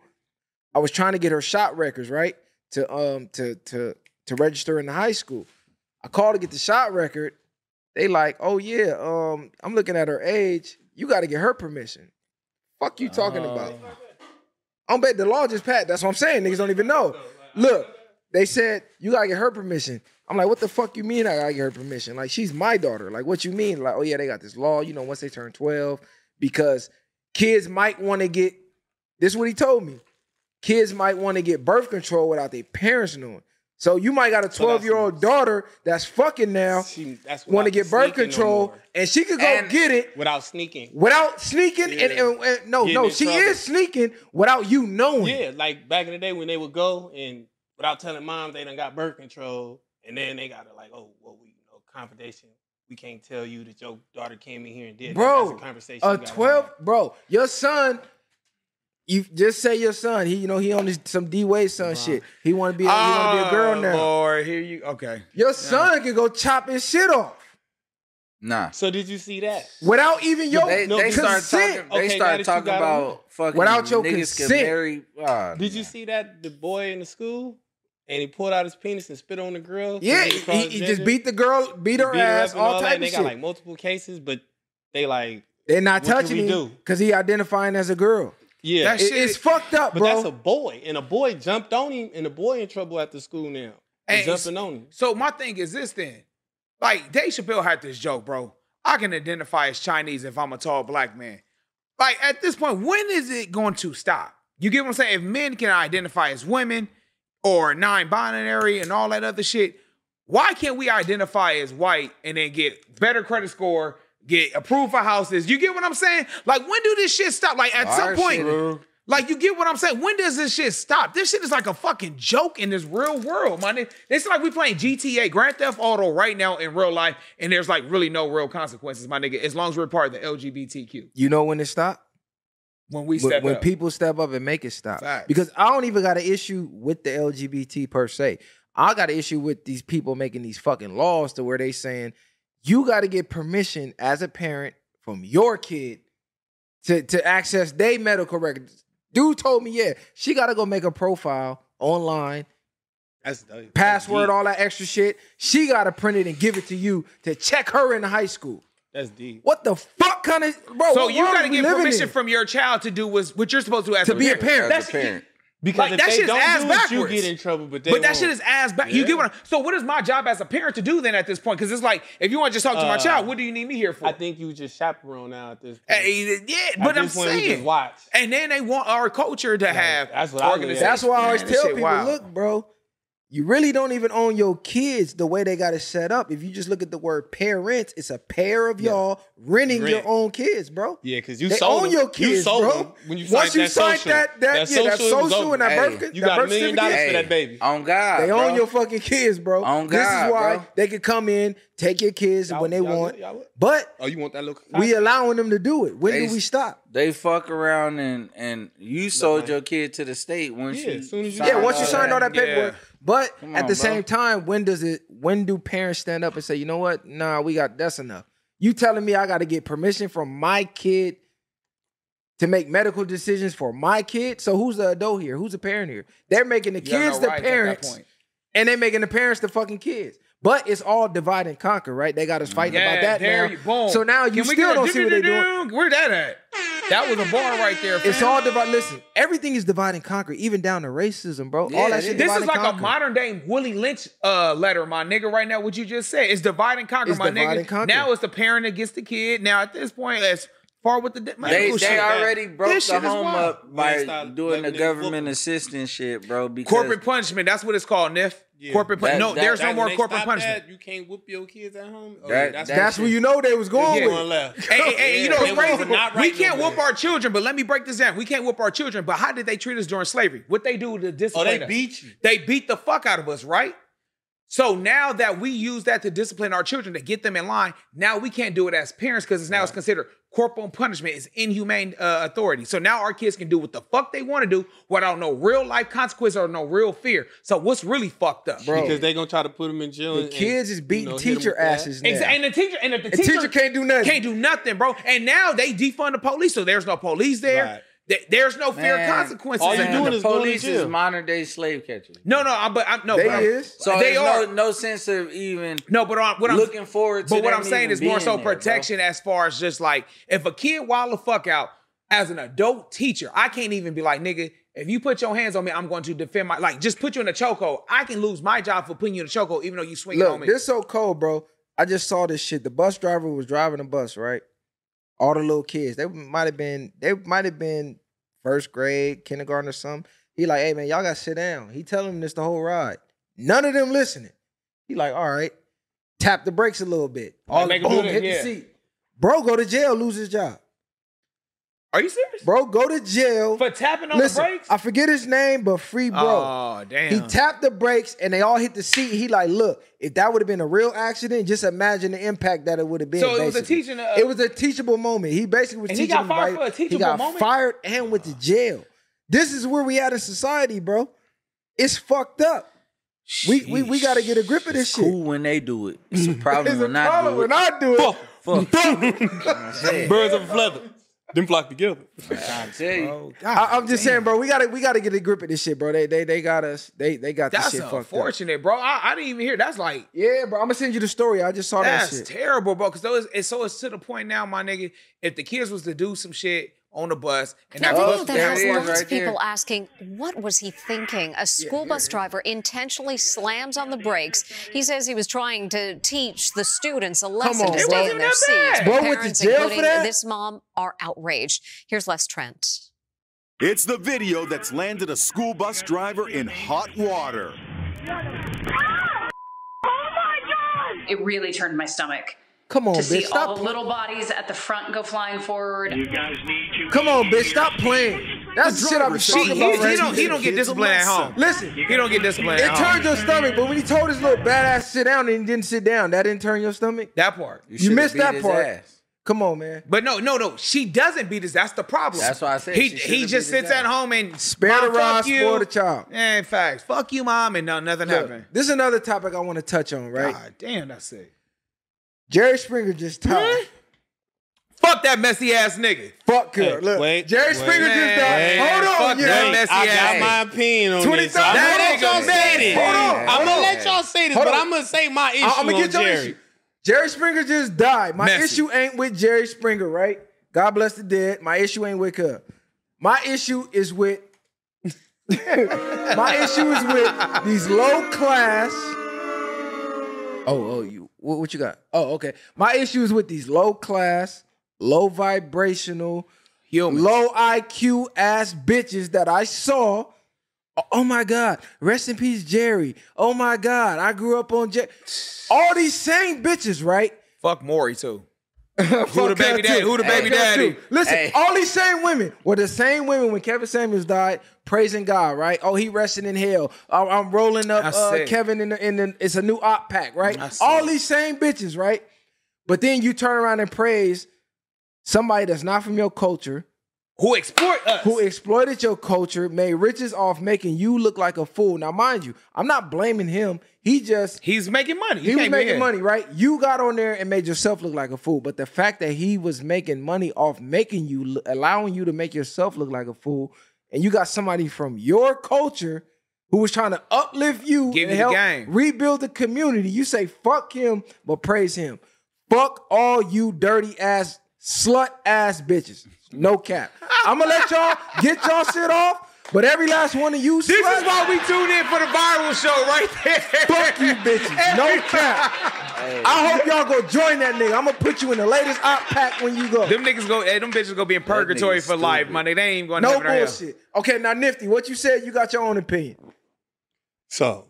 Speaker 2: I was trying to get her shot records, right? To um to to to register in the high school. I called to get the shot record. They like, oh yeah, um, I'm looking at her age. You got to get her permission. Fuck you talking about? I'm bet the law just passed. That's what I'm saying. Niggas don't even know. Look, they said you gotta get her permission. I'm like, what the fuck you mean? I gotta get her permission? Like she's my daughter. Like what you mean? Like oh yeah, they got this law. You know, once they turn 12, because kids might want to get. This is what he told me. Kids might want to get birth control without their parents knowing. So you might got a 12 year old daughter that's fucking now
Speaker 7: She- that's
Speaker 2: want to
Speaker 7: without
Speaker 2: get birth
Speaker 7: sneaking no
Speaker 2: control,
Speaker 7: more.
Speaker 2: and she could go
Speaker 6: And-
Speaker 2: get it
Speaker 7: without sneaking.
Speaker 2: without sneaking. And,
Speaker 7: Yeah.
Speaker 2: and- and- no,
Speaker 7: Getting
Speaker 2: no,
Speaker 7: in
Speaker 2: she
Speaker 7: trouble.
Speaker 2: is sneaking without you knowing.
Speaker 7: Yeah, like back in the day when they would go and without telling mom they done got birth control, and then they got to like, oh, well, we you know confidential. We can't tell you that your daughter came in here and did. that.
Speaker 2: Bro,
Speaker 7: that's a conversation.
Speaker 2: A
Speaker 7: you gotta
Speaker 2: twelve,
Speaker 7: have.
Speaker 2: bro. Your son, you just say your son. He, you know, he on this, some D Wade son shit. He want to be, a- he want to be a girl
Speaker 7: Ah,
Speaker 3: Oh,
Speaker 2: now.
Speaker 3: Lord, here you okay.
Speaker 2: Your son can go chop his shit off
Speaker 6: Nah.
Speaker 7: So did you see that?
Speaker 2: without even your
Speaker 6: They,
Speaker 7: no,
Speaker 6: they start
Speaker 2: consent.
Speaker 6: talking. They
Speaker 7: Okay, now that
Speaker 6: start
Speaker 7: you
Speaker 6: talking
Speaker 7: got 'em.
Speaker 6: about fucking
Speaker 2: Without your
Speaker 6: niggas
Speaker 2: consent.
Speaker 6: Can marry, Ah,
Speaker 7: Did you see that the boy in the school and he pulled out his penis and spit on the girl? 'Cause
Speaker 2: yeah,
Speaker 7: was
Speaker 2: he, he just
Speaker 7: transgender?
Speaker 2: beat the girl, beat her
Speaker 7: up
Speaker 2: ass,
Speaker 7: and
Speaker 2: all,
Speaker 7: that, and
Speaker 2: type of
Speaker 7: They
Speaker 2: shit.
Speaker 7: got like multiple cases, but they like
Speaker 2: They're not
Speaker 7: what can
Speaker 2: touching
Speaker 7: we
Speaker 2: him
Speaker 7: do?
Speaker 2: because he identifying as a girl.
Speaker 7: yeah.
Speaker 3: That
Speaker 2: It-
Speaker 3: shit-
Speaker 2: it's fucked up,
Speaker 7: but
Speaker 2: bro.
Speaker 7: that's a boy, and a boy jumped on him, and the boy in trouble at the school now.
Speaker 3: Hey,
Speaker 7: He's jumping on him.
Speaker 3: So my thing is this then. Like Dave Chappelle had this joke, bro. I can identify as Chinese if I'm a tall black man. Like at this point, when is it going to stop? You get what I'm saying? If men can identify as women or non-binary and all that other shit, why can't we identify as white and then get better credit score, get approved for houses? You get what I'm saying? Like when do this shit stop? Like at some
Speaker 6: Our
Speaker 3: point,
Speaker 6: shit-
Speaker 3: like you get what I'm saying? When does this shit stop? This shit is like a fucking joke in this real world, man. It- It's like we playing GTA Grand Theft Auto right now in real life, and there's like really no real consequences, my nigga. As long as we're part of the LGBTQ,
Speaker 2: you know when it stopped?
Speaker 3: when we
Speaker 2: when,
Speaker 3: step
Speaker 2: when
Speaker 3: up.
Speaker 2: people step up and make it stop.
Speaker 3: Facts.
Speaker 2: Because I don't even got an issue with the LGBT per se. I got an issue with these people making these fucking laws to where they saying you got to get permission as a parent from your kid to to access their medical records. Dude told me, yeah, she got to go make a profile online,
Speaker 7: That's dope. that's
Speaker 2: password,
Speaker 7: deep.
Speaker 2: all that extra shit. She got to print it and give it to you to check her in high school.
Speaker 7: That's deep.
Speaker 2: What the fuck kind of bro?
Speaker 3: so
Speaker 2: what
Speaker 3: you
Speaker 2: world
Speaker 3: gotta
Speaker 2: we
Speaker 3: get
Speaker 2: living
Speaker 3: permission
Speaker 2: in?
Speaker 3: from your child to do what's, what you're supposed to do as
Speaker 2: to be a parent.
Speaker 6: As a parent.
Speaker 7: Because
Speaker 3: Like,
Speaker 7: if
Speaker 3: that
Speaker 7: they
Speaker 3: shit's
Speaker 7: don't
Speaker 3: ass
Speaker 7: do
Speaker 3: backwards.
Speaker 7: it, you get in trouble. But they
Speaker 3: But that
Speaker 7: won't.
Speaker 3: shit is ass back. You get what? I'm, so what is my job as a parent to do then at this point? Because it's like if you want to just talk to my
Speaker 7: Uh,
Speaker 3: child, what do you need me here for?
Speaker 7: I think you just chaperone now at this. Point.
Speaker 3: Hey, yeah,
Speaker 7: At
Speaker 3: but I'm
Speaker 7: this point, we just
Speaker 3: saying.
Speaker 7: watch.
Speaker 3: And then they want our culture to have.
Speaker 7: that's what I look at.
Speaker 3: organization.
Speaker 2: That's why I always
Speaker 3: Man, this
Speaker 2: tell
Speaker 3: shit
Speaker 2: people,
Speaker 3: wild.
Speaker 2: look, bro, you really don't even own your kids the way they got it set up. If you just look at the word parents, it's a pair of y'all renting your
Speaker 7: Rent.
Speaker 2: own kids, bro.
Speaker 7: Yeah, because you
Speaker 2: They
Speaker 7: sold
Speaker 2: own
Speaker 7: them.
Speaker 2: your kids,
Speaker 7: you sold
Speaker 2: bro.
Speaker 7: them When you
Speaker 2: Once
Speaker 7: signed
Speaker 2: you
Speaker 7: that
Speaker 2: sign
Speaker 7: social,
Speaker 2: that, that, yeah, that
Speaker 7: it was
Speaker 2: social
Speaker 7: over.
Speaker 2: and that
Speaker 6: Hey,
Speaker 2: birth,
Speaker 7: you
Speaker 2: that
Speaker 7: got a
Speaker 2: birth
Speaker 7: million
Speaker 2: certificate,
Speaker 7: dollars for that baby.
Speaker 6: On God.
Speaker 2: They own
Speaker 6: bro.
Speaker 2: your fucking kids, bro.
Speaker 6: On
Speaker 2: this is
Speaker 6: God,
Speaker 2: why
Speaker 6: bro.
Speaker 2: they could come in, take your kids
Speaker 7: Y'all-
Speaker 2: when they
Speaker 7: y'all
Speaker 2: want,
Speaker 7: good? Y'all good?
Speaker 2: but
Speaker 7: Oh, you want that look?
Speaker 2: we allowing them to do it. When
Speaker 6: They-
Speaker 2: do we stop?
Speaker 6: They fuck around and and you sold
Speaker 7: man.
Speaker 6: your kid to the state once
Speaker 7: Yeah,
Speaker 6: you
Speaker 7: as soon as you-
Speaker 6: signed
Speaker 2: Yeah, once you
Speaker 6: all
Speaker 2: signed all that
Speaker 3: Yeah.
Speaker 2: paperwork. But
Speaker 6: Come
Speaker 2: at
Speaker 6: on,
Speaker 2: the
Speaker 6: bro.
Speaker 2: same time, when does it when do parents stand up and say, you know what? Nah, we got that's enough. You telling me I gotta get permission from my kid to make medical decisions for my kid. So who's the adult here? Who's the parent here? They're making the
Speaker 3: You have no
Speaker 2: kids the
Speaker 3: rights at that
Speaker 2: parents,
Speaker 3: point.
Speaker 2: and they're making the parents the fucking kids. But it's all divide and conquer, right? They got us fighting about that
Speaker 3: there
Speaker 2: now.
Speaker 3: you boom.
Speaker 2: So now you
Speaker 3: Can we
Speaker 2: still
Speaker 3: get a
Speaker 2: don't see what they're doing.
Speaker 3: do-do-do-do? Where that at? That was a bar right there.
Speaker 2: It's
Speaker 3: fam.
Speaker 2: all divide. Listen, everything is divide and conquer, even down to racism, bro.
Speaker 6: Yeah,
Speaker 2: all
Speaker 6: it
Speaker 2: that shit.
Speaker 6: is.
Speaker 3: This
Speaker 2: divide
Speaker 3: is
Speaker 2: and
Speaker 3: like a
Speaker 2: conquer.
Speaker 3: modern day Willie Lynch uh, letter, my nigga. Right now, what you just said It's divide and conquer,
Speaker 2: It's
Speaker 3: my
Speaker 2: divide
Speaker 3: nigga.
Speaker 2: and conquer.
Speaker 3: Now it's the parent against the kid. Now at this point, as far with the de-
Speaker 6: They,
Speaker 3: medical
Speaker 6: they
Speaker 3: shit,
Speaker 6: already broke
Speaker 3: This
Speaker 6: the
Speaker 3: shit is
Speaker 6: home
Speaker 3: wild.
Speaker 6: up
Speaker 7: Man,
Speaker 6: by
Speaker 7: stop
Speaker 6: doing the
Speaker 7: letting niggas
Speaker 6: government
Speaker 7: whoop.
Speaker 6: assistance shit, bro. Because
Speaker 3: corporate punishment. That's what it's called, Niff.
Speaker 7: Yeah.
Speaker 3: Corporate
Speaker 6: That-
Speaker 3: punishment. No,
Speaker 6: that-
Speaker 3: there's no
Speaker 7: Like,
Speaker 3: more
Speaker 7: when they
Speaker 3: corporate
Speaker 7: stop
Speaker 3: punishment.
Speaker 7: that, you can't whoop your kids at home. Oh,
Speaker 6: That-
Speaker 7: yeah, that's
Speaker 6: that
Speaker 2: That's where you know they was going
Speaker 3: Yeah.
Speaker 2: with.
Speaker 7: going left. Oh,
Speaker 3: Hey, hey, hey, you know
Speaker 7: They
Speaker 3: what's
Speaker 7: was
Speaker 3: crazy?
Speaker 7: not
Speaker 3: we
Speaker 7: right
Speaker 3: can't
Speaker 7: no
Speaker 3: whoop
Speaker 7: more.
Speaker 3: our children, but let me break this down. We can't whoop our children, but how did they treat us during slavery? What they do to
Speaker 7: Oh,
Speaker 3: discipline
Speaker 7: they
Speaker 3: us?
Speaker 7: beat you.
Speaker 3: They beat the fuck out of us, right? So now that we use that to discipline our children to get them in line, now we can't do it as parents because it's now it's considered corporal punishment. It's inhumane uh, authority. So now our kids can do what the fuck they want to do without no real life consequence or no real fear. So what's really fucked up,
Speaker 2: Bro,
Speaker 7: Because they gonna try to put them in jail.
Speaker 2: the
Speaker 7: and-
Speaker 2: kids is
Speaker 7: you
Speaker 2: beating
Speaker 7: know, hit 'em
Speaker 2: teacher
Speaker 7: with that.
Speaker 2: asses now.
Speaker 3: Exa- And the teacher and if the,
Speaker 2: The teacher, can't do nothing.
Speaker 3: can't do nothing, bro. And now they defund the police, so there's no police there.
Speaker 7: Right.
Speaker 3: Th- There's no fear of
Speaker 6: Man,
Speaker 3: consequences.
Speaker 7: all you
Speaker 3: man.
Speaker 7: doing
Speaker 6: the
Speaker 7: is going to
Speaker 6: police is
Speaker 7: jail.
Speaker 6: modern day slave catchers.
Speaker 3: no, no, I'm, but I'm, no,
Speaker 2: They
Speaker 3: bro.
Speaker 2: is.
Speaker 6: So
Speaker 3: they
Speaker 6: there's
Speaker 3: are
Speaker 6: no, no sense of even
Speaker 3: no, but I'm, what I'm
Speaker 6: looking forward to.
Speaker 3: But what
Speaker 6: them
Speaker 3: I'm saying
Speaker 6: even
Speaker 3: is more
Speaker 6: being
Speaker 3: so
Speaker 6: there, bro.
Speaker 3: protection as far as just like if a kid wild the fuck out as an adult teacher, I can't even be like, nigga, if you put your hands on me, I'm going to defend my like just put you in a chokehold. I can lose my job for putting you in a chokehold, even though you swinging on
Speaker 2: Look,
Speaker 3: me.
Speaker 2: this so cold, bro. I just saw this shit. The bus driver was driving the bus, right? All the little kids. They might have been. They might have been first grade, kindergarten, or something. He like, hey man, y'all got to sit down. He telling them this the whole ride. None of them listening. He like, all right, tap the brakes a little bit. All
Speaker 3: make 'em do
Speaker 2: boom,
Speaker 3: that,
Speaker 2: hit
Speaker 3: yeah.
Speaker 2: the seat. Bro, go to jail, lose his job.
Speaker 3: Are you serious?
Speaker 2: Bro, go to jail.
Speaker 3: For tapping on
Speaker 2: Listen,
Speaker 3: the brakes?
Speaker 2: I forget his name, but free bro.
Speaker 3: Oh damn.
Speaker 2: He tapped the brakes and they all hit the seat. He like, look, if that would have been a real accident, just imagine the impact that it would have been.
Speaker 3: So it was a
Speaker 2: basically.
Speaker 3: teaching, uh,
Speaker 2: it was a teachable moment. He basically was
Speaker 3: And he
Speaker 2: teaching
Speaker 3: got
Speaker 2: them,
Speaker 3: fired
Speaker 2: right?
Speaker 3: for a
Speaker 2: He
Speaker 3: teachable
Speaker 2: got
Speaker 3: moment?
Speaker 2: fired and went to jail. This is where we at in society, bro. It's fucked up. We we, we got to get a grip of this
Speaker 6: It's
Speaker 2: shit.
Speaker 6: cool when they do it. It's a problem
Speaker 2: It's a
Speaker 6: when I
Speaker 2: problem
Speaker 6: do it.
Speaker 2: when I do it.
Speaker 6: Fuck.
Speaker 7: Birds of a feather. Them flock together.
Speaker 6: I tell you.
Speaker 2: I, am just saying, bro. We gotta we gotta get a grip of this shit, bro. They they they got us. They they got
Speaker 3: that's
Speaker 2: this shit fucked up.
Speaker 3: unfortunate, bro. I, I didn't even hear that's like
Speaker 2: Yeah, bro. I'm gonna send you the story. I just saw that
Speaker 3: That's
Speaker 2: shit.
Speaker 3: terrible, bro. Because those, it's so it's to the point now, my nigga. If the kids was to do some shit on the bus, and that
Speaker 8: A
Speaker 6: Oh,
Speaker 8: video
Speaker 3: bus
Speaker 8: that
Speaker 6: there
Speaker 8: has
Speaker 6: it is,
Speaker 8: lots
Speaker 6: right
Speaker 8: of people
Speaker 6: there.
Speaker 8: asking, what was he thinking? A school bus driver intentionally slams on the brakes. He says he was trying to teach the students a lesson
Speaker 2: on, bro.
Speaker 8: to stay
Speaker 2: It
Speaker 3: wasn't
Speaker 8: in their
Speaker 3: that bad.
Speaker 8: seats.
Speaker 2: Bro went to
Speaker 8: Parents,
Speaker 2: jail for
Speaker 8: including
Speaker 2: that?
Speaker 8: this mom, are outraged. Here's Les Trent.
Speaker 9: It's the video that's landed a school bus driver in hot water.
Speaker 10: It really turned my stomach
Speaker 2: Come on,
Speaker 10: to see
Speaker 2: Oh, bitch. Stop.
Speaker 10: all the
Speaker 2: pl-
Speaker 10: little bodies at the front go flying forward.
Speaker 2: Come on, bitch. Stop playing. That's the shit I'm
Speaker 9: driver
Speaker 3: He,
Speaker 2: talking
Speaker 9: said
Speaker 3: he,
Speaker 2: about.
Speaker 3: he
Speaker 2: right?
Speaker 3: don't he don't
Speaker 9: Kids
Speaker 3: get
Speaker 9: a
Speaker 3: disciplined at
Speaker 9: lesson.
Speaker 3: home.
Speaker 2: Listen,
Speaker 3: He don't get disciplined
Speaker 2: it
Speaker 3: at home.
Speaker 2: turned your stomach, but when he told his little badass to sit down and he didn't sit down, that didn't turn your stomach.
Speaker 3: That part.
Speaker 6: should've
Speaker 2: missed
Speaker 6: beat
Speaker 2: that
Speaker 6: his
Speaker 2: part.
Speaker 6: ass.
Speaker 2: Come on, man.
Speaker 3: But no, no, no. She doesn't beat us. That's the problem.
Speaker 6: That's why I said
Speaker 3: he
Speaker 6: she
Speaker 3: he
Speaker 6: should've
Speaker 3: just
Speaker 6: beat
Speaker 3: sits
Speaker 6: his
Speaker 3: at
Speaker 6: ass.
Speaker 3: home and
Speaker 2: Spare the
Speaker 3: "Mom, fuck
Speaker 2: rod,
Speaker 3: you."
Speaker 2: spoil the child.
Speaker 3: Yeah, in fact, fuck you, mom, and no, nothing happened.
Speaker 2: Look, this is another topic I want to touch on, right?
Speaker 3: God damn, that's it.
Speaker 2: Jerry Springer just tired.
Speaker 3: Huh? Fuck that messy ass nigga.
Speaker 2: Fuck her.
Speaker 7: Hey,
Speaker 2: Look,
Speaker 7: wait,
Speaker 2: Jerry
Speaker 7: wait,
Speaker 2: Springer just
Speaker 3: wait,
Speaker 2: died. Hold on,
Speaker 3: fuck that
Speaker 2: yeah.
Speaker 3: mess-
Speaker 7: I
Speaker 3: Messy
Speaker 7: got
Speaker 3: ass.
Speaker 7: my opinion on this.
Speaker 2: 20,000.
Speaker 7: I'm gonna
Speaker 2: That
Speaker 7: let
Speaker 2: nigga
Speaker 7: y'all
Speaker 2: said
Speaker 7: say
Speaker 2: it.
Speaker 7: this.
Speaker 2: Hold on,
Speaker 7: I'm
Speaker 2: hold
Speaker 7: gonna
Speaker 2: on.
Speaker 7: let y'all say this,
Speaker 2: Hold
Speaker 7: but
Speaker 2: on.
Speaker 7: I'm gonna say my issue.
Speaker 2: I'm gonna
Speaker 7: on
Speaker 2: get your
Speaker 7: Jerry.
Speaker 2: issue. Jerry Springer just died. My
Speaker 3: Messy.
Speaker 2: issue ain't with Jerry Springer, right? God bless the dead. My issue ain't with her. My issue is with my issue is with these low class. Oh, oh, you what, what you got? Oh, okay. My issue is with these low class, low vibrational,
Speaker 3: Human.
Speaker 2: low IQ ass bitches that I saw. Oh my God. Rest in peace, Jerry. Oh my God. I grew up on Jerry. All these same bitches, right?
Speaker 3: Fuck Maury too.
Speaker 2: Who
Speaker 3: the baby daddy? Who the baby daddy?
Speaker 2: Listen,
Speaker 6: Hey.
Speaker 2: all these same women were the same women when Kevin Samuels died, praising God, right? Oh, he resting in hell. I'm, I'm rolling up
Speaker 3: I
Speaker 2: uh,
Speaker 3: see.
Speaker 2: Kevin in the, in the, it's a new op pack, right?
Speaker 3: I see.
Speaker 2: All these same bitches, right? But then you turn around and praise somebody that's not from your culture
Speaker 3: who exploit us.
Speaker 2: Who exploited your culture, made riches off making you look like a fool. Now, mind you, I'm not blaming him. He just
Speaker 3: he's making money.
Speaker 2: He was
Speaker 3: came in
Speaker 2: making
Speaker 3: here.
Speaker 2: money, right? You got on there and made yourself look like a fool. But the fact that he was making money off making you, lo- allowing you to make yourself look like a fool, and you got somebody from your culture who was trying to uplift you,
Speaker 3: Give
Speaker 2: and
Speaker 3: you the
Speaker 2: help
Speaker 3: game.
Speaker 2: rebuild the community. You say fuck him, but praise him. Fuck all you dirty ass slut ass bitches. No cap. I'm gonna let y'all get y'all shit off. But every last one of you,
Speaker 3: This
Speaker 2: sluts,
Speaker 3: is why we tune in for the viral show right there.
Speaker 2: Fuck you, bitches. No cap. I hope y'all go join that nigga. I'm gonna put you in the latest op pack when you go.
Speaker 3: Them niggas go, hey, them bitches gonna be in purgatory
Speaker 6: nigga's
Speaker 3: for life,
Speaker 6: stupid.
Speaker 3: money. They ain't gonna
Speaker 2: No
Speaker 3: have it out here.
Speaker 2: bullshit. Okay, now Nifty, what you said, you got your own opinion.
Speaker 11: So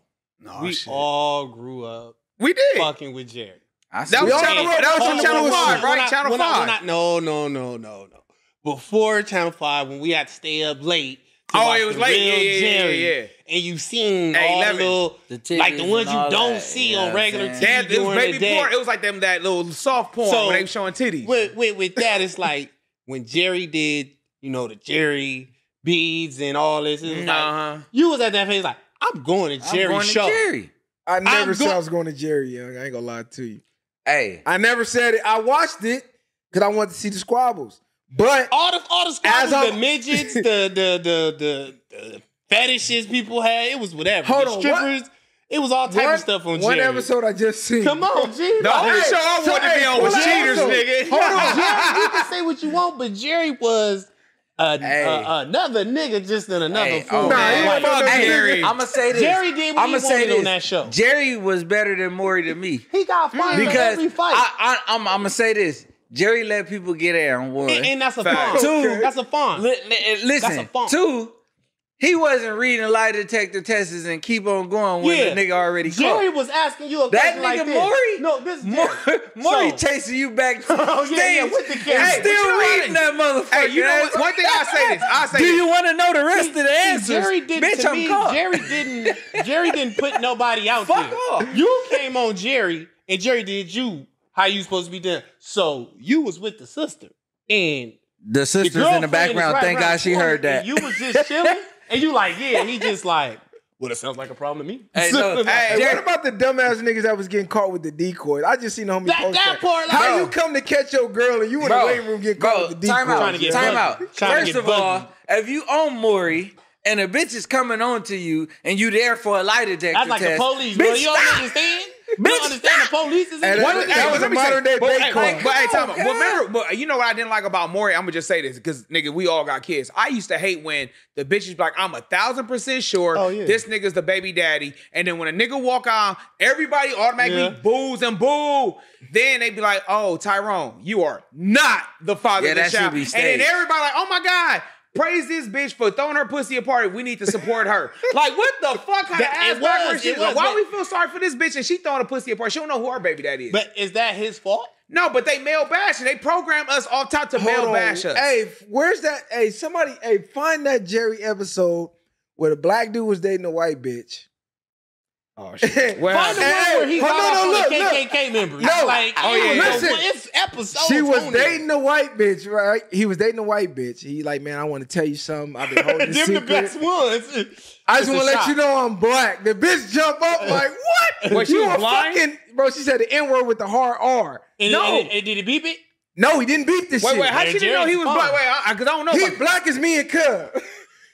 Speaker 12: we all grew up
Speaker 3: We did.
Speaker 12: fucking with Jerry.
Speaker 6: I see
Speaker 3: That was
Speaker 2: We all
Speaker 3: channel,
Speaker 2: grew up
Speaker 3: that was
Speaker 2: fucking
Speaker 3: on channel
Speaker 2: with
Speaker 3: five,
Speaker 2: Jerry.
Speaker 3: right?
Speaker 12: When I-
Speaker 3: channel
Speaker 12: when I-
Speaker 3: five.
Speaker 12: when I- no, no, no, no, no. Before Channel Five, when we had to stay up late. to
Speaker 3: Oh,
Speaker 12: watch
Speaker 3: it was
Speaker 12: the
Speaker 3: late.
Speaker 12: real
Speaker 3: Yeah, yeah, yeah,
Speaker 12: Jerry,
Speaker 3: yeah, yeah.
Speaker 12: And you seen
Speaker 3: Hey,
Speaker 12: all the
Speaker 3: 11.
Speaker 12: little,
Speaker 6: The
Speaker 12: like the
Speaker 6: titties
Speaker 12: ones
Speaker 6: and
Speaker 12: you
Speaker 6: all
Speaker 12: don't
Speaker 6: that,
Speaker 12: see
Speaker 6: you know
Speaker 12: on
Speaker 6: what
Speaker 12: regular
Speaker 6: I'm
Speaker 12: TV
Speaker 6: saying?
Speaker 3: That- it was
Speaker 12: during
Speaker 3: baby
Speaker 12: the day.
Speaker 3: porn. It was like them that little soft porn
Speaker 12: So-
Speaker 3: when they were showing titties.
Speaker 12: with, with with that, it's like when Jerry did, you know, the Jerry beads and all this. It was like
Speaker 3: uh-huh.
Speaker 12: you was at that phase, like I'm going to
Speaker 6: I'm
Speaker 12: Jerry's
Speaker 6: going to
Speaker 12: show.
Speaker 6: Jerry.
Speaker 2: I never
Speaker 12: I'm
Speaker 2: said
Speaker 12: go-
Speaker 2: I was going to Jerry Young. I ain't gonna lie to you.
Speaker 6: Hey,
Speaker 2: I never said it. I watched it because I wanted to see the squabbles. But
Speaker 12: All the all the
Speaker 2: As
Speaker 12: squabbles, the
Speaker 2: I'm-
Speaker 12: midgets, the the the the, the fetishes people had. It was whatever.
Speaker 2: Hold
Speaker 12: the
Speaker 2: on, what-
Speaker 12: strippers. It was all type
Speaker 2: one,
Speaker 12: of stuff on
Speaker 2: one
Speaker 12: Jerry.
Speaker 2: episode I just seen.
Speaker 12: Come on, G.
Speaker 3: The only show I
Speaker 2: so,
Speaker 3: wanted to
Speaker 2: hey,
Speaker 3: be on was
Speaker 2: pull that
Speaker 3: Cheaters,
Speaker 2: episode.
Speaker 3: nigga.
Speaker 2: Hold on, Jerry.
Speaker 12: Jerry, you can say what you want, but Jerry was a,
Speaker 6: Hey.
Speaker 12: a- another nigga just in another
Speaker 6: Hey,
Speaker 12: form.
Speaker 6: oh, Nah, he
Speaker 12: Like,
Speaker 2: wasn't no
Speaker 3: Fuck
Speaker 2: nigga.
Speaker 3: Jerry.
Speaker 6: I'm gonna say this.
Speaker 12: Jerry did what
Speaker 6: I'ma
Speaker 12: he wanted on that show.
Speaker 6: Jerry was better than Maury to me
Speaker 12: he
Speaker 2: Mm.
Speaker 12: got fired for
Speaker 6: because
Speaker 12: every fight.
Speaker 6: I, I, I'm, I'm gonna say this. Jerry let people get at him. One,
Speaker 12: and, and that's a
Speaker 3: Fact.
Speaker 12: fawn.
Speaker 6: Two.
Speaker 12: That's a fawn.
Speaker 6: Li- li- listen,
Speaker 12: That's a funk.
Speaker 6: two, he wasn't reading lie detector tests and keep on going when
Speaker 12: Yeah.
Speaker 6: the nigga already
Speaker 12: Jerry
Speaker 6: caught.
Speaker 12: was asking you a
Speaker 6: That
Speaker 12: question
Speaker 6: nigga
Speaker 12: like this.
Speaker 6: Maury?
Speaker 12: No, this is
Speaker 6: More,
Speaker 12: Jerry.
Speaker 6: more he
Speaker 12: So-
Speaker 6: chasing you back to
Speaker 12: Oh,
Speaker 6: stage
Speaker 12: yeah, yeah, with the camera.
Speaker 6: and
Speaker 12: Hey,
Speaker 3: but you know
Speaker 6: still
Speaker 3: what?
Speaker 6: reading that motherfucker.
Speaker 3: Hey, you know
Speaker 6: That's-
Speaker 3: what? One thing I say this. I say
Speaker 6: Do
Speaker 3: this.
Speaker 6: you want to know the rest of the
Speaker 12: See,
Speaker 6: answers?
Speaker 12: Jerry did
Speaker 6: Bitch,
Speaker 12: to
Speaker 6: I'm
Speaker 12: me.
Speaker 6: caught.
Speaker 12: Jerry didn't. Jerry didn't put nobody out
Speaker 6: Fuck
Speaker 12: there.
Speaker 6: off.
Speaker 12: You came on Jerry, and Jerry did you how you supposed to be done. So you was with the sister, and
Speaker 6: The
Speaker 12: the
Speaker 6: sister's in the
Speaker 12: girlfriend
Speaker 6: background.
Speaker 12: is right
Speaker 6: Thank
Speaker 12: around
Speaker 6: God she
Speaker 12: the corner,
Speaker 6: heard that.
Speaker 12: and you was just chilling, and you like, yeah, he just like, well, that sounds like a problem to me.
Speaker 6: Hey, no,
Speaker 2: Hey,
Speaker 6: Jerry-
Speaker 2: what about the dumbass niggas that was getting caught with the decoy? I just seen the homie
Speaker 12: That-
Speaker 2: post
Speaker 12: that part, like-
Speaker 2: How
Speaker 6: Bro.
Speaker 2: you come to catch your girl and you in the waiting room getting caught with the decoy?
Speaker 6: Time out.
Speaker 12: Trying to get
Speaker 6: time
Speaker 12: buggy.
Speaker 6: out.
Speaker 12: Trying to
Speaker 6: First
Speaker 12: get
Speaker 6: of
Speaker 12: buggy.
Speaker 6: all, if you own Maury and a bitch is coming on to you and you there for a lie detector
Speaker 12: That's like the
Speaker 6: test,
Speaker 12: police,
Speaker 6: bitch,
Speaker 12: bro. You don't
Speaker 6: stop.
Speaker 12: understand? You don't
Speaker 6: Bitch,
Speaker 12: understand the police is in
Speaker 2: Hey,
Speaker 12: the
Speaker 2: that-
Speaker 3: What-
Speaker 2: that
Speaker 3: hey,
Speaker 2: was
Speaker 3: let
Speaker 2: a
Speaker 3: me say-
Speaker 2: modern day
Speaker 3: but, hey,
Speaker 2: bacon.
Speaker 3: hey, But hey,
Speaker 6: Come
Speaker 3: time
Speaker 6: on,
Speaker 3: out. But
Speaker 6: guys.
Speaker 3: remember, but you know what I didn't like about Maury? I'm gonna just say this because nigga, we all got kids. I used to hate when the bitches be like, I'm a thousand percent sure
Speaker 12: Oh, yeah.
Speaker 3: this nigga's the baby daddy, and then when a nigga walk out, everybody automatically
Speaker 12: Yeah.
Speaker 3: boos and boo. Then they be like, Oh, Tyrone, you are not the father
Speaker 6: Yeah,
Speaker 3: of this
Speaker 6: that should
Speaker 3: child,
Speaker 6: be
Speaker 3: and then
Speaker 6: staged.
Speaker 3: everybody like, Oh my god. Praise this bitch for throwing her pussy apart. We need to support her. like, what the fuck kind of
Speaker 12: That- it
Speaker 3: ass
Speaker 12: was,
Speaker 3: backwards she
Speaker 12: it
Speaker 3: is? Like,
Speaker 12: was,
Speaker 3: Why
Speaker 12: but-
Speaker 3: we feel sorry for this bitch and she throwing a pussy apart? She don't know who her baby daddy is.
Speaker 12: But is that his fault?
Speaker 3: No, but they male bash and they program us off top to
Speaker 2: Hold
Speaker 3: male
Speaker 2: on.
Speaker 3: bash us.
Speaker 2: Hey, where's that? Hey, somebody, hey, find that Jerry episode where the black dude was dating a white bitch.
Speaker 3: oh shit. Well,
Speaker 12: Find the
Speaker 2: Hey,
Speaker 12: one where he
Speaker 2: hey,
Speaker 12: got
Speaker 2: no, no,
Speaker 12: off on the
Speaker 2: look,
Speaker 12: KKK members.
Speaker 2: No.
Speaker 12: like,
Speaker 3: Oh,
Speaker 12: it
Speaker 3: yeah.
Speaker 12: was a-
Speaker 2: Listen.
Speaker 12: it's episodes.
Speaker 2: She was
Speaker 12: on there.
Speaker 2: dating a white bitch, right? He was dating a white bitch. He like, man, I want to tell you something. I've been holding
Speaker 12: Them
Speaker 2: this
Speaker 12: the
Speaker 2: secret.
Speaker 12: best ones.
Speaker 2: I just
Speaker 12: It's a
Speaker 2: want to let
Speaker 12: shock.
Speaker 2: you know I'm black. The bitch jump up like, what?
Speaker 3: Was Uh, she
Speaker 2: you a
Speaker 3: blind?
Speaker 2: fucking bro? She said the N word with the hard R.
Speaker 12: And,
Speaker 2: no,
Speaker 12: and- and did he beep it?
Speaker 2: no, he didn't beat this
Speaker 3: wait,
Speaker 2: shit.
Speaker 3: wait, how
Speaker 12: Jerry
Speaker 3: she didn't know he was
Speaker 12: Jerry's
Speaker 3: black?
Speaker 12: fine.
Speaker 3: Wait, I, I- cause I don't know.
Speaker 2: he
Speaker 3: about-
Speaker 2: black as me and Cub.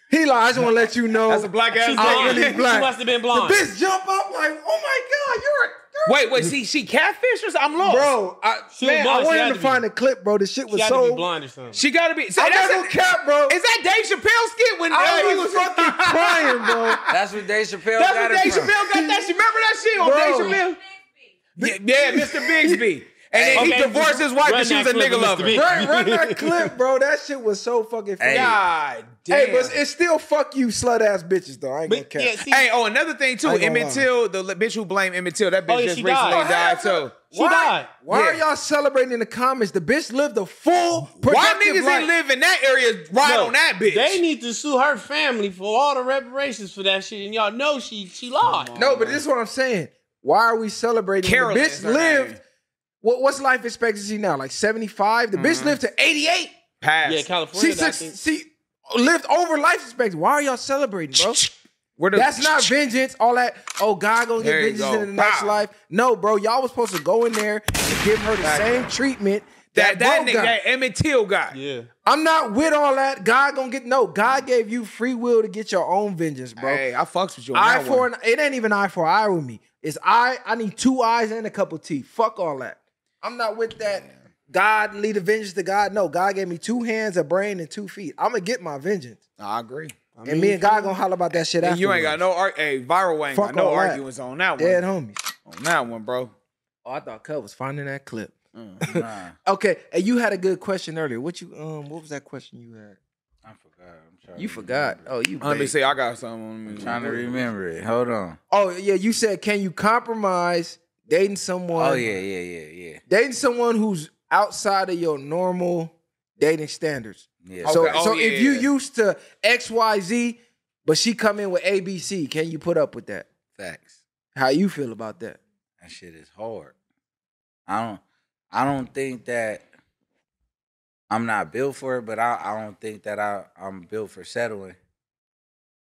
Speaker 2: He like, I just want to let you know.
Speaker 3: That's a black ass. nigga.
Speaker 2: I'm
Speaker 12: She's blind.
Speaker 2: really
Speaker 12: She
Speaker 2: black.
Speaker 12: must have been
Speaker 2: The
Speaker 12: blind.
Speaker 2: bitch jump up like, oh my god, you're. a-
Speaker 3: Wait, wait, see, she catfish or something? I'm lost.
Speaker 2: Bro, I,
Speaker 12: She was
Speaker 2: man,
Speaker 12: blind.
Speaker 2: I
Speaker 12: She
Speaker 2: wanted
Speaker 12: had
Speaker 2: to,
Speaker 12: to be.
Speaker 2: find a clip, bro. The shit
Speaker 12: She
Speaker 2: was
Speaker 12: had to be
Speaker 2: so.
Speaker 12: blind or something.
Speaker 3: She gotta be. See,
Speaker 2: I'm
Speaker 3: that's
Speaker 2: not
Speaker 3: a-
Speaker 2: gonna cap, bro.
Speaker 3: Is that Dave Chappelle skit when uh,
Speaker 2: I
Speaker 3: he
Speaker 2: was
Speaker 3: was
Speaker 2: fucking crying, bro.
Speaker 6: That's what Dave Chappelle
Speaker 3: That's
Speaker 6: got
Speaker 3: when Dave
Speaker 6: it
Speaker 3: Chappelle
Speaker 6: from.
Speaker 3: got that shit. Remember that shit
Speaker 2: Bro.
Speaker 3: on Dave Chappelle? Yeah, yeah, Mr. Bigsby. And then he
Speaker 12: Okay,
Speaker 3: divorced his wife
Speaker 12: run
Speaker 3: because she
Speaker 12: that
Speaker 3: was a
Speaker 12: clip
Speaker 3: nigga
Speaker 12: of Mr.
Speaker 3: lover.
Speaker 12: Big.
Speaker 2: Run, run that clip, bro. That shit was so fucking funny.
Speaker 6: Hey.
Speaker 3: God damn.
Speaker 2: Hey, but it's still fuck you, slut ass bitches though. I ain't
Speaker 12: But
Speaker 2: gonna
Speaker 12: yeah,
Speaker 2: cap.
Speaker 12: see,
Speaker 3: Hey, oh, another thing too.
Speaker 2: I ain't gonna
Speaker 3: Emmett
Speaker 2: lie.
Speaker 3: Till, the li- bitch who blamed Emmett Till, that bitch
Speaker 12: Oh, yeah,
Speaker 3: just
Speaker 12: she
Speaker 3: recently
Speaker 12: died.
Speaker 3: died, too.
Speaker 12: she died.
Speaker 2: Why are
Speaker 3: Yeah.
Speaker 2: y'all celebrating in the comments? The bitch lived a full
Speaker 3: Why
Speaker 2: productive
Speaker 3: niggas
Speaker 2: life.
Speaker 3: that live in that area ride
Speaker 12: Look,
Speaker 3: on that bitch?
Speaker 12: They need to sue her family for all the reparations for that shit, and y'all know she she lied.
Speaker 2: no, but this is what I'm saying. Why are we celebrating? when
Speaker 3: Carolyn
Speaker 2: the
Speaker 3: is
Speaker 2: bitch
Speaker 3: her
Speaker 2: lived.
Speaker 3: name. Mm-hmm.
Speaker 2: What, what's life expectancy now? Like 75. The bitch lived to 88.
Speaker 3: Passed.
Speaker 7: Yeah, California.
Speaker 2: She, suc- she lived over life expectancy. Why are y'all celebrating, bro?
Speaker 3: Where the-
Speaker 2: That's not vengeance. All that. Oh, God gonna get
Speaker 3: There you
Speaker 2: vengeance
Speaker 3: go.
Speaker 2: in the next
Speaker 3: Pow.
Speaker 2: life. No, bro. Y'all was supposed to go in there and give her the same treatment
Speaker 3: That
Speaker 2: that
Speaker 3: that
Speaker 2: Bo
Speaker 3: nigga,
Speaker 2: got.
Speaker 3: that Emmett Till guy.
Speaker 7: Yeah.
Speaker 2: I'm not with all that. God gonna get no. God gave you free will to get your own vengeance, bro.
Speaker 3: Hey, I fucks with you. On
Speaker 2: eye
Speaker 3: that
Speaker 2: for
Speaker 3: one.
Speaker 2: an it ain't even eye for eye with me. It's eye. I need two eyes and a couple teeth. Fuck all that. I'm not with that. God lead a vengeance to God. No, God gave me two hands, a brain, and two feet. I'm gonna get my vengeance,
Speaker 3: I agree. I
Speaker 2: and me and God gonna holler about that shit.
Speaker 3: And
Speaker 2: after
Speaker 3: you ain't got no ar- hey, viral ain't
Speaker 2: Fuck
Speaker 3: got no
Speaker 2: all that.
Speaker 3: arguments on that one.
Speaker 2: dead homies.
Speaker 3: On that one, bro.
Speaker 2: Oh, I thought Cub was finding that clip.
Speaker 6: nah,
Speaker 2: Okay, and you had a good question earlier. What you um? What was that question you had?
Speaker 6: I forgot. I'm trying
Speaker 2: You
Speaker 6: to
Speaker 2: forgot.
Speaker 6: remember.
Speaker 2: Oh, you.
Speaker 3: Let me
Speaker 2: big.
Speaker 3: see. I got something. on me.
Speaker 6: I'm trying to remember it. Hold on.
Speaker 2: Oh yeah, you said can you compromise dating someone?
Speaker 6: Oh yeah, yeah, yeah, yeah.
Speaker 2: dating someone who's outside of your normal dating standards.
Speaker 6: Yeah.
Speaker 2: So,
Speaker 3: Okay. Oh,
Speaker 2: so if you
Speaker 3: yeah.
Speaker 2: used to X Y Z, but she come in with A B C, can you put up with that?
Speaker 6: Facts.
Speaker 2: How you feel about that?
Speaker 6: That shit is hard. I don't I don't think that I'm not built for it, but I, I don't think that I, I'm built for settling.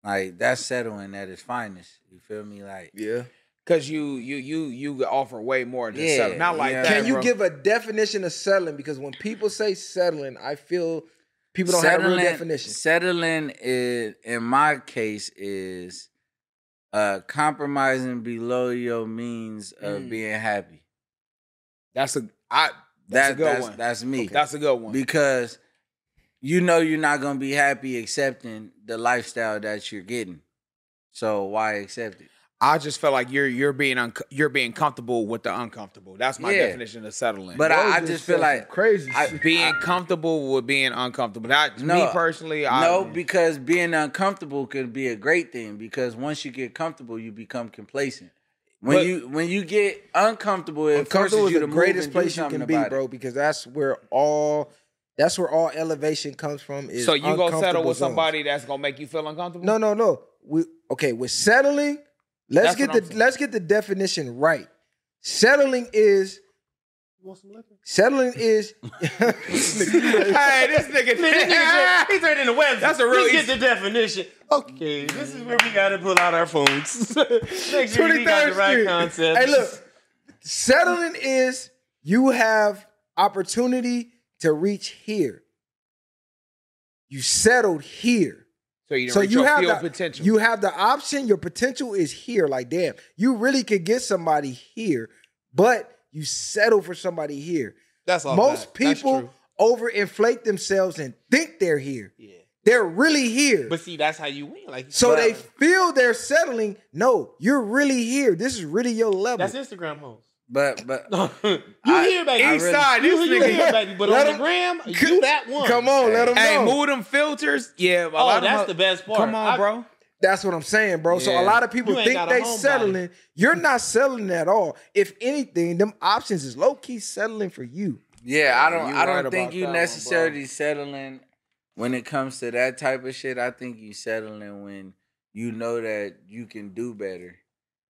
Speaker 6: Like that's settling at its finest. You feel me? Like
Speaker 2: Yeah.
Speaker 3: Cause you you you you offer way more than
Speaker 6: Yeah,
Speaker 3: something. Not like
Speaker 6: yeah.
Speaker 3: that.
Speaker 2: Can you
Speaker 3: bro.
Speaker 2: give a definition of settling? Because when people say settling, I feel people don't have a real definition.
Speaker 6: Settling is, in my case is uh compromising below your means of
Speaker 3: Mm.
Speaker 6: being happy.
Speaker 3: That's a I that's
Speaker 6: That's
Speaker 3: a good
Speaker 6: that's,
Speaker 3: one.
Speaker 6: that's me.
Speaker 3: That's a good one.
Speaker 6: because you know you're not gonna be happy accepting the lifestyle that you're getting. So why accept it?
Speaker 3: I just feel like you're you're being unco- you're being comfortable with the uncomfortable. That's my
Speaker 6: Yeah.
Speaker 3: definition of settling.
Speaker 6: But I, I
Speaker 2: Those
Speaker 6: just
Speaker 2: said
Speaker 6: feel
Speaker 2: some
Speaker 6: like
Speaker 2: crazy.
Speaker 6: I-
Speaker 2: shit.
Speaker 3: being comfortable with being uncomfortable. That's
Speaker 6: No.
Speaker 3: me personally. I,
Speaker 6: no, because being uncomfortable could be a great thing because once you get comfortable, you become complacent. When
Speaker 3: But-
Speaker 6: you when you get uncomfortable, it
Speaker 2: Uncomfortable is
Speaker 6: forces
Speaker 2: the
Speaker 6: you to move
Speaker 2: greatest
Speaker 6: and do
Speaker 2: place you
Speaker 6: something
Speaker 2: can be,
Speaker 6: about it.
Speaker 2: bro, because that's where all that's where all elevation comes from. Is
Speaker 3: so you gonna settle
Speaker 2: uncomfortable
Speaker 3: with
Speaker 2: zones.
Speaker 3: somebody that's gonna make you feel uncomfortable?
Speaker 2: No, no, no. We okay. We're settling. Let's
Speaker 3: That's what
Speaker 2: get
Speaker 3: I'm
Speaker 2: the
Speaker 3: saying.
Speaker 2: let's get the definition right. Settling is settling is
Speaker 3: hey, this nigga.
Speaker 7: Man, this nigga said- he turned into Wesley.
Speaker 3: That's a real
Speaker 7: Let's
Speaker 3: easy-
Speaker 7: get the definition. Okay, this is where we gotta pull out our phones. Make sure we got the
Speaker 2: 23rd
Speaker 7: right
Speaker 2: Street.
Speaker 7: concept.
Speaker 2: Hey, look. Settling is you have opportunity to reach here. You settled here.
Speaker 3: So you, didn't
Speaker 2: so
Speaker 3: reach
Speaker 2: you
Speaker 3: your
Speaker 2: have
Speaker 3: full
Speaker 2: the,
Speaker 3: potential.
Speaker 2: You have the option. Your potential is here. Like damn, you really could get somebody here, but you settle for somebody here.
Speaker 7: That's all.
Speaker 2: Most
Speaker 7: fact. That's
Speaker 2: people
Speaker 7: true.
Speaker 2: overinflate themselves and think they're here.
Speaker 7: Yeah.
Speaker 2: They're really here.
Speaker 7: But see, that's how you win. Like
Speaker 2: so
Speaker 7: but-
Speaker 2: they feel they're settling. No, you're really here. This is really your level.
Speaker 7: That's Instagram hoes.
Speaker 6: But but
Speaker 7: you
Speaker 6: I-
Speaker 7: here, baby.
Speaker 6: I
Speaker 7: You-
Speaker 6: really-
Speaker 3: Eastside,
Speaker 7: you,
Speaker 3: this nigga.
Speaker 7: here, baby. But on
Speaker 2: Let
Speaker 7: the
Speaker 2: him-
Speaker 7: gram, you that one.
Speaker 2: Come on, let them
Speaker 3: Hey,
Speaker 2: know.
Speaker 3: move them filters. Yeah, a
Speaker 7: Oh,
Speaker 3: lot of
Speaker 7: that's
Speaker 3: mo-
Speaker 7: the best part.
Speaker 3: Come on,
Speaker 7: I-
Speaker 3: bro.
Speaker 2: That's what I'm saying, bro. So
Speaker 6: Yeah.
Speaker 2: a lot of people
Speaker 7: You ain't
Speaker 2: think
Speaker 7: got a
Speaker 2: they
Speaker 7: homebody.
Speaker 2: settling. You're not settling at all. If anything, them options is low key settling for you.
Speaker 6: Yeah, I don't.
Speaker 3: you
Speaker 6: I
Speaker 3: right
Speaker 6: don't
Speaker 3: about
Speaker 6: think you
Speaker 3: that one, bro.
Speaker 6: necessarily settling when it comes to that type of shit. I think you settling when you know that you can do better,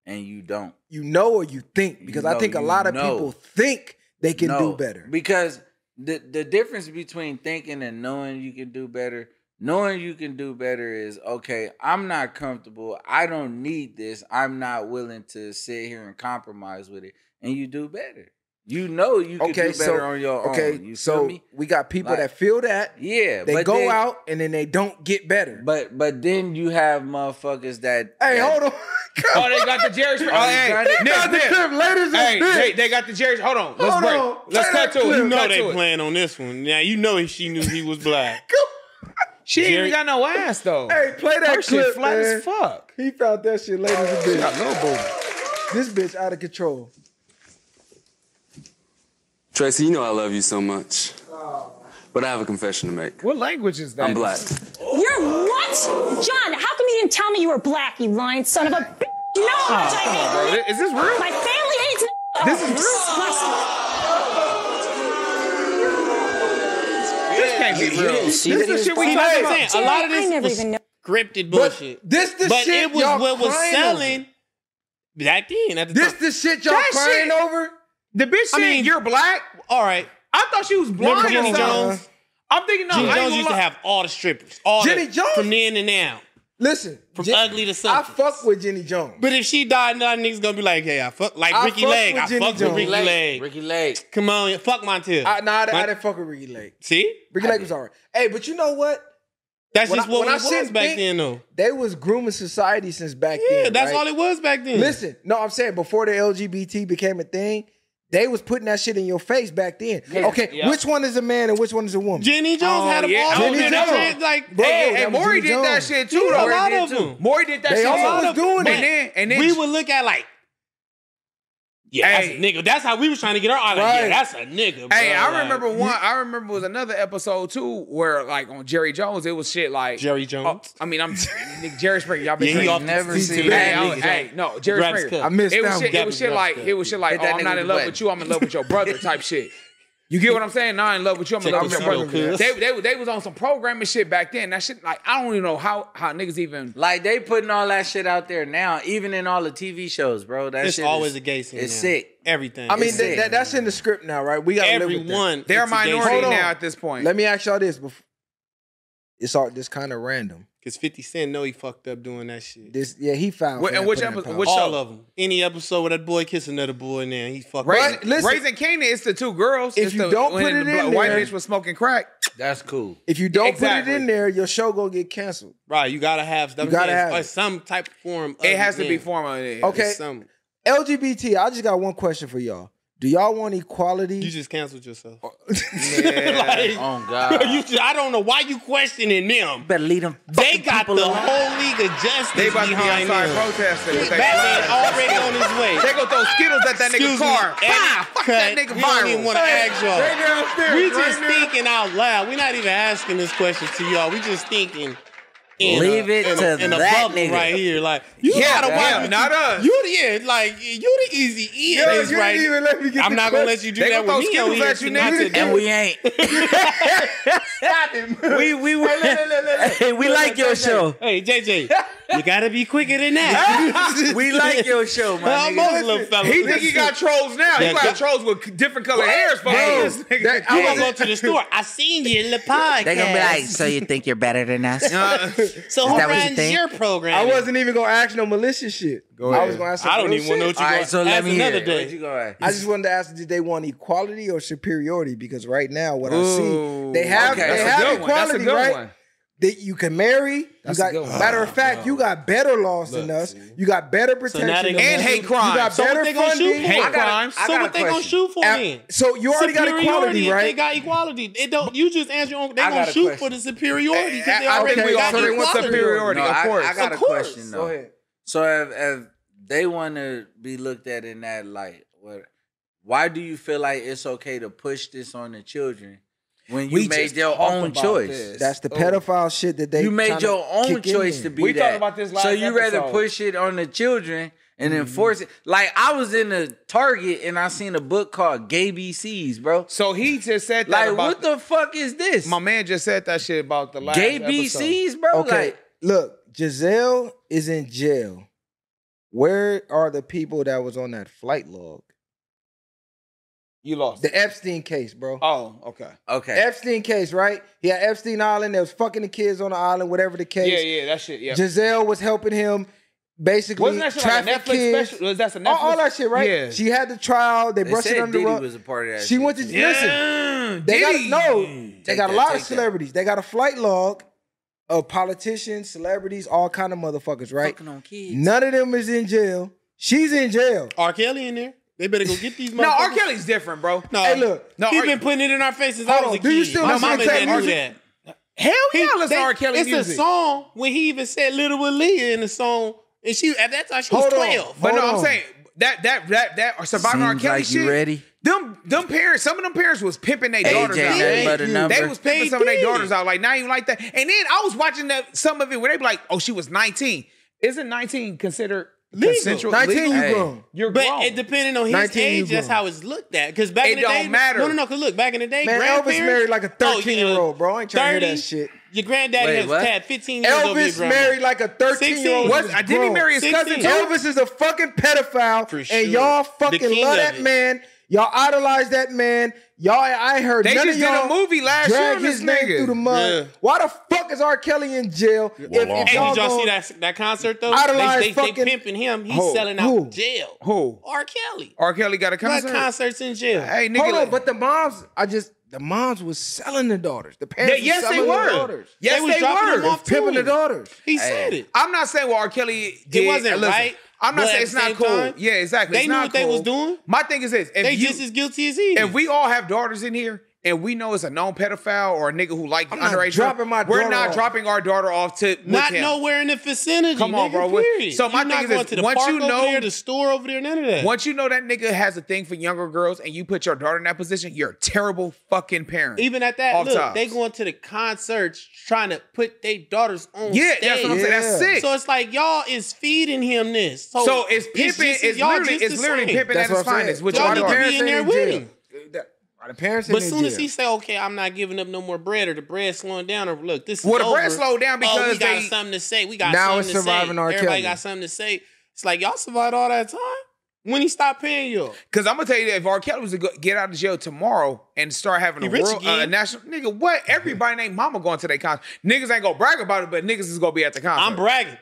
Speaker 6: and you don't.
Speaker 2: You know or you think
Speaker 6: You
Speaker 2: because I
Speaker 6: know,
Speaker 2: think a
Speaker 6: you
Speaker 2: lot of
Speaker 6: know.
Speaker 2: people think they can
Speaker 6: No,
Speaker 2: do better.
Speaker 6: because the the difference between thinking and knowing you can do better. Knowing you can do better is okay. I'm not comfortable. I don't need this. I'm not willing to sit here and compromise with it. And you do better. You know you can do
Speaker 2: Okay,
Speaker 6: better
Speaker 2: so-
Speaker 6: on your
Speaker 2: Okay,
Speaker 6: own. You
Speaker 2: so
Speaker 6: feel me?
Speaker 2: we got people
Speaker 6: Like-
Speaker 2: that feel that
Speaker 6: Yeah.
Speaker 2: they
Speaker 6: but
Speaker 2: go
Speaker 6: then-
Speaker 2: out and then they don't get better.
Speaker 6: But but then you have motherfuckers that
Speaker 2: hey,
Speaker 6: that-
Speaker 2: hold on.
Speaker 3: Oh, they got the Jerry's. Oh, hey,
Speaker 6: got it.
Speaker 3: Nick,
Speaker 2: Got the
Speaker 3: Nick.
Speaker 2: clip, ladies and
Speaker 3: Hey,
Speaker 2: bitch.
Speaker 3: they, they got the Jerry's. Hold on, let's
Speaker 2: Hold
Speaker 3: break.
Speaker 2: on.
Speaker 3: Let's
Speaker 2: Play
Speaker 3: cut
Speaker 2: that
Speaker 3: to it.
Speaker 2: clip.
Speaker 7: You know
Speaker 3: Cut to
Speaker 7: they
Speaker 3: it.
Speaker 7: playing on this one. Now you know she knew he was black.
Speaker 3: She ain't
Speaker 7: Jerry-
Speaker 3: even got no ass though.
Speaker 2: Hey, play that
Speaker 3: Her shit
Speaker 2: clip,
Speaker 3: flat
Speaker 2: man.
Speaker 3: as fuck.
Speaker 2: He found that shit, ladies and bitch.
Speaker 3: No booty.
Speaker 2: This bitch out of control.
Speaker 13: Tracy, you know I love you so much. But I have a confession to make.
Speaker 3: What language is that?
Speaker 13: I'm black.
Speaker 14: You're what? John, how come you didn't tell me you were black, you lying son of a b- You know how much I hate
Speaker 3: Bro, thi- is this real?
Speaker 14: My family hates me.
Speaker 3: Oh, This is real?
Speaker 14: Disgusting.
Speaker 3: This can't be real. This
Speaker 14: that
Speaker 3: is
Speaker 14: he
Speaker 3: the
Speaker 14: was
Speaker 3: shit we
Speaker 14: black?
Speaker 3: talking
Speaker 7: That's
Speaker 14: Hey,
Speaker 7: what I'm saying.
Speaker 3: about.
Speaker 7: A lot of
Speaker 14: Jerry, I
Speaker 7: this
Speaker 14: never
Speaker 7: was
Speaker 14: even know.
Speaker 7: scripted
Speaker 2: But
Speaker 7: bullshit.
Speaker 2: this the
Speaker 7: but
Speaker 2: shit
Speaker 7: it was
Speaker 2: y'all
Speaker 7: what was
Speaker 2: crying
Speaker 7: selling
Speaker 2: over.
Speaker 7: back then. At the
Speaker 2: This
Speaker 7: time.
Speaker 2: the shit y'all
Speaker 3: That
Speaker 2: crying
Speaker 3: shit-
Speaker 2: over.
Speaker 3: The bitch
Speaker 7: I
Speaker 3: saying
Speaker 7: mean-
Speaker 3: you're black.
Speaker 7: all right.
Speaker 3: I thought she was
Speaker 7: Remember
Speaker 3: blind or
Speaker 7: Kenny
Speaker 2: on,
Speaker 3: something.
Speaker 7: Jones?
Speaker 2: man.
Speaker 3: I'm thinking no.
Speaker 12: Jimmy
Speaker 3: I ain't
Speaker 12: Jones
Speaker 3: gonna
Speaker 12: used to
Speaker 3: lie.
Speaker 12: have all the strippers. All
Speaker 2: Jenny
Speaker 12: the,
Speaker 2: Jones?
Speaker 12: From then and now.
Speaker 2: Listen.
Speaker 12: From
Speaker 2: Jen-
Speaker 12: ugly to
Speaker 2: I
Speaker 12: something.
Speaker 2: fuck with Jenny Jones.
Speaker 12: but if she died, now niggas gonna be like, hey, I fuck like
Speaker 2: I
Speaker 12: Ricky
Speaker 2: fuck
Speaker 12: Lake.
Speaker 2: with
Speaker 12: I
Speaker 2: Jimmy
Speaker 12: fuck with
Speaker 2: Jones.
Speaker 12: Ricky
Speaker 2: Lake.
Speaker 12: Lake.
Speaker 6: Ricky Lake.
Speaker 12: Come on, fuck Montel.
Speaker 2: I, nah, I,
Speaker 12: My-
Speaker 2: I didn't fuck with Ricky Lake.
Speaker 12: See?
Speaker 2: Ricky Lake was alright. Hey, but you know what?
Speaker 12: That's
Speaker 2: When
Speaker 12: just
Speaker 2: I-
Speaker 12: what
Speaker 2: when I
Speaker 12: it was
Speaker 2: said
Speaker 12: back
Speaker 2: big-
Speaker 12: then, though.
Speaker 2: They was grooming society since back
Speaker 12: Yeah,
Speaker 2: then.
Speaker 12: that's
Speaker 2: right?
Speaker 12: all it was back then.
Speaker 2: Listen, no, I'm saying before the LGBT became a thing, they was putting that shit in your face back then.
Speaker 12: Yeah.
Speaker 2: Okay,
Speaker 12: Yeah.
Speaker 2: which one is a man and which one is a woman?
Speaker 12: Jenny Jones
Speaker 3: Oh,
Speaker 12: had a
Speaker 3: yeah.
Speaker 12: ball.
Speaker 3: Oh,
Speaker 12: Jenny
Speaker 3: Jenny
Speaker 12: Jones.
Speaker 2: Jones.
Speaker 12: Like,
Speaker 2: Bro,
Speaker 3: Hey,
Speaker 2: that
Speaker 3: hey,
Speaker 2: was
Speaker 3: Maury
Speaker 2: Jimmy
Speaker 3: did that
Speaker 2: Jones.
Speaker 3: shit
Speaker 12: Yeah,
Speaker 3: too,
Speaker 12: a
Speaker 3: though.
Speaker 12: lot
Speaker 3: Maury did
Speaker 12: of
Speaker 3: too.
Speaker 12: them.
Speaker 3: Maury did that
Speaker 2: They
Speaker 3: shit
Speaker 2: all
Speaker 3: too.
Speaker 2: was doing
Speaker 3: and
Speaker 2: it.
Speaker 3: Then, and then
Speaker 12: we would look at like, yeah,
Speaker 3: Hey.
Speaker 12: that's a nigga. That's how we was trying to get our eye. Like, yeah,
Speaker 2: Right.
Speaker 12: that's a nigga. Bro.
Speaker 3: Hey, I
Speaker 12: Like,
Speaker 3: remember one. I remember it was another episode too where, like, on Jerry Jones, it was shit like
Speaker 12: Jerry Jones.
Speaker 3: Oh, I mean, I'm nigga, Jerry Springer. Y'all been
Speaker 12: Yeah, he
Speaker 3: crazy.
Speaker 12: off the-
Speaker 6: Never
Speaker 12: he
Speaker 6: seen
Speaker 12: too
Speaker 3: Hey,
Speaker 6: that
Speaker 12: bad.
Speaker 3: I
Speaker 6: nigga.
Speaker 3: was- hey, no, Jerry
Speaker 12: Raps
Speaker 3: Springer.
Speaker 12: cut. I
Speaker 2: missed
Speaker 3: it
Speaker 2: that
Speaker 3: was
Speaker 2: one.
Speaker 3: Shit, it was
Speaker 12: Gabby's
Speaker 3: shit
Speaker 12: raps
Speaker 3: like
Speaker 12: cut.
Speaker 3: it was shit like,
Speaker 6: Hit
Speaker 3: oh,
Speaker 6: that
Speaker 3: I'm
Speaker 6: nigga
Speaker 3: not
Speaker 6: with
Speaker 3: in
Speaker 6: the
Speaker 3: love
Speaker 6: button.
Speaker 3: with you. I'm in love with your brother type shit. You get what I'm saying? Nah, I'm in love with you. I'm in love
Speaker 12: Check the
Speaker 3: with
Speaker 12: pseudo
Speaker 3: your brother.
Speaker 12: cuss.
Speaker 3: They, they, they was on some programming shit back then. That shit, like, I don't even know how how niggas even.
Speaker 6: Like they putting all that shit out there now, even in all the TV shows, bro. That
Speaker 12: It's
Speaker 6: shit
Speaker 12: always
Speaker 6: is,
Speaker 12: a gay scene.
Speaker 6: It's
Speaker 12: now.
Speaker 6: sick.
Speaker 12: Everything.
Speaker 2: I mean,
Speaker 6: It's
Speaker 2: that-
Speaker 6: it.
Speaker 2: that- that's in the script now, right? We got
Speaker 12: everyone.
Speaker 3: They're a
Speaker 12: it's a gay
Speaker 3: minority
Speaker 12: scene.
Speaker 3: now at this point.
Speaker 2: Let me ask y'all this. Before. It's all this kind of random.
Speaker 12: Cause Fifty Cent know he fucked up doing that shit.
Speaker 2: This yeah, he found.
Speaker 3: Wh- and which episode- which-
Speaker 12: All
Speaker 3: show?
Speaker 12: of them. Any episode where that boy kiss another boy, now he fucked
Speaker 3: Raising,
Speaker 12: up.
Speaker 2: But listen-
Speaker 3: Raising Canaan, it's the two girls.
Speaker 2: If
Speaker 3: It's
Speaker 2: you
Speaker 3: the-
Speaker 2: don't
Speaker 3: when
Speaker 2: put it
Speaker 3: the
Speaker 2: in
Speaker 3: black- white
Speaker 2: there-
Speaker 3: bitch was smoking crack.
Speaker 6: That's cool.
Speaker 2: if you don't
Speaker 3: Exactly.
Speaker 2: put it in there, your show gonna get canceled.
Speaker 12: Right, you gotta have
Speaker 2: You gotta have
Speaker 12: or
Speaker 2: it.
Speaker 12: some type of form. Of
Speaker 3: It has to
Speaker 12: yeah.
Speaker 3: be formatted.
Speaker 12: It's
Speaker 2: Okay.
Speaker 12: some-
Speaker 2: LGBT. I just got one question for y'all. Do y'all want equality?
Speaker 12: you just canceled yourself.
Speaker 3: Oh. Yeah.
Speaker 6: Oh
Speaker 12: Bro,
Speaker 6: God.
Speaker 12: you just- I don't know why you questioning them.
Speaker 6: better lead them.
Speaker 12: They got the whole league of justice
Speaker 3: They about to be
Speaker 12: behind
Speaker 3: outside
Speaker 12: them.
Speaker 3: protesting. They
Speaker 12: Batman
Speaker 3: flying.
Speaker 12: already on his way.
Speaker 3: They gonna throw Skittles at that nigga
Speaker 12: Excuse me,
Speaker 3: car.
Speaker 12: Eddie,
Speaker 3: Bah, fuck that
Speaker 12: cut.
Speaker 3: nigga
Speaker 12: We
Speaker 3: viral.
Speaker 12: don't even want to ask
Speaker 3: They
Speaker 12: y'all.
Speaker 3: downstairs
Speaker 12: We
Speaker 3: right
Speaker 12: just
Speaker 3: now.
Speaker 12: thinking out loud. We're not even asking this question to y'all. We just thinking. In
Speaker 6: Leave
Speaker 12: a,
Speaker 6: it
Speaker 12: in a,
Speaker 6: to
Speaker 12: in a
Speaker 6: that
Speaker 12: bubble
Speaker 6: nigga.
Speaker 12: right here, like you
Speaker 3: Yeah,
Speaker 12: gotta watch.
Speaker 3: yeah,
Speaker 12: what
Speaker 3: not
Speaker 12: you,
Speaker 3: us.
Speaker 12: You the yeah, like you the easy E in
Speaker 2: Yo,
Speaker 12: this
Speaker 2: you
Speaker 12: right.
Speaker 2: didn't even let me get
Speaker 12: I'm
Speaker 2: the
Speaker 12: not gonna let
Speaker 2: question.
Speaker 12: you do
Speaker 3: They
Speaker 12: that
Speaker 3: gonna
Speaker 12: with me.
Speaker 3: throw
Speaker 12: on here
Speaker 3: Skittles at you,
Speaker 12: tonight
Speaker 3: nigga.
Speaker 12: today.
Speaker 6: And we ain't.
Speaker 3: Stop him.
Speaker 6: We we we, we like your show.
Speaker 12: Hey JJ, you gotta be quicker than that.
Speaker 6: We like your show, my
Speaker 12: Almost
Speaker 6: nigga.
Speaker 12: little fella.
Speaker 3: He think he got trolls now.
Speaker 12: Yeah,
Speaker 3: He got
Speaker 12: God.
Speaker 3: trolls with different color hairs. Fuck this nigga.
Speaker 2: that-
Speaker 12: You
Speaker 2: I was-
Speaker 12: gonna go to the store? I seen you in the podcast.
Speaker 6: They gonna be like, so you think you're better than us?
Speaker 12: so
Speaker 6: is
Speaker 12: who
Speaker 6: that what you
Speaker 12: runs
Speaker 6: think?
Speaker 12: your program?
Speaker 2: I wasn't even gonna ask no malicious shit.
Speaker 3: Go ahead.
Speaker 2: I was gonna ask. some
Speaker 12: I don't
Speaker 2: real
Speaker 12: even want to know
Speaker 2: shit.
Speaker 12: what you
Speaker 6: All
Speaker 12: got.
Speaker 6: right, so let
Speaker 12: That's
Speaker 6: me
Speaker 12: another
Speaker 6: hear.
Speaker 12: day.
Speaker 6: Where'd you go at?
Speaker 2: I just wanted to ask: Did they want equality or superiority? Because right now, what I see, they have
Speaker 3: Okay,
Speaker 2: they
Speaker 3: that's a
Speaker 2: have
Speaker 3: good one. That's a
Speaker 2: equality,
Speaker 3: good
Speaker 2: right?
Speaker 3: one.
Speaker 2: That you can marry.
Speaker 3: That's a
Speaker 2: you got,
Speaker 3: good one. Oh,
Speaker 2: matter of fact, you got better laws than us. You got better protection
Speaker 12: now they
Speaker 2: than
Speaker 12: gonna
Speaker 2: us.
Speaker 3: And hate
Speaker 2: You
Speaker 3: crime.
Speaker 2: got
Speaker 12: So
Speaker 2: better
Speaker 12: what they gonna
Speaker 2: funding.
Speaker 12: shoot for?
Speaker 3: Hate
Speaker 12: I got-
Speaker 3: crimes.
Speaker 6: I
Speaker 12: So
Speaker 6: got
Speaker 12: what
Speaker 6: a
Speaker 12: they gonna
Speaker 6: question.
Speaker 12: shoot for
Speaker 2: At-
Speaker 12: then?
Speaker 2: so you already got
Speaker 12: Superiority,
Speaker 2: equality,
Speaker 12: if
Speaker 2: right?
Speaker 12: They got equality. It don't. You just answer your own. They
Speaker 6: I got
Speaker 12: gonna
Speaker 6: a
Speaker 12: shoot for
Speaker 6: question.
Speaker 12: the superiority because they
Speaker 3: I
Speaker 12: already
Speaker 3: think we
Speaker 12: got
Speaker 3: all they want
Speaker 12: equality.
Speaker 3: superiority,
Speaker 6: No,
Speaker 3: of
Speaker 6: I-
Speaker 3: course.
Speaker 6: I, got
Speaker 12: Of
Speaker 6: a
Speaker 12: course.
Speaker 6: question though. So if, if they want to be looked at in that light, what? Why do you feel like it's okay to push this on the children when you
Speaker 3: We
Speaker 6: made
Speaker 3: just
Speaker 6: your
Speaker 3: talked
Speaker 6: own
Speaker 3: about
Speaker 6: choice?
Speaker 3: this.
Speaker 2: That's the
Speaker 3: Oh.
Speaker 2: pedophile shit that they.
Speaker 6: you made
Speaker 2: tryna
Speaker 6: your own
Speaker 2: kick in
Speaker 6: choice
Speaker 2: there.
Speaker 6: to be
Speaker 3: We
Speaker 6: that.
Speaker 3: talked about this
Speaker 6: so
Speaker 3: last
Speaker 6: you rather
Speaker 3: episode.
Speaker 6: push it on the children and enforce it. Like I was in a Target and I seen a book called Gay BCs, bro.
Speaker 3: So he just said that
Speaker 6: Like
Speaker 3: about
Speaker 6: what the fuck is this?
Speaker 3: my man just said that shit about the last
Speaker 6: Gay
Speaker 3: episode.
Speaker 6: BCs, bro.
Speaker 2: Okay,
Speaker 6: Like
Speaker 2: look, Giselle is in jail. Where are the people that was on that flight log?
Speaker 3: You lost.
Speaker 2: The Epstein case, bro.
Speaker 3: oh, okay.
Speaker 6: okay,
Speaker 2: Epstein case, right? He had Epstein Island. They was fucking the kids on the island, whatever the case.
Speaker 3: Yeah, yeah, that shit. Yeah.
Speaker 2: Giselle was helping him, basically
Speaker 3: Wasn't that shit like a
Speaker 2: traffic
Speaker 3: Netflix
Speaker 2: kids.
Speaker 3: special? Was that a Netflix?
Speaker 2: All, all that shit, right?
Speaker 3: Yeah.
Speaker 2: She had the trial. They,
Speaker 6: they
Speaker 2: brushed it
Speaker 6: said
Speaker 2: under the
Speaker 6: Diddy
Speaker 2: rug.
Speaker 6: was a part of that.
Speaker 2: She
Speaker 6: shit.
Speaker 2: went to listen. They got
Speaker 3: Diddy.
Speaker 2: no. They
Speaker 6: Take
Speaker 2: got a
Speaker 6: that,
Speaker 2: lot
Speaker 6: take
Speaker 2: of
Speaker 6: that.
Speaker 2: celebrities. They got a flight log of politicians, celebrities, all kind of motherfuckers, right?
Speaker 6: fucking on kids.
Speaker 2: None of them is in jail. She's in jail.
Speaker 12: R. Kelly in there. They better go get these.
Speaker 3: No, R.
Speaker 12: motherfuckers.
Speaker 3: Kelly's different, bro.
Speaker 12: No,
Speaker 2: Hey, look.
Speaker 12: No,
Speaker 3: No,
Speaker 12: he's
Speaker 3: R-
Speaker 12: been putting it in our faces. I
Speaker 2: Hold
Speaker 12: was
Speaker 2: on,
Speaker 12: a
Speaker 2: do you
Speaker 12: kid.
Speaker 2: still
Speaker 12: My
Speaker 2: listen
Speaker 12: mama
Speaker 2: to
Speaker 12: didn't
Speaker 2: R.
Speaker 12: do
Speaker 2: Kelly?
Speaker 12: that.
Speaker 3: Hell
Speaker 12: He-
Speaker 3: yeah, I listen to
Speaker 12: they-
Speaker 3: R. Kelly
Speaker 12: It's
Speaker 3: music.
Speaker 12: a song when he even said Little Aaliyah in the song, and she at that time she
Speaker 2: Hold
Speaker 12: was
Speaker 2: on.
Speaker 12: twelve.
Speaker 3: But
Speaker 2: Hold
Speaker 3: no, I'm
Speaker 2: on.
Speaker 3: saying that that that that surviving R.
Speaker 6: Seems
Speaker 3: Kelly
Speaker 6: like
Speaker 3: shit.
Speaker 6: you ready.
Speaker 3: Them them parents, some of them parents was pimping their daughters
Speaker 6: AJ
Speaker 3: out.
Speaker 6: nothing but a
Speaker 2: They
Speaker 6: number.
Speaker 3: They was pimping
Speaker 12: They
Speaker 3: some of their
Speaker 12: did.
Speaker 3: daughters out. Like not even like that. And then I was watching that some of it where they be like, oh, she was 19. Isn't 19 considered
Speaker 12: Legal.
Speaker 3: consensual?
Speaker 2: 19,
Speaker 3: legal?
Speaker 2: you
Speaker 6: Hey.
Speaker 2: grown.
Speaker 3: You're
Speaker 12: But
Speaker 3: grown.
Speaker 12: it depending on his
Speaker 2: 19, you
Speaker 12: age, that's
Speaker 2: grown.
Speaker 12: how it's looked at. Because back
Speaker 3: It
Speaker 12: in the
Speaker 3: don't
Speaker 12: day,
Speaker 3: matter.
Speaker 12: No, no, no. Cause look, back in the day,
Speaker 2: Man, Elvis
Speaker 12: grandparents-
Speaker 2: married like a
Speaker 12: Oh, yeah,
Speaker 2: 13-year-old, bro. I ain't tryna hear that shit.
Speaker 12: Your granddaddy
Speaker 6: Wait,
Speaker 12: has
Speaker 6: what?
Speaker 12: had fifteen years over your
Speaker 2: Elvis
Speaker 12: grandma.
Speaker 2: married like a 13 year old.
Speaker 12: 16.
Speaker 3: Was- did he marry his uh, cousin
Speaker 12: 16.
Speaker 3: too?
Speaker 2: Elvis is a fucking pedophile,
Speaker 12: For
Speaker 2: and
Speaker 12: sure.
Speaker 2: y'all
Speaker 12: The
Speaker 2: fucking
Speaker 12: king
Speaker 2: love
Speaker 12: of
Speaker 2: that
Speaker 12: it.
Speaker 2: man. Y'all idolize that man. Y'all, I ain't heard
Speaker 3: They
Speaker 2: none
Speaker 3: just
Speaker 2: of
Speaker 3: did a
Speaker 2: y'all
Speaker 3: movie last
Speaker 2: drag
Speaker 3: year on
Speaker 2: his
Speaker 3: this
Speaker 2: name
Speaker 3: nigga.
Speaker 2: through the mud.
Speaker 3: Yeah.
Speaker 2: Why the fuck is R. Kelly in jail? if- if
Speaker 12: Hey, did y'all
Speaker 2: gonna
Speaker 12: see that that concert though?
Speaker 2: idolize
Speaker 12: They, they,
Speaker 2: fucking-
Speaker 12: they pimping him. He's
Speaker 3: Who?
Speaker 12: selling out
Speaker 3: Who?
Speaker 12: jail.
Speaker 3: Who?
Speaker 12: R. Kelly.
Speaker 3: R. Kelly got a
Speaker 12: Got
Speaker 3: concert.
Speaker 12: concerts in jail.
Speaker 3: Hey, nigga,
Speaker 2: Hold on,
Speaker 3: let-
Speaker 2: but the moms, I just the moms was selling the daughters. The
Speaker 3: Yeah,
Speaker 2: parents, was
Speaker 3: yes, they
Speaker 2: selling
Speaker 3: were.
Speaker 2: The daughters.
Speaker 3: Yes, they, were.
Speaker 2: pimping the daughters.
Speaker 12: He said it.
Speaker 3: I'm not saying what R. Kelly did.
Speaker 12: wasn't
Speaker 3: listen,
Speaker 12: right,
Speaker 3: I'm not
Speaker 12: but
Speaker 3: saying
Speaker 12: at
Speaker 3: it's
Speaker 12: the
Speaker 3: not
Speaker 12: same
Speaker 3: cool.
Speaker 12: time,
Speaker 3: yeah, exactly.
Speaker 12: they
Speaker 3: It's
Speaker 12: knew
Speaker 3: not
Speaker 12: what they was
Speaker 3: cool.
Speaker 12: doing.
Speaker 3: My thing is this: if
Speaker 12: They
Speaker 3: you,
Speaker 12: just as guilty as he.
Speaker 3: If we all have daughters in here and we know it's a known pedophile or a nigga who likes
Speaker 12: not
Speaker 3: underage,
Speaker 12: dropping my
Speaker 3: we're
Speaker 12: daughter
Speaker 3: not
Speaker 12: off.
Speaker 3: dropping our daughter off to with
Speaker 12: Not
Speaker 3: him.
Speaker 12: nowhere in the vicinity.
Speaker 3: Come on,
Speaker 12: nigga,
Speaker 3: bro.
Speaker 12: Period.
Speaker 3: So my
Speaker 12: You're
Speaker 3: thing
Speaker 12: not
Speaker 3: is
Speaker 12: going
Speaker 3: this.
Speaker 12: to the
Speaker 3: Once
Speaker 12: park
Speaker 3: you
Speaker 12: over
Speaker 3: know-
Speaker 12: there, the store over there, none of that.
Speaker 3: Once you know that nigga has a thing for younger girls and you put your daughter in that position, you're a terrible fucking parent.
Speaker 12: Even at that,
Speaker 3: Off
Speaker 12: look,
Speaker 3: top.
Speaker 12: they going to the concerts trying to put their daughters on.
Speaker 3: Yeah,
Speaker 12: stage.
Speaker 3: that's what I'm saying. That's sick.
Speaker 12: So it's like y'all is feeding him this. So,
Speaker 3: So it's pimping-
Speaker 12: just-
Speaker 3: it's
Speaker 12: y'all
Speaker 3: literally-
Speaker 12: just
Speaker 3: it's
Speaker 12: the
Speaker 3: literally
Speaker 12: same.
Speaker 3: pimping That's at what its I'm saying. finest, which
Speaker 12: y'all
Speaker 3: why
Speaker 12: need
Speaker 3: the
Speaker 12: to
Speaker 3: parents
Speaker 12: be in
Speaker 3: ain't
Speaker 12: there
Speaker 3: in
Speaker 12: with
Speaker 3: jail.
Speaker 12: him.
Speaker 2: Are the parents?
Speaker 12: But
Speaker 2: in
Speaker 12: as
Speaker 2: the
Speaker 12: soon as
Speaker 2: jail?
Speaker 12: he say, "Okay, I'm not giving up no more bread," or the bread slowing down, or look, this is
Speaker 3: Well, the
Speaker 12: over.
Speaker 3: bread slowed down
Speaker 12: oh,
Speaker 3: because
Speaker 12: we got
Speaker 3: they-
Speaker 12: something to say. We got
Speaker 2: Now
Speaker 12: something
Speaker 2: it's
Speaker 12: to
Speaker 2: surviving
Speaker 12: say.
Speaker 2: R.
Speaker 12: Everybody
Speaker 2: Kelly.
Speaker 12: got something to say. It's like y'all survived all that time when he stopped paying you.
Speaker 3: Because I'm gonna tell you that if R. Kelly was to go, get out of jail tomorrow and start having
Speaker 12: He
Speaker 3: a
Speaker 12: rich
Speaker 3: world uh,
Speaker 12: again.
Speaker 3: national nigga, what everybody named Mama going to their concert. Niggas ain't gonna brag about it, but niggas is gonna be at the concert. I'm
Speaker 12: bragging.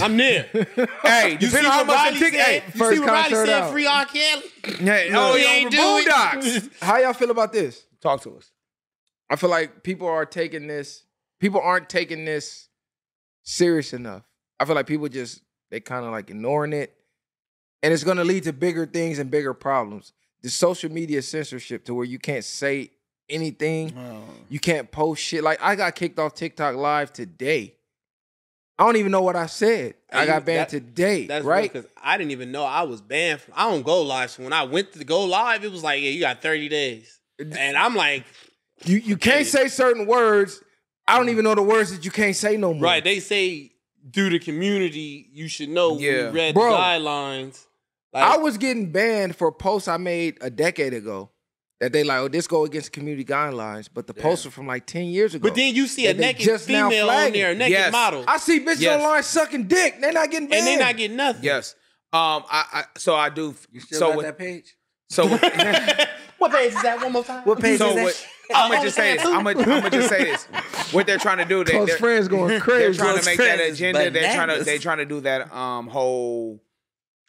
Speaker 12: I'm there.
Speaker 3: hey,
Speaker 12: You see
Speaker 3: depending on how
Speaker 12: what
Speaker 3: much
Speaker 12: Riley
Speaker 3: the
Speaker 12: said?
Speaker 3: ticket. Hey,
Speaker 12: You see what Riley
Speaker 2: concert
Speaker 12: said?
Speaker 2: out.
Speaker 12: Free R. Kelly.
Speaker 3: hey, oh,
Speaker 2: Look,
Speaker 3: yeah,
Speaker 12: ain't
Speaker 3: the
Speaker 12: do it.
Speaker 3: Boondocks.
Speaker 2: How y'all feel about this?
Speaker 3: Talk to us.
Speaker 2: I feel like people are taking this. People aren't taking this serious enough. I feel like people just they kind of like ignoring it, and it's going to lead to bigger things and bigger problems. The social media censorship to where you can't say anything,
Speaker 6: Mm-hmm.
Speaker 2: you can't post shit. Like I got kicked off TikTok live today. I don't even know what I said. I
Speaker 12: Hey,
Speaker 2: got banned
Speaker 12: that-
Speaker 2: today.
Speaker 12: That's
Speaker 2: right?
Speaker 12: Because I didn't even know I was banned from. I don't go live. So when I went to go live, it was like, yeah, you got 30 days. And I'm like,
Speaker 2: You you can't say certain words. I don't even know the words that you can't say no more.
Speaker 12: right. They say through the community, you should know.
Speaker 2: Yeah.
Speaker 12: Yeah. We read
Speaker 2: Bro.
Speaker 12: the guidelines.
Speaker 2: I was getting banned for posts I made a decade ago that they like, oh, this go against community guidelines, but the posts are from like 10 years ago.
Speaker 12: But then you see a
Speaker 2: And they
Speaker 12: naked
Speaker 2: just now
Speaker 12: female on
Speaker 2: flagging.
Speaker 12: there, a naked Yes. model.
Speaker 2: I see bitches
Speaker 3: Yes.
Speaker 2: online sucking dick. They're not getting banned.
Speaker 12: And they not getting nothing.
Speaker 3: Yes. Um. I. I so I do. You
Speaker 6: Still
Speaker 3: so
Speaker 6: got
Speaker 3: with,
Speaker 6: that page?
Speaker 3: So with,
Speaker 12: What page is that? One more time.
Speaker 2: What page
Speaker 3: so
Speaker 2: is that?
Speaker 3: what, I'm gonna just say this. I'm gonna, I'm gonna just say this. What they're trying to do, they,
Speaker 2: Close
Speaker 3: they're,
Speaker 2: friends going
Speaker 3: They're
Speaker 2: crazy.
Speaker 3: trying
Speaker 2: Close
Speaker 3: to make
Speaker 2: friends
Speaker 3: that
Speaker 2: is
Speaker 3: agenda. They're trying to.
Speaker 2: bananas.
Speaker 3: They're trying to do that. Um. Whole.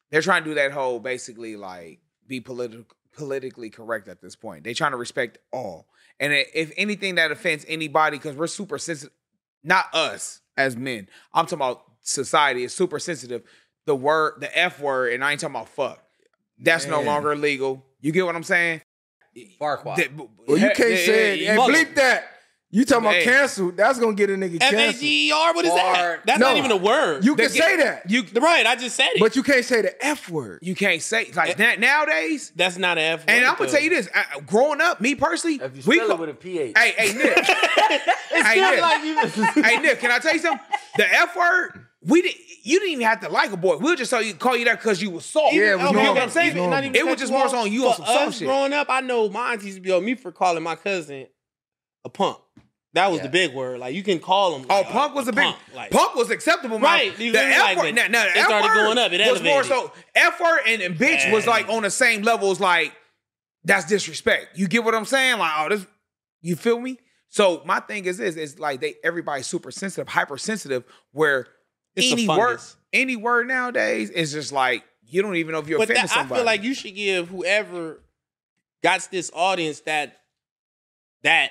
Speaker 3: They're trying to do that whole basically like be political politically correct at this point. They're trying to respect all. And i- if anything that offends anybody, because we're super sensitive, not us as men. I'm talking about society is super sensitive. The word, the F word, and I ain't talking about fuck. That's
Speaker 2: Man.
Speaker 3: no longer legal. You get what I'm saying?
Speaker 6: Farquaad.
Speaker 3: That-
Speaker 2: Well, you
Speaker 3: yeah,
Speaker 2: can't
Speaker 3: yeah,
Speaker 2: say
Speaker 3: yeah,
Speaker 2: it. Hey,
Speaker 3: you mother-
Speaker 2: bleep that. You talking about
Speaker 3: Hey.
Speaker 2: cancel? That's gonna get a nigga
Speaker 12: F
Speaker 2: canceled.
Speaker 12: A G E R. What is
Speaker 2: Or-
Speaker 12: that? That's
Speaker 2: No.
Speaker 12: not even a word.
Speaker 2: You can say that,
Speaker 3: You
Speaker 12: right. I just said it.
Speaker 2: but you can't say the F word.
Speaker 3: You can't say like that nowadays.
Speaker 12: That's not an F.
Speaker 3: And
Speaker 12: word,
Speaker 3: I'm gonna
Speaker 12: though.
Speaker 3: tell you this: I, growing up, me personally, we
Speaker 6: spell it
Speaker 3: ca-
Speaker 6: with a PH.
Speaker 3: Hey, hey, Nick. hey,
Speaker 6: still
Speaker 3: Nick.
Speaker 6: like you-
Speaker 3: hey, Nick. Can I tell you something? The F word. We didn't. You didn't even have to like a boy. We'll just tell you, call you that because you was soft.
Speaker 12: Even-
Speaker 3: you
Speaker 12: okay,
Speaker 3: know what
Speaker 12: okay,
Speaker 3: I'm saying?
Speaker 12: even- not even
Speaker 3: it was just more so
Speaker 12: sexual.
Speaker 3: on you on
Speaker 12: For
Speaker 3: some soft
Speaker 12: us
Speaker 3: shit.
Speaker 12: Growing up, I know mine used to be on me for calling my cousin a punk. That was the big word. Like you can call him.
Speaker 3: Oh, punk was a big
Speaker 12: like-
Speaker 3: punk was acceptable. man.
Speaker 12: Right, you
Speaker 3: The
Speaker 12: feel me?
Speaker 3: F
Speaker 12: Like,
Speaker 3: word.
Speaker 12: but
Speaker 3: Now, now, the
Speaker 12: it
Speaker 3: F
Speaker 12: started
Speaker 3: word
Speaker 12: going up. It
Speaker 3: was more
Speaker 12: elevated.
Speaker 3: so F word and, and bitch was like on the same level as like that's disrespect. You get what I'm saying? Like oh this, you feel me? So my thing is this: it's like they everybody's super sensitive, hypersensitive. Where
Speaker 12: It's a
Speaker 3: any word,
Speaker 12: fungus.
Speaker 3: any word nowadays is just like you don't even know if you're
Speaker 12: but
Speaker 3: offending
Speaker 12: that, I
Speaker 3: somebody.
Speaker 12: feel like you should give whoever got this audience that that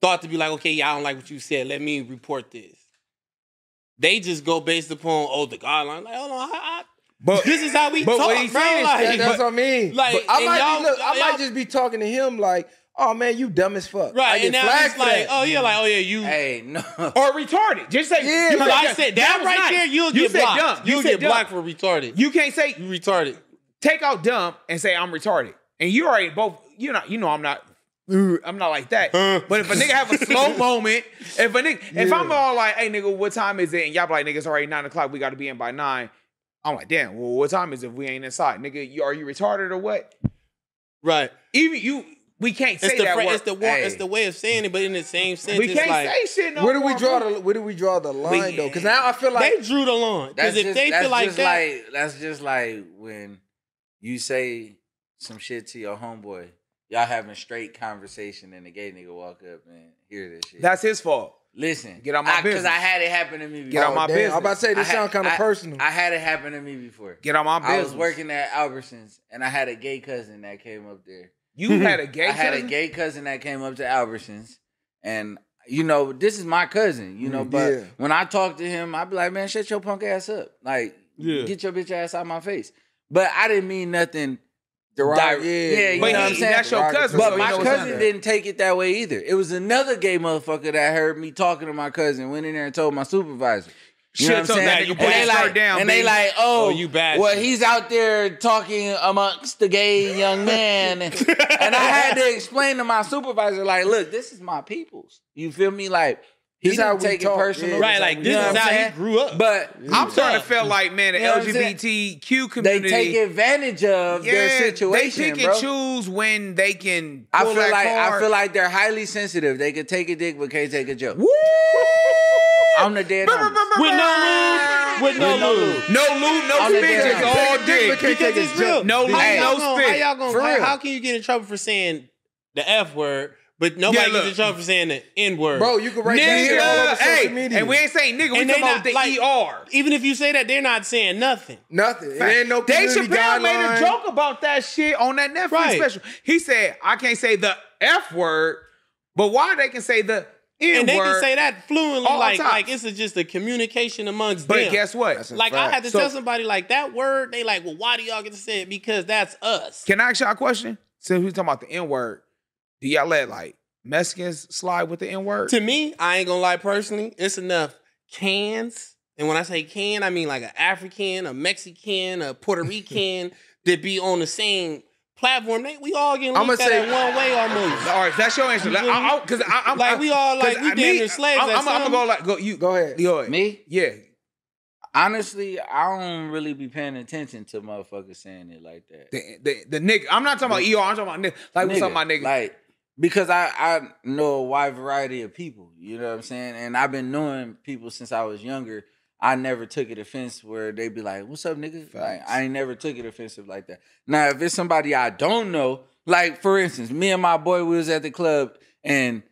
Speaker 12: thought to be like, okay, yeah, I don't like what you said. Let me report this. They just go based upon oh the guideline. Like, hold on, I, I,
Speaker 3: but
Speaker 12: this is how we
Speaker 2: But
Speaker 12: talk,
Speaker 2: what he's
Speaker 12: bro.
Speaker 2: saying is
Speaker 12: Like,
Speaker 2: that- that's what I mean.
Speaker 12: like,
Speaker 2: But I
Speaker 12: and
Speaker 2: might
Speaker 12: y'all-
Speaker 2: be, look, I
Speaker 12: y'all-
Speaker 2: might just be talking to him like, "Oh man, you dumb as fuck." I
Speaker 12: Right,
Speaker 2: get
Speaker 12: and now
Speaker 2: flagged
Speaker 12: it's
Speaker 2: for
Speaker 12: like,
Speaker 2: that.
Speaker 12: oh yeah, like oh yeah, you.
Speaker 6: Hey, no.
Speaker 3: or retarded. Just say
Speaker 2: Yeah,
Speaker 3: you
Speaker 12: Because I
Speaker 3: just-
Speaker 12: said that,
Speaker 3: was
Speaker 12: right
Speaker 3: nice.
Speaker 12: there, you'll
Speaker 3: You
Speaker 12: get
Speaker 3: said
Speaker 12: blocked.
Speaker 3: dumb. You
Speaker 12: You'll
Speaker 3: said
Speaker 12: get
Speaker 3: dumb.
Speaker 12: blocked for retarded.
Speaker 3: You can't say
Speaker 12: You retarded.
Speaker 3: take out dumb and say I'm retarded, and you already both. You know, you know I'm not. uh, I'm not like that. But if a nigga have a slow moment, if a nigga, if I'm all like, "Hey nigga, what time is it?" and y'all be like, "Nigga, it's already nine o'clock. We got to be in by nine. I'm like, "Damn, well, what time is it? if We ain't inside, nigga. You, are you retarded or what?"
Speaker 12: Right.
Speaker 3: Even you, we can't say
Speaker 12: It's the,
Speaker 3: that
Speaker 12: fra-
Speaker 3: word.
Speaker 12: it's the war, it's the way of saying it, but in the same sense,
Speaker 3: we
Speaker 12: it's
Speaker 3: can't
Speaker 12: like,
Speaker 3: say shit. No
Speaker 2: where do we
Speaker 3: more,
Speaker 2: draw
Speaker 3: bro.
Speaker 2: the where do we draw the line though? Because now I feel like
Speaker 12: they drew the line.
Speaker 6: That's
Speaker 12: Because if
Speaker 6: just,
Speaker 12: they
Speaker 6: that's
Speaker 12: feel like
Speaker 6: just
Speaker 12: that,
Speaker 6: like that's just like when you say some shit to your homeboy. Y'all having straight conversation, and the gay nigga walk up and hear this shit.
Speaker 3: That's his fault.
Speaker 6: Listen,
Speaker 3: Get out my
Speaker 6: Because
Speaker 3: business.
Speaker 6: I, had it happen to me. Before.
Speaker 3: Get
Speaker 2: oh,
Speaker 3: out my business.
Speaker 6: I I had- I- I had it happen to me before.
Speaker 3: Get out my
Speaker 6: I was
Speaker 3: business.
Speaker 6: working at Albertsons, and I had a gay cousin that came up there.
Speaker 3: You had a gay
Speaker 6: I had a
Speaker 3: cousin?
Speaker 6: gay cousin that came up to Albertsons, and you know this is my cousin. You know, but
Speaker 12: Mm, Yeah.
Speaker 6: when I talk to him, I'd be like, "Man, shut your punk ass up! Like,
Speaker 12: Yeah.
Speaker 6: get your bitch ass out my face." But I didn't mean nothing.
Speaker 12: Derog-
Speaker 6: Direct,
Speaker 12: yeah,
Speaker 6: yeah, you
Speaker 12: but
Speaker 6: know
Speaker 12: he-
Speaker 6: what I'm saying.
Speaker 12: that's your cousin,
Speaker 6: But
Speaker 12: so he
Speaker 6: my
Speaker 12: knows
Speaker 6: cousin
Speaker 12: that.
Speaker 6: didn't take it that way either. It was another gay motherfucker that heard me talking to my cousin, went in there and told my supervisor. You
Speaker 12: Shit,
Speaker 6: know what I'm
Speaker 12: told that
Speaker 6: saying?
Speaker 12: nigga,
Speaker 6: and
Speaker 12: "Put
Speaker 6: they
Speaker 12: your
Speaker 6: like,
Speaker 12: shirt down,
Speaker 6: and they
Speaker 12: baby."
Speaker 6: like, oh,
Speaker 12: Oh, you bad
Speaker 6: Well,
Speaker 12: shit.
Speaker 6: he's out there talking amongst the gay young men, and, and I had to explain to my supervisor, like, look, this is my people's. You feel me? Like he
Speaker 12: This
Speaker 6: didn't
Speaker 12: how we
Speaker 6: take
Speaker 12: talk.
Speaker 6: it personal,
Speaker 12: Yeah. Right, like,
Speaker 6: You
Speaker 12: this
Speaker 6: know
Speaker 12: is
Speaker 6: what I'm
Speaker 12: how he
Speaker 6: saying?
Speaker 12: grew up.
Speaker 6: But
Speaker 3: I'm starting to
Speaker 6: Yeah.
Speaker 3: feel like, man, the
Speaker 6: You know what I'm saying?
Speaker 3: LGBTQ
Speaker 6: They
Speaker 3: community.
Speaker 6: take advantage of their situation,
Speaker 3: They pick
Speaker 6: bro.
Speaker 3: and choose when they can.
Speaker 6: I
Speaker 3: pull
Speaker 6: feel
Speaker 3: that
Speaker 6: like I
Speaker 3: card.
Speaker 6: feel like they're highly sensitive. They could take a dick but can't take a joke. I'm the dead homies.
Speaker 12: With no lube, with no lube.
Speaker 3: No lube, no
Speaker 12: I'm the dead
Speaker 3: spinach,
Speaker 12: homies.
Speaker 3: all dick.
Speaker 12: Because it's real.
Speaker 3: No lube,
Speaker 12: how y'all
Speaker 3: no
Speaker 12: gonna, how
Speaker 3: spinach.
Speaker 12: y'all gonna,
Speaker 3: For
Speaker 12: how,
Speaker 3: real.
Speaker 12: how can you get in trouble for saying the F word, but nobody
Speaker 3: Yeah, look.
Speaker 12: gets in trouble for saying the N word?
Speaker 2: Bro, you can write that shit all over
Speaker 12: nigga.
Speaker 2: social Hey, media. and we ain't saying nigga, we
Speaker 12: And they
Speaker 2: talking about
Speaker 12: not,
Speaker 2: the
Speaker 3: E
Speaker 12: ER. Even if you say that, they're not saying nothing.
Speaker 2: Nothing. It ain't no
Speaker 3: Dave
Speaker 2: community
Speaker 3: Chappelle made
Speaker 2: guideline.
Speaker 3: a joke about that shit on that Netflix
Speaker 12: Right.
Speaker 3: special. He said, "I can't say the f word, but why they can say the n word?"
Speaker 12: and they can say that fluently,
Speaker 3: all
Speaker 12: like
Speaker 3: times.
Speaker 12: like it's a, just a communication amongst
Speaker 3: But
Speaker 12: them.
Speaker 3: guess what? That's a
Speaker 12: Like I
Speaker 3: fact.
Speaker 12: had to
Speaker 3: So-
Speaker 12: tell somebody like that word. They like, well, why do y'all get to say it? Because that's us.
Speaker 3: Can I ask y'all a question? Since we talking about the N word, do y'all let like Mexicans slide with the N word?
Speaker 12: To me, I ain't gonna lie personally, it's enough cans. And when I say can, I mean like an African, a Mexican, a Puerto Rican to be on the same platform. They, we all getting
Speaker 3: I'ma
Speaker 12: looked at
Speaker 3: say-
Speaker 12: it one way almost.
Speaker 3: All right, that's your answer. Like, I, I, cause I, I'm
Speaker 12: Like, we all, like,
Speaker 3: 'cause
Speaker 12: we
Speaker 3: I-
Speaker 12: damn
Speaker 3: me-
Speaker 12: near slaves
Speaker 3: I'm,
Speaker 12: at
Speaker 3: I'm, I'm
Speaker 12: some-
Speaker 3: gonna go like go you.
Speaker 2: Go ahead.
Speaker 3: Go ahead.
Speaker 6: Me?
Speaker 3: Yeah.
Speaker 6: Honestly, I don't really be paying attention to motherfuckers saying it like that.
Speaker 3: The, the, the nigga. I'm not talking about ER. I'm talking about nigga. Like what's up, my nigga?
Speaker 6: Like because I I know a wide variety of people. You know what I'm saying? And I've been knowing people since I was younger. I never took it offense where they be like, "What's up, nigga?" Like I ain't never took it offensive like that. Now if it's somebody I don't know, like for instance, me and my boy we was at the club and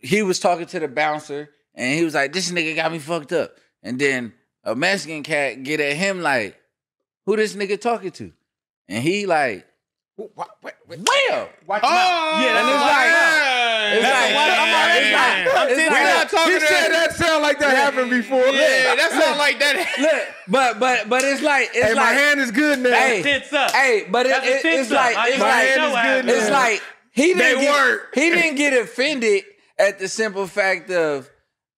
Speaker 6: he was talking to the bouncer and he was like, "This nigga got me fucked up." And then a Mexican cat get at him like, "Who this nigga talking to?" And he like, "Well,
Speaker 3: oh, yeah.
Speaker 6: and it's like, it's like, it's like- it's like-
Speaker 2: he said that sound like that happened before.
Speaker 6: Yeah,
Speaker 3: that sound like that.
Speaker 6: Look, but but but it's like it's
Speaker 2: Hey,
Speaker 6: like
Speaker 2: my hand is good now.
Speaker 6: Hey,
Speaker 2: Tits up.
Speaker 6: Hey, but it,
Speaker 2: That's a
Speaker 6: it-
Speaker 2: tits
Speaker 6: it's
Speaker 2: up.
Speaker 6: like
Speaker 2: I
Speaker 6: it's
Speaker 2: just wanna
Speaker 6: like
Speaker 2: know what happened.
Speaker 6: it's like he
Speaker 2: They
Speaker 6: didn't get
Speaker 2: work.
Speaker 6: he didn't get offended at the simple fact of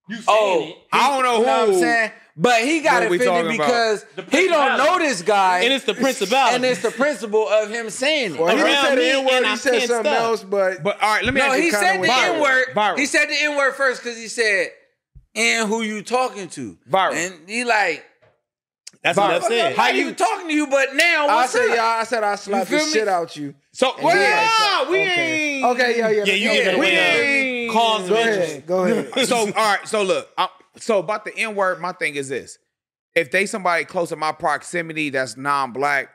Speaker 6: you oh he-
Speaker 3: I don't know
Speaker 6: you what
Speaker 3: who.
Speaker 6: I'm saying. But he got
Speaker 3: What we
Speaker 6: offended
Speaker 3: talking about?
Speaker 6: because he don't know this guy,
Speaker 12: And it's the principality.
Speaker 6: and it's the principle of him saying it.
Speaker 2: Well, he didn't
Speaker 12: Around
Speaker 2: say
Speaker 12: me
Speaker 2: the N
Speaker 12: and
Speaker 2: word.
Speaker 12: I'm
Speaker 2: He said
Speaker 12: pissed
Speaker 2: something
Speaker 12: up.
Speaker 2: else, but
Speaker 3: But all right, let me
Speaker 6: No,
Speaker 3: ask you.
Speaker 6: he
Speaker 3: kinda
Speaker 6: said
Speaker 3: what-
Speaker 6: the N word.
Speaker 3: Viral.
Speaker 6: He said the N word first because he said, "And who you talking to?"
Speaker 3: Viral.
Speaker 6: And he like,
Speaker 12: That's
Speaker 6: "Fuck
Speaker 12: enough
Speaker 6: up,
Speaker 12: said.
Speaker 6: How you talking to you? But now
Speaker 2: I
Speaker 6: what's
Speaker 2: said,
Speaker 6: up?
Speaker 2: yeah, I said I slapped
Speaker 6: You
Speaker 2: the
Speaker 6: feel me?
Speaker 2: shit out you.
Speaker 3: So
Speaker 2: And
Speaker 3: well,
Speaker 2: then-
Speaker 3: we
Speaker 2: okay.
Speaker 3: ain't.
Speaker 2: Okay, yeah, yeah.
Speaker 12: Yeah, you
Speaker 2: okay.
Speaker 12: get
Speaker 3: We
Speaker 12: away
Speaker 3: ain't.
Speaker 12: with cause of
Speaker 2: Go
Speaker 12: interest.
Speaker 2: ahead. Go ahead.
Speaker 3: so all right, so look, I, so about the N word, my thing is this: if they somebody close to my proximity that's non-black,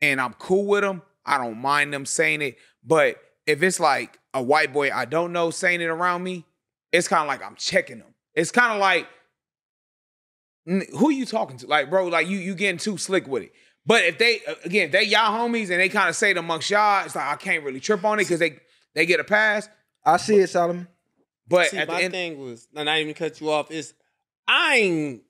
Speaker 3: and I'm cool with them, I don't mind them saying it. But if it's like a white boy I don't know saying it around me, it's kind of like I'm checking them. It's kind of like n- who you talking to, like bro, like you you getting too slick with it. But if they again, if they y'all homies and they kind of say it amongst y'all, it's like I can't really trip on it because they they get a pass.
Speaker 2: I see it, Solomon.
Speaker 3: But
Speaker 12: See,
Speaker 3: at the
Speaker 12: my
Speaker 3: end,
Speaker 12: thing was and I didn't even cut you off. Is I ain't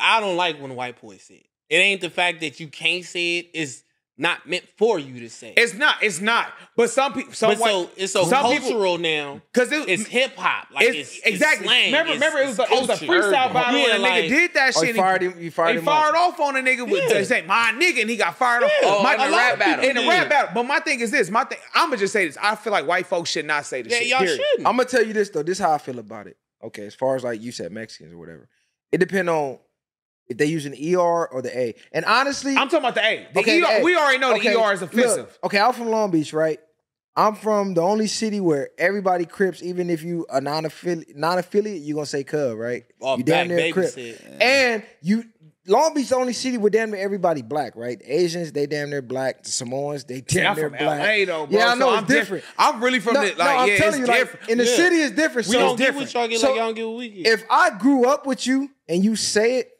Speaker 12: I don't like when white boys say it. It ain't the fact that you can't say it. It's not meant for you to say. It.
Speaker 3: It's not. It's not. But some people. Some
Speaker 12: but so
Speaker 3: white-
Speaker 12: it's so
Speaker 3: some people-
Speaker 12: cultural now.
Speaker 3: Cause it,
Speaker 12: It's hip hop. Like it's, it's
Speaker 3: exactly.
Speaker 12: slang,
Speaker 3: remember,
Speaker 12: it's-
Speaker 3: remember, it was, a,
Speaker 12: it's
Speaker 3: it was a
Speaker 12: culture.
Speaker 3: freestyle battle
Speaker 12: Yeah,
Speaker 3: and a nigga
Speaker 12: like-
Speaker 3: did that
Speaker 2: Oh,
Speaker 3: shit.
Speaker 2: you
Speaker 3: and-
Speaker 2: fired him. You fired
Speaker 3: they
Speaker 2: him.
Speaker 3: fired off on a nigga with
Speaker 12: Yeah.
Speaker 3: they say my nigga, and he got fired off.
Speaker 12: Yeah.
Speaker 3: my,
Speaker 12: Oh, in the
Speaker 3: a
Speaker 12: rap
Speaker 3: lot of
Speaker 12: battle.
Speaker 3: people- In the rap
Speaker 12: Yeah.
Speaker 3: battle. But my thing is this. My thing. I'm gonna just say this. I feel like white folks should not say this.
Speaker 12: Yeah,
Speaker 3: shit,
Speaker 12: y'all
Speaker 3: period.
Speaker 12: shouldn't.
Speaker 2: I'm gonna tell you this though. This is how I feel about it. Okay, as far as like you said, Mexicans or whatever. It depends on if they use an ER or the A. And honestly,
Speaker 3: I'm talking about the A. The
Speaker 2: okay,
Speaker 3: ER,
Speaker 2: the A.
Speaker 3: We already know
Speaker 2: Okay,
Speaker 3: the ER is
Speaker 2: look,
Speaker 3: offensive.
Speaker 2: okay, I'm from Long Beach, right? I'm from the only city where everybody crips, even if you a non affiliate, non affiliate, you gonna say cub, right?
Speaker 12: Oh,
Speaker 2: you
Speaker 12: back baby said.
Speaker 2: And you Long Beach the only city where damn near everybody black, right? The Asians, they damn near black. The Samoans, they
Speaker 3: See,
Speaker 2: damn
Speaker 3: I'm
Speaker 2: near
Speaker 3: from
Speaker 2: black.
Speaker 3: LA though, bro.
Speaker 2: Yeah, I know
Speaker 3: so
Speaker 2: it's
Speaker 3: I'm diff-
Speaker 2: different.
Speaker 3: I'm really from
Speaker 2: no,
Speaker 3: the like,
Speaker 2: no, I'm
Speaker 3: yeah, it's
Speaker 2: telling you,
Speaker 3: different.
Speaker 2: like, in the
Speaker 3: Yeah.
Speaker 2: city it's different.
Speaker 3: We
Speaker 2: so
Speaker 3: don't
Speaker 2: it's
Speaker 3: get
Speaker 2: different.
Speaker 3: what y'all get
Speaker 2: so
Speaker 3: like y'all don't get what we get.
Speaker 2: If I grew up with you and you say it,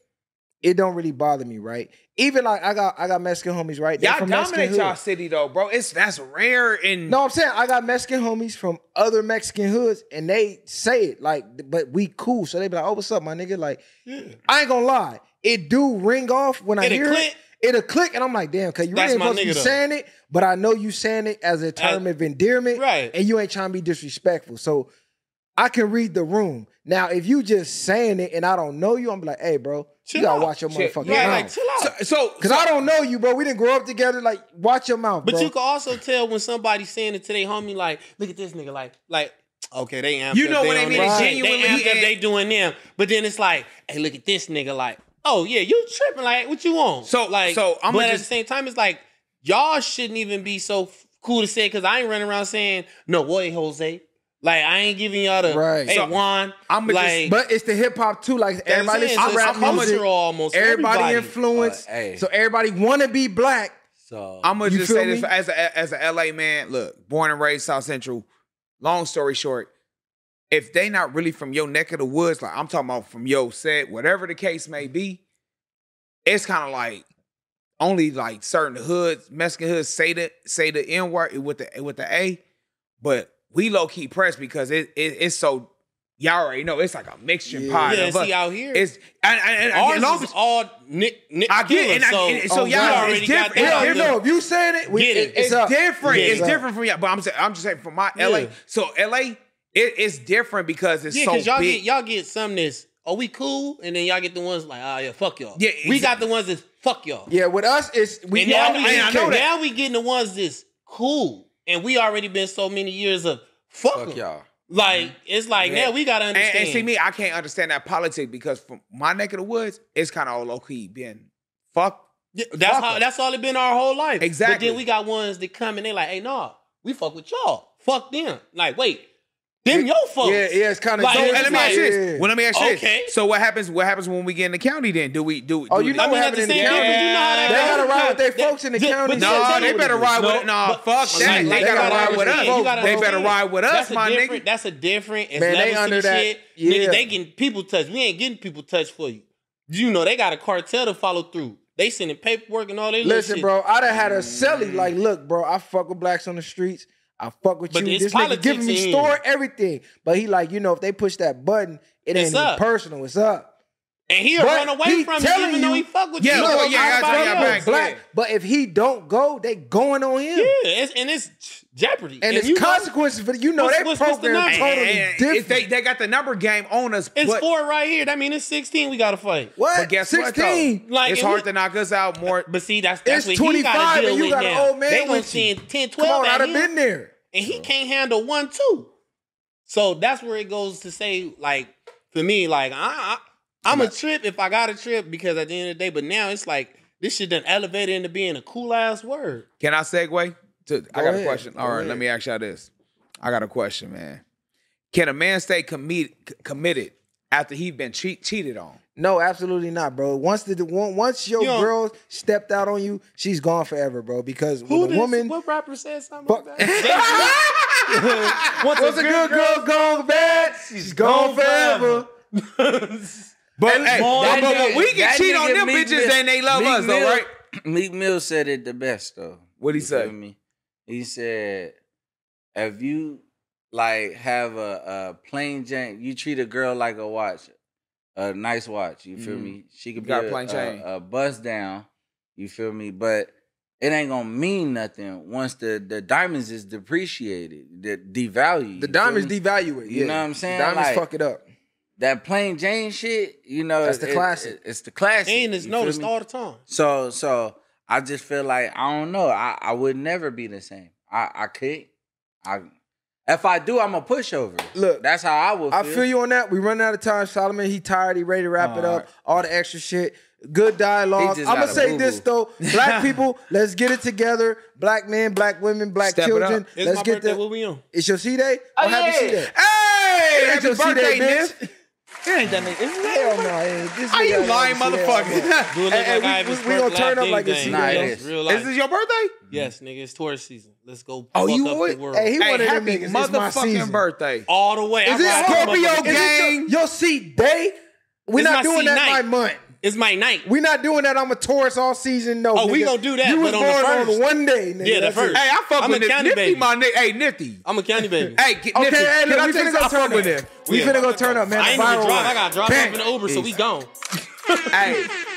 Speaker 2: it don't really bother me, right? Even like I got I got Mexican homies, right? They're
Speaker 3: Y'all
Speaker 2: from
Speaker 3: dominate
Speaker 2: Mexican
Speaker 3: y'all
Speaker 2: hood.
Speaker 3: city though, bro. It's that's rare in
Speaker 2: No, I'm saying I got Mexican homies from other Mexican hoods, and they say it like, but we cool. So they be like, "Oh, what's up, my nigga?" Like, I ain't gonna lie, it do ring off when I
Speaker 12: It'll
Speaker 2: hear
Speaker 12: click.
Speaker 2: it. It'll click, and I'm like, "Damn," because you
Speaker 12: That's
Speaker 2: really ain't
Speaker 12: my
Speaker 2: supposed to be
Speaker 12: nigga, though.
Speaker 2: saying it, but I know you saying it as a term of endearment, right? And you ain't trying to be disrespectful, so I can read the room. Now, if you just saying it and I don't know you, I'm like, "Hey, bro, you gotta watch your
Speaker 12: Shit,
Speaker 2: motherfucking
Speaker 12: yeah,
Speaker 2: mouth."
Speaker 12: like, chill out.
Speaker 3: So,
Speaker 2: Cause I don't know you, bro. We didn't grow up together. Like, watch your mouth,
Speaker 12: But
Speaker 2: bro.
Speaker 12: you can also tell when somebody's saying it to their homie, like, look at this nigga, like, like, okay, they amped
Speaker 3: You
Speaker 12: up,
Speaker 3: know when they
Speaker 12: on
Speaker 3: mean it
Speaker 12: their shit,
Speaker 3: genuinely,
Speaker 12: they amped up,
Speaker 3: and-
Speaker 12: they doing them. But then it's like, hey, look at this nigga, like, oh yeah, you tripping, like, what you want?
Speaker 3: So-
Speaker 12: like,
Speaker 3: so I'ma
Speaker 12: but at
Speaker 3: just-
Speaker 12: the same time, it's like y'all shouldn't even be so f- cool to say because I ain't running around saying no, boy, Jose. Like I ain't giving y'all the
Speaker 2: Right.
Speaker 12: hey
Speaker 2: So,
Speaker 12: Juan.
Speaker 3: I'm
Speaker 12: I'm like,
Speaker 2: but it's the hip hop too. Like
Speaker 12: That's
Speaker 2: everybody,
Speaker 12: it.
Speaker 2: listen to
Speaker 12: So
Speaker 2: rap
Speaker 12: it's a
Speaker 2: music,
Speaker 12: culture almost.
Speaker 2: Everybody,
Speaker 12: Everybody.
Speaker 2: influenced.
Speaker 3: Uh, hey.
Speaker 2: So everybody want to be black.
Speaker 6: So
Speaker 3: I'm gonna
Speaker 2: You
Speaker 3: just
Speaker 2: feel
Speaker 3: say this
Speaker 2: me?
Speaker 3: as a as a LA man. Look, born and raised South Central. Long story short, if they not really from your neck of the woods, like I'm talking about from your set, whatever the case may be, it's kind of like only like certain hoods, Mexican hoods say the say the N word with the with the A, but we low key press because it, it it's so y'all already know it's like a mixture pot.
Speaker 12: Yeah,
Speaker 3: of us.
Speaker 12: see, out here-
Speaker 3: it's and, and, and
Speaker 12: Ours
Speaker 3: and Long
Speaker 12: is
Speaker 3: Beach-
Speaker 12: all Nick, Nick
Speaker 3: I get,
Speaker 12: Killer,
Speaker 3: and I,
Speaker 12: so,
Speaker 3: and- so
Speaker 12: Oh,
Speaker 3: y'all
Speaker 12: we
Speaker 3: already it's different. It's
Speaker 2: Yeah,
Speaker 3: different.
Speaker 2: no, if you saying it, we,
Speaker 12: Get it.
Speaker 2: it's,
Speaker 3: It's
Speaker 2: up.
Speaker 3: different.
Speaker 2: Yeah,
Speaker 3: It's
Speaker 2: up.
Speaker 3: different from y'all. But I'm saying, I'm just saying from my
Speaker 12: Yeah.
Speaker 3: LA. So LA, it, it's different because it's
Speaker 12: yeah,
Speaker 3: so
Speaker 12: because y'all
Speaker 3: big.
Speaker 12: get y'all get some that's are we cool, and then y'all get the ones like oh yeah fuck y'all.
Speaker 3: Yeah,
Speaker 12: we got the ones that's fuck y'all.
Speaker 2: Yeah, with us, it's we.
Speaker 12: and now
Speaker 2: all-
Speaker 12: we
Speaker 2: and I know that.
Speaker 12: now we getting the ones that's cool, and we already been so many years of fuck, y'all. Like it's like
Speaker 3: Yeah.
Speaker 12: now we gotta
Speaker 3: Mm-hmm. And-
Speaker 12: understand.
Speaker 3: And, see me, I can't understand that politic because from my neck of the woods, it's kind of all low key being fuck.
Speaker 12: that's
Speaker 3: fuck
Speaker 12: how
Speaker 3: 'em.
Speaker 12: that's all it been our whole life. But
Speaker 3: Exactly.
Speaker 12: then we got ones that come and they like hey nah we fuck with y'all fuck them like wait them your folks
Speaker 2: Yeah, yeah, it's kinda-
Speaker 12: like,
Speaker 3: so,
Speaker 12: it's
Speaker 3: and let me
Speaker 12: like-
Speaker 3: ask you this. Well, let me ask you
Speaker 12: Okay.
Speaker 3: this. So what happens? What happens when we get in the county? Then do we do?
Speaker 2: Oh,
Speaker 3: do
Speaker 2: you
Speaker 3: we-
Speaker 2: know
Speaker 12: I mean,
Speaker 2: what
Speaker 12: at
Speaker 2: happened
Speaker 12: the
Speaker 2: in the
Speaker 12: same
Speaker 2: county?
Speaker 12: time, you know how
Speaker 2: They
Speaker 12: that
Speaker 2: gotta
Speaker 12: goes.
Speaker 2: ride with their
Speaker 12: They-
Speaker 2: folks in the
Speaker 12: just-
Speaker 2: county.
Speaker 12: but just
Speaker 3: No,
Speaker 12: tell
Speaker 3: they
Speaker 12: you
Speaker 3: better
Speaker 12: what it
Speaker 3: ride
Speaker 12: is.
Speaker 3: with it.
Speaker 12: No,
Speaker 3: No,
Speaker 12: but-
Speaker 3: fuck
Speaker 12: but
Speaker 3: that.
Speaker 12: like,
Speaker 3: They gotta ride with
Speaker 12: understand. You
Speaker 3: us.
Speaker 12: gotta
Speaker 3: They better
Speaker 12: understand.
Speaker 3: ride with us,
Speaker 12: That's a
Speaker 3: my
Speaker 12: different-
Speaker 3: nigga.
Speaker 12: That's a different. It's
Speaker 2: Man, they
Speaker 12: levels to
Speaker 2: under
Speaker 12: the
Speaker 2: that-
Speaker 12: Shit.
Speaker 2: yeah.
Speaker 12: Niggas, they getting people touched. We ain't getting people touched for you. You know, they got a cartel to follow through. They sending paperwork and all that.
Speaker 2: Listen, bro, I done had a celly. Like, look, bro, I fuck with blacks on the streets. I fuck with
Speaker 12: But
Speaker 2: you.
Speaker 12: it's
Speaker 2: This nigga
Speaker 12: politics
Speaker 2: giving
Speaker 12: in
Speaker 2: me
Speaker 12: here.
Speaker 2: store everything. But he like, you know, if they push that button, it ain't
Speaker 12: It's
Speaker 2: even
Speaker 12: up.
Speaker 2: personal. It's up.
Speaker 12: And he'll
Speaker 2: But
Speaker 12: run away
Speaker 2: he
Speaker 12: from you,
Speaker 2: telling
Speaker 12: even though
Speaker 2: you-
Speaker 12: he fuck with
Speaker 3: Yeah,
Speaker 12: you.
Speaker 3: look,
Speaker 12: Look,
Speaker 2: Look,
Speaker 3: yeah, I
Speaker 2: I
Speaker 3: tell
Speaker 12: everybody
Speaker 3: you, I'm
Speaker 2: fuck
Speaker 12: else.
Speaker 2: with
Speaker 3: back.
Speaker 2: black.
Speaker 3: Yeah.
Speaker 2: But if he don't go, they going on him.
Speaker 12: Yeah, it's, and it's jeopardy.
Speaker 2: And,
Speaker 12: you
Speaker 2: it's
Speaker 12: know-
Speaker 2: consequences for you know
Speaker 12: What's-
Speaker 2: they
Speaker 12: what's- what's the
Speaker 2: program
Speaker 12: number?
Speaker 2: totally
Speaker 3: And- and- and
Speaker 2: different.
Speaker 3: They they got the number game on us.
Speaker 12: It's
Speaker 3: but-
Speaker 12: four right here. That means it's sixteen. We gotta fight.
Speaker 2: what?
Speaker 3: But Oh, guess what?
Speaker 2: 16?
Speaker 3: Though?
Speaker 12: Like,
Speaker 3: it's
Speaker 12: and
Speaker 3: hard
Speaker 12: we-
Speaker 3: to knock us out more.
Speaker 12: But see, that's that's
Speaker 2: It's
Speaker 12: what he gotta
Speaker 2: 25
Speaker 12: deal
Speaker 2: and you
Speaker 12: with
Speaker 2: got an
Speaker 12: now.
Speaker 2: old man
Speaker 12: they gonna
Speaker 2: with you.
Speaker 12: send 10,
Speaker 2: Come
Speaker 12: 12
Speaker 2: on,
Speaker 12: at
Speaker 2: I'd have
Speaker 12: him,
Speaker 2: been there.
Speaker 12: and he can't handle one two. So that's where it goes to say, like, for me, like I, I I'm a trip if I got a trip because at the end of the day. But now it's like this shit done elevated into being a cool ass word.
Speaker 3: Can I segue? To, I
Speaker 2: Go
Speaker 3: got a
Speaker 2: ahead.
Speaker 3: question. All
Speaker 2: Go
Speaker 3: right,
Speaker 2: ahead.
Speaker 3: let me ask y'all this. I got a question, man. Can a man stay commi- c- committed after he been cheat- cheated on?
Speaker 2: No, absolutely not, bro. Once the one- once your
Speaker 12: You don't-
Speaker 2: Oh, girl stepped out on you, she's gone forever, bro. Because
Speaker 12: Who
Speaker 2: when a
Speaker 12: did-
Speaker 2: woman
Speaker 12: What rapper said something
Speaker 2: Fuck.
Speaker 12: like that?
Speaker 2: Once a good girl gone bad, she's gone
Speaker 12: gone
Speaker 2: forever.
Speaker 3: But hey,
Speaker 6: Boy,
Speaker 3: but, but- but
Speaker 6: nigga-
Speaker 3: we can
Speaker 6: that
Speaker 3: cheat on
Speaker 6: nigga
Speaker 3: them
Speaker 6: Meek
Speaker 3: bitches
Speaker 6: Mill-
Speaker 3: and they love
Speaker 6: Meek
Speaker 3: us, though,
Speaker 6: Mill-
Speaker 3: right?
Speaker 6: Meek Mill said it the best though.
Speaker 3: What'd he
Speaker 6: You feel
Speaker 3: say?
Speaker 6: Me? He said, if you like have a, a plain Jane, you treat a girl like a watch, a nice watch. You feel
Speaker 3: Mm.
Speaker 6: me? She
Speaker 3: You
Speaker 6: could be
Speaker 3: got
Speaker 6: a,
Speaker 3: a plain Jane.
Speaker 6: a, a bust down. You feel me? But it ain't gonna mean nothing once the, the diamonds is depreciated, the devalued.
Speaker 2: The diamonds devalue it. yeah.
Speaker 6: You know what I'm saying?
Speaker 2: The diamonds
Speaker 6: Like,
Speaker 2: fuck it up.
Speaker 6: that plain Jane shit, you know,
Speaker 2: That's the
Speaker 6: it-
Speaker 2: classic.
Speaker 6: it- it's the classic.
Speaker 12: And it's
Speaker 6: you feel
Speaker 12: noticed
Speaker 6: me?
Speaker 12: all the time.
Speaker 6: So so I just feel like I don't know. I, I would never be the same. I I could. I if I do, I'm a pushover.
Speaker 2: Look,
Speaker 6: that's how I would. Feel.
Speaker 2: I feel you on that. We running out of time. Solomon, he tired. He ready to wrap it up. All the extra shit. Good dialogue.
Speaker 6: He
Speaker 2: I'm
Speaker 6: just
Speaker 2: gonna
Speaker 6: got a
Speaker 2: say this though,
Speaker 6: boo-boo.
Speaker 2: black people, let's get it together. Black men, black women, black
Speaker 3: Step it up.
Speaker 2: children.
Speaker 12: It's
Speaker 2: let's
Speaker 12: my
Speaker 2: get
Speaker 12: birthday.
Speaker 2: the.
Speaker 12: What we on?
Speaker 2: It's your C day. Oh, happy C day.
Speaker 3: Hey,
Speaker 2: It's
Speaker 3: happy
Speaker 2: your C
Speaker 3: birthday,
Speaker 2: day,
Speaker 3: Nick.
Speaker 2: bitch.
Speaker 3: It ain't that nigga. Isn't
Speaker 2: Hell no, it- this
Speaker 3: Are
Speaker 2: nigga
Speaker 3: you
Speaker 2: ain't
Speaker 3: lying,
Speaker 2: gonna say
Speaker 3: motherfucker?
Speaker 2: hell no.
Speaker 12: Do it look
Speaker 2: Hey, hey,
Speaker 12: like
Speaker 2: we-
Speaker 12: I was
Speaker 2: we- we gonna
Speaker 12: birthed
Speaker 2: turn
Speaker 12: last
Speaker 2: up like
Speaker 12: thing
Speaker 2: it's
Speaker 12: thing.
Speaker 2: Nah, it
Speaker 12: Real
Speaker 2: is.
Speaker 12: life.
Speaker 3: Is this your birthday?
Speaker 12: Yes, nigga, it's Taurus season. Let's go.
Speaker 3: Oh,
Speaker 12: fuck
Speaker 3: you
Speaker 12: up
Speaker 3: would-
Speaker 12: the world.
Speaker 2: Hey, he
Speaker 3: Hey,
Speaker 2: one of them
Speaker 3: happy
Speaker 2: niggas. It's my
Speaker 3: motherfucking
Speaker 2: season.
Speaker 3: birthday.
Speaker 12: all the way.
Speaker 2: Is
Speaker 12: I ride
Speaker 2: it
Speaker 12: the
Speaker 2: Scorpio
Speaker 12: motherfucker.
Speaker 2: gang? Yo, see, day. We're
Speaker 12: It's my
Speaker 2: not doing
Speaker 12: C
Speaker 2: that
Speaker 12: night.
Speaker 2: by month.
Speaker 12: It's my night.
Speaker 2: We're not doing that. I'm a Taurus all season. No.
Speaker 12: Oh, we
Speaker 2: nigga.
Speaker 12: gonna do that,
Speaker 2: You was
Speaker 12: but on the
Speaker 2: born
Speaker 12: first.
Speaker 2: one day, nigga.
Speaker 12: Yeah, the
Speaker 2: That's it.
Speaker 12: first.
Speaker 3: Hey, I fuck
Speaker 12: I'm
Speaker 3: with
Speaker 12: a
Speaker 3: Nif-
Speaker 12: county
Speaker 3: Nifty,
Speaker 12: baby.
Speaker 3: my nigga. Hey, Nifty.
Speaker 12: I'm a county baby.
Speaker 3: Hey, get
Speaker 2: Okay,
Speaker 3: Nifty.
Speaker 2: hey,
Speaker 3: Can
Speaker 2: look,
Speaker 3: I
Speaker 2: we
Speaker 3: tell
Speaker 2: finna
Speaker 3: you-
Speaker 2: go
Speaker 3: I
Speaker 2: turn
Speaker 3: fuck with
Speaker 2: up.
Speaker 3: him.
Speaker 2: We
Speaker 12: Yeah.
Speaker 2: finna go turn up, man.
Speaker 12: I
Speaker 2: The
Speaker 12: ain't even
Speaker 2: viral
Speaker 12: drive.
Speaker 2: one.
Speaker 12: I got to drive
Speaker 2: Bang.
Speaker 12: up in the Uber, so we gone.
Speaker 3: Hey,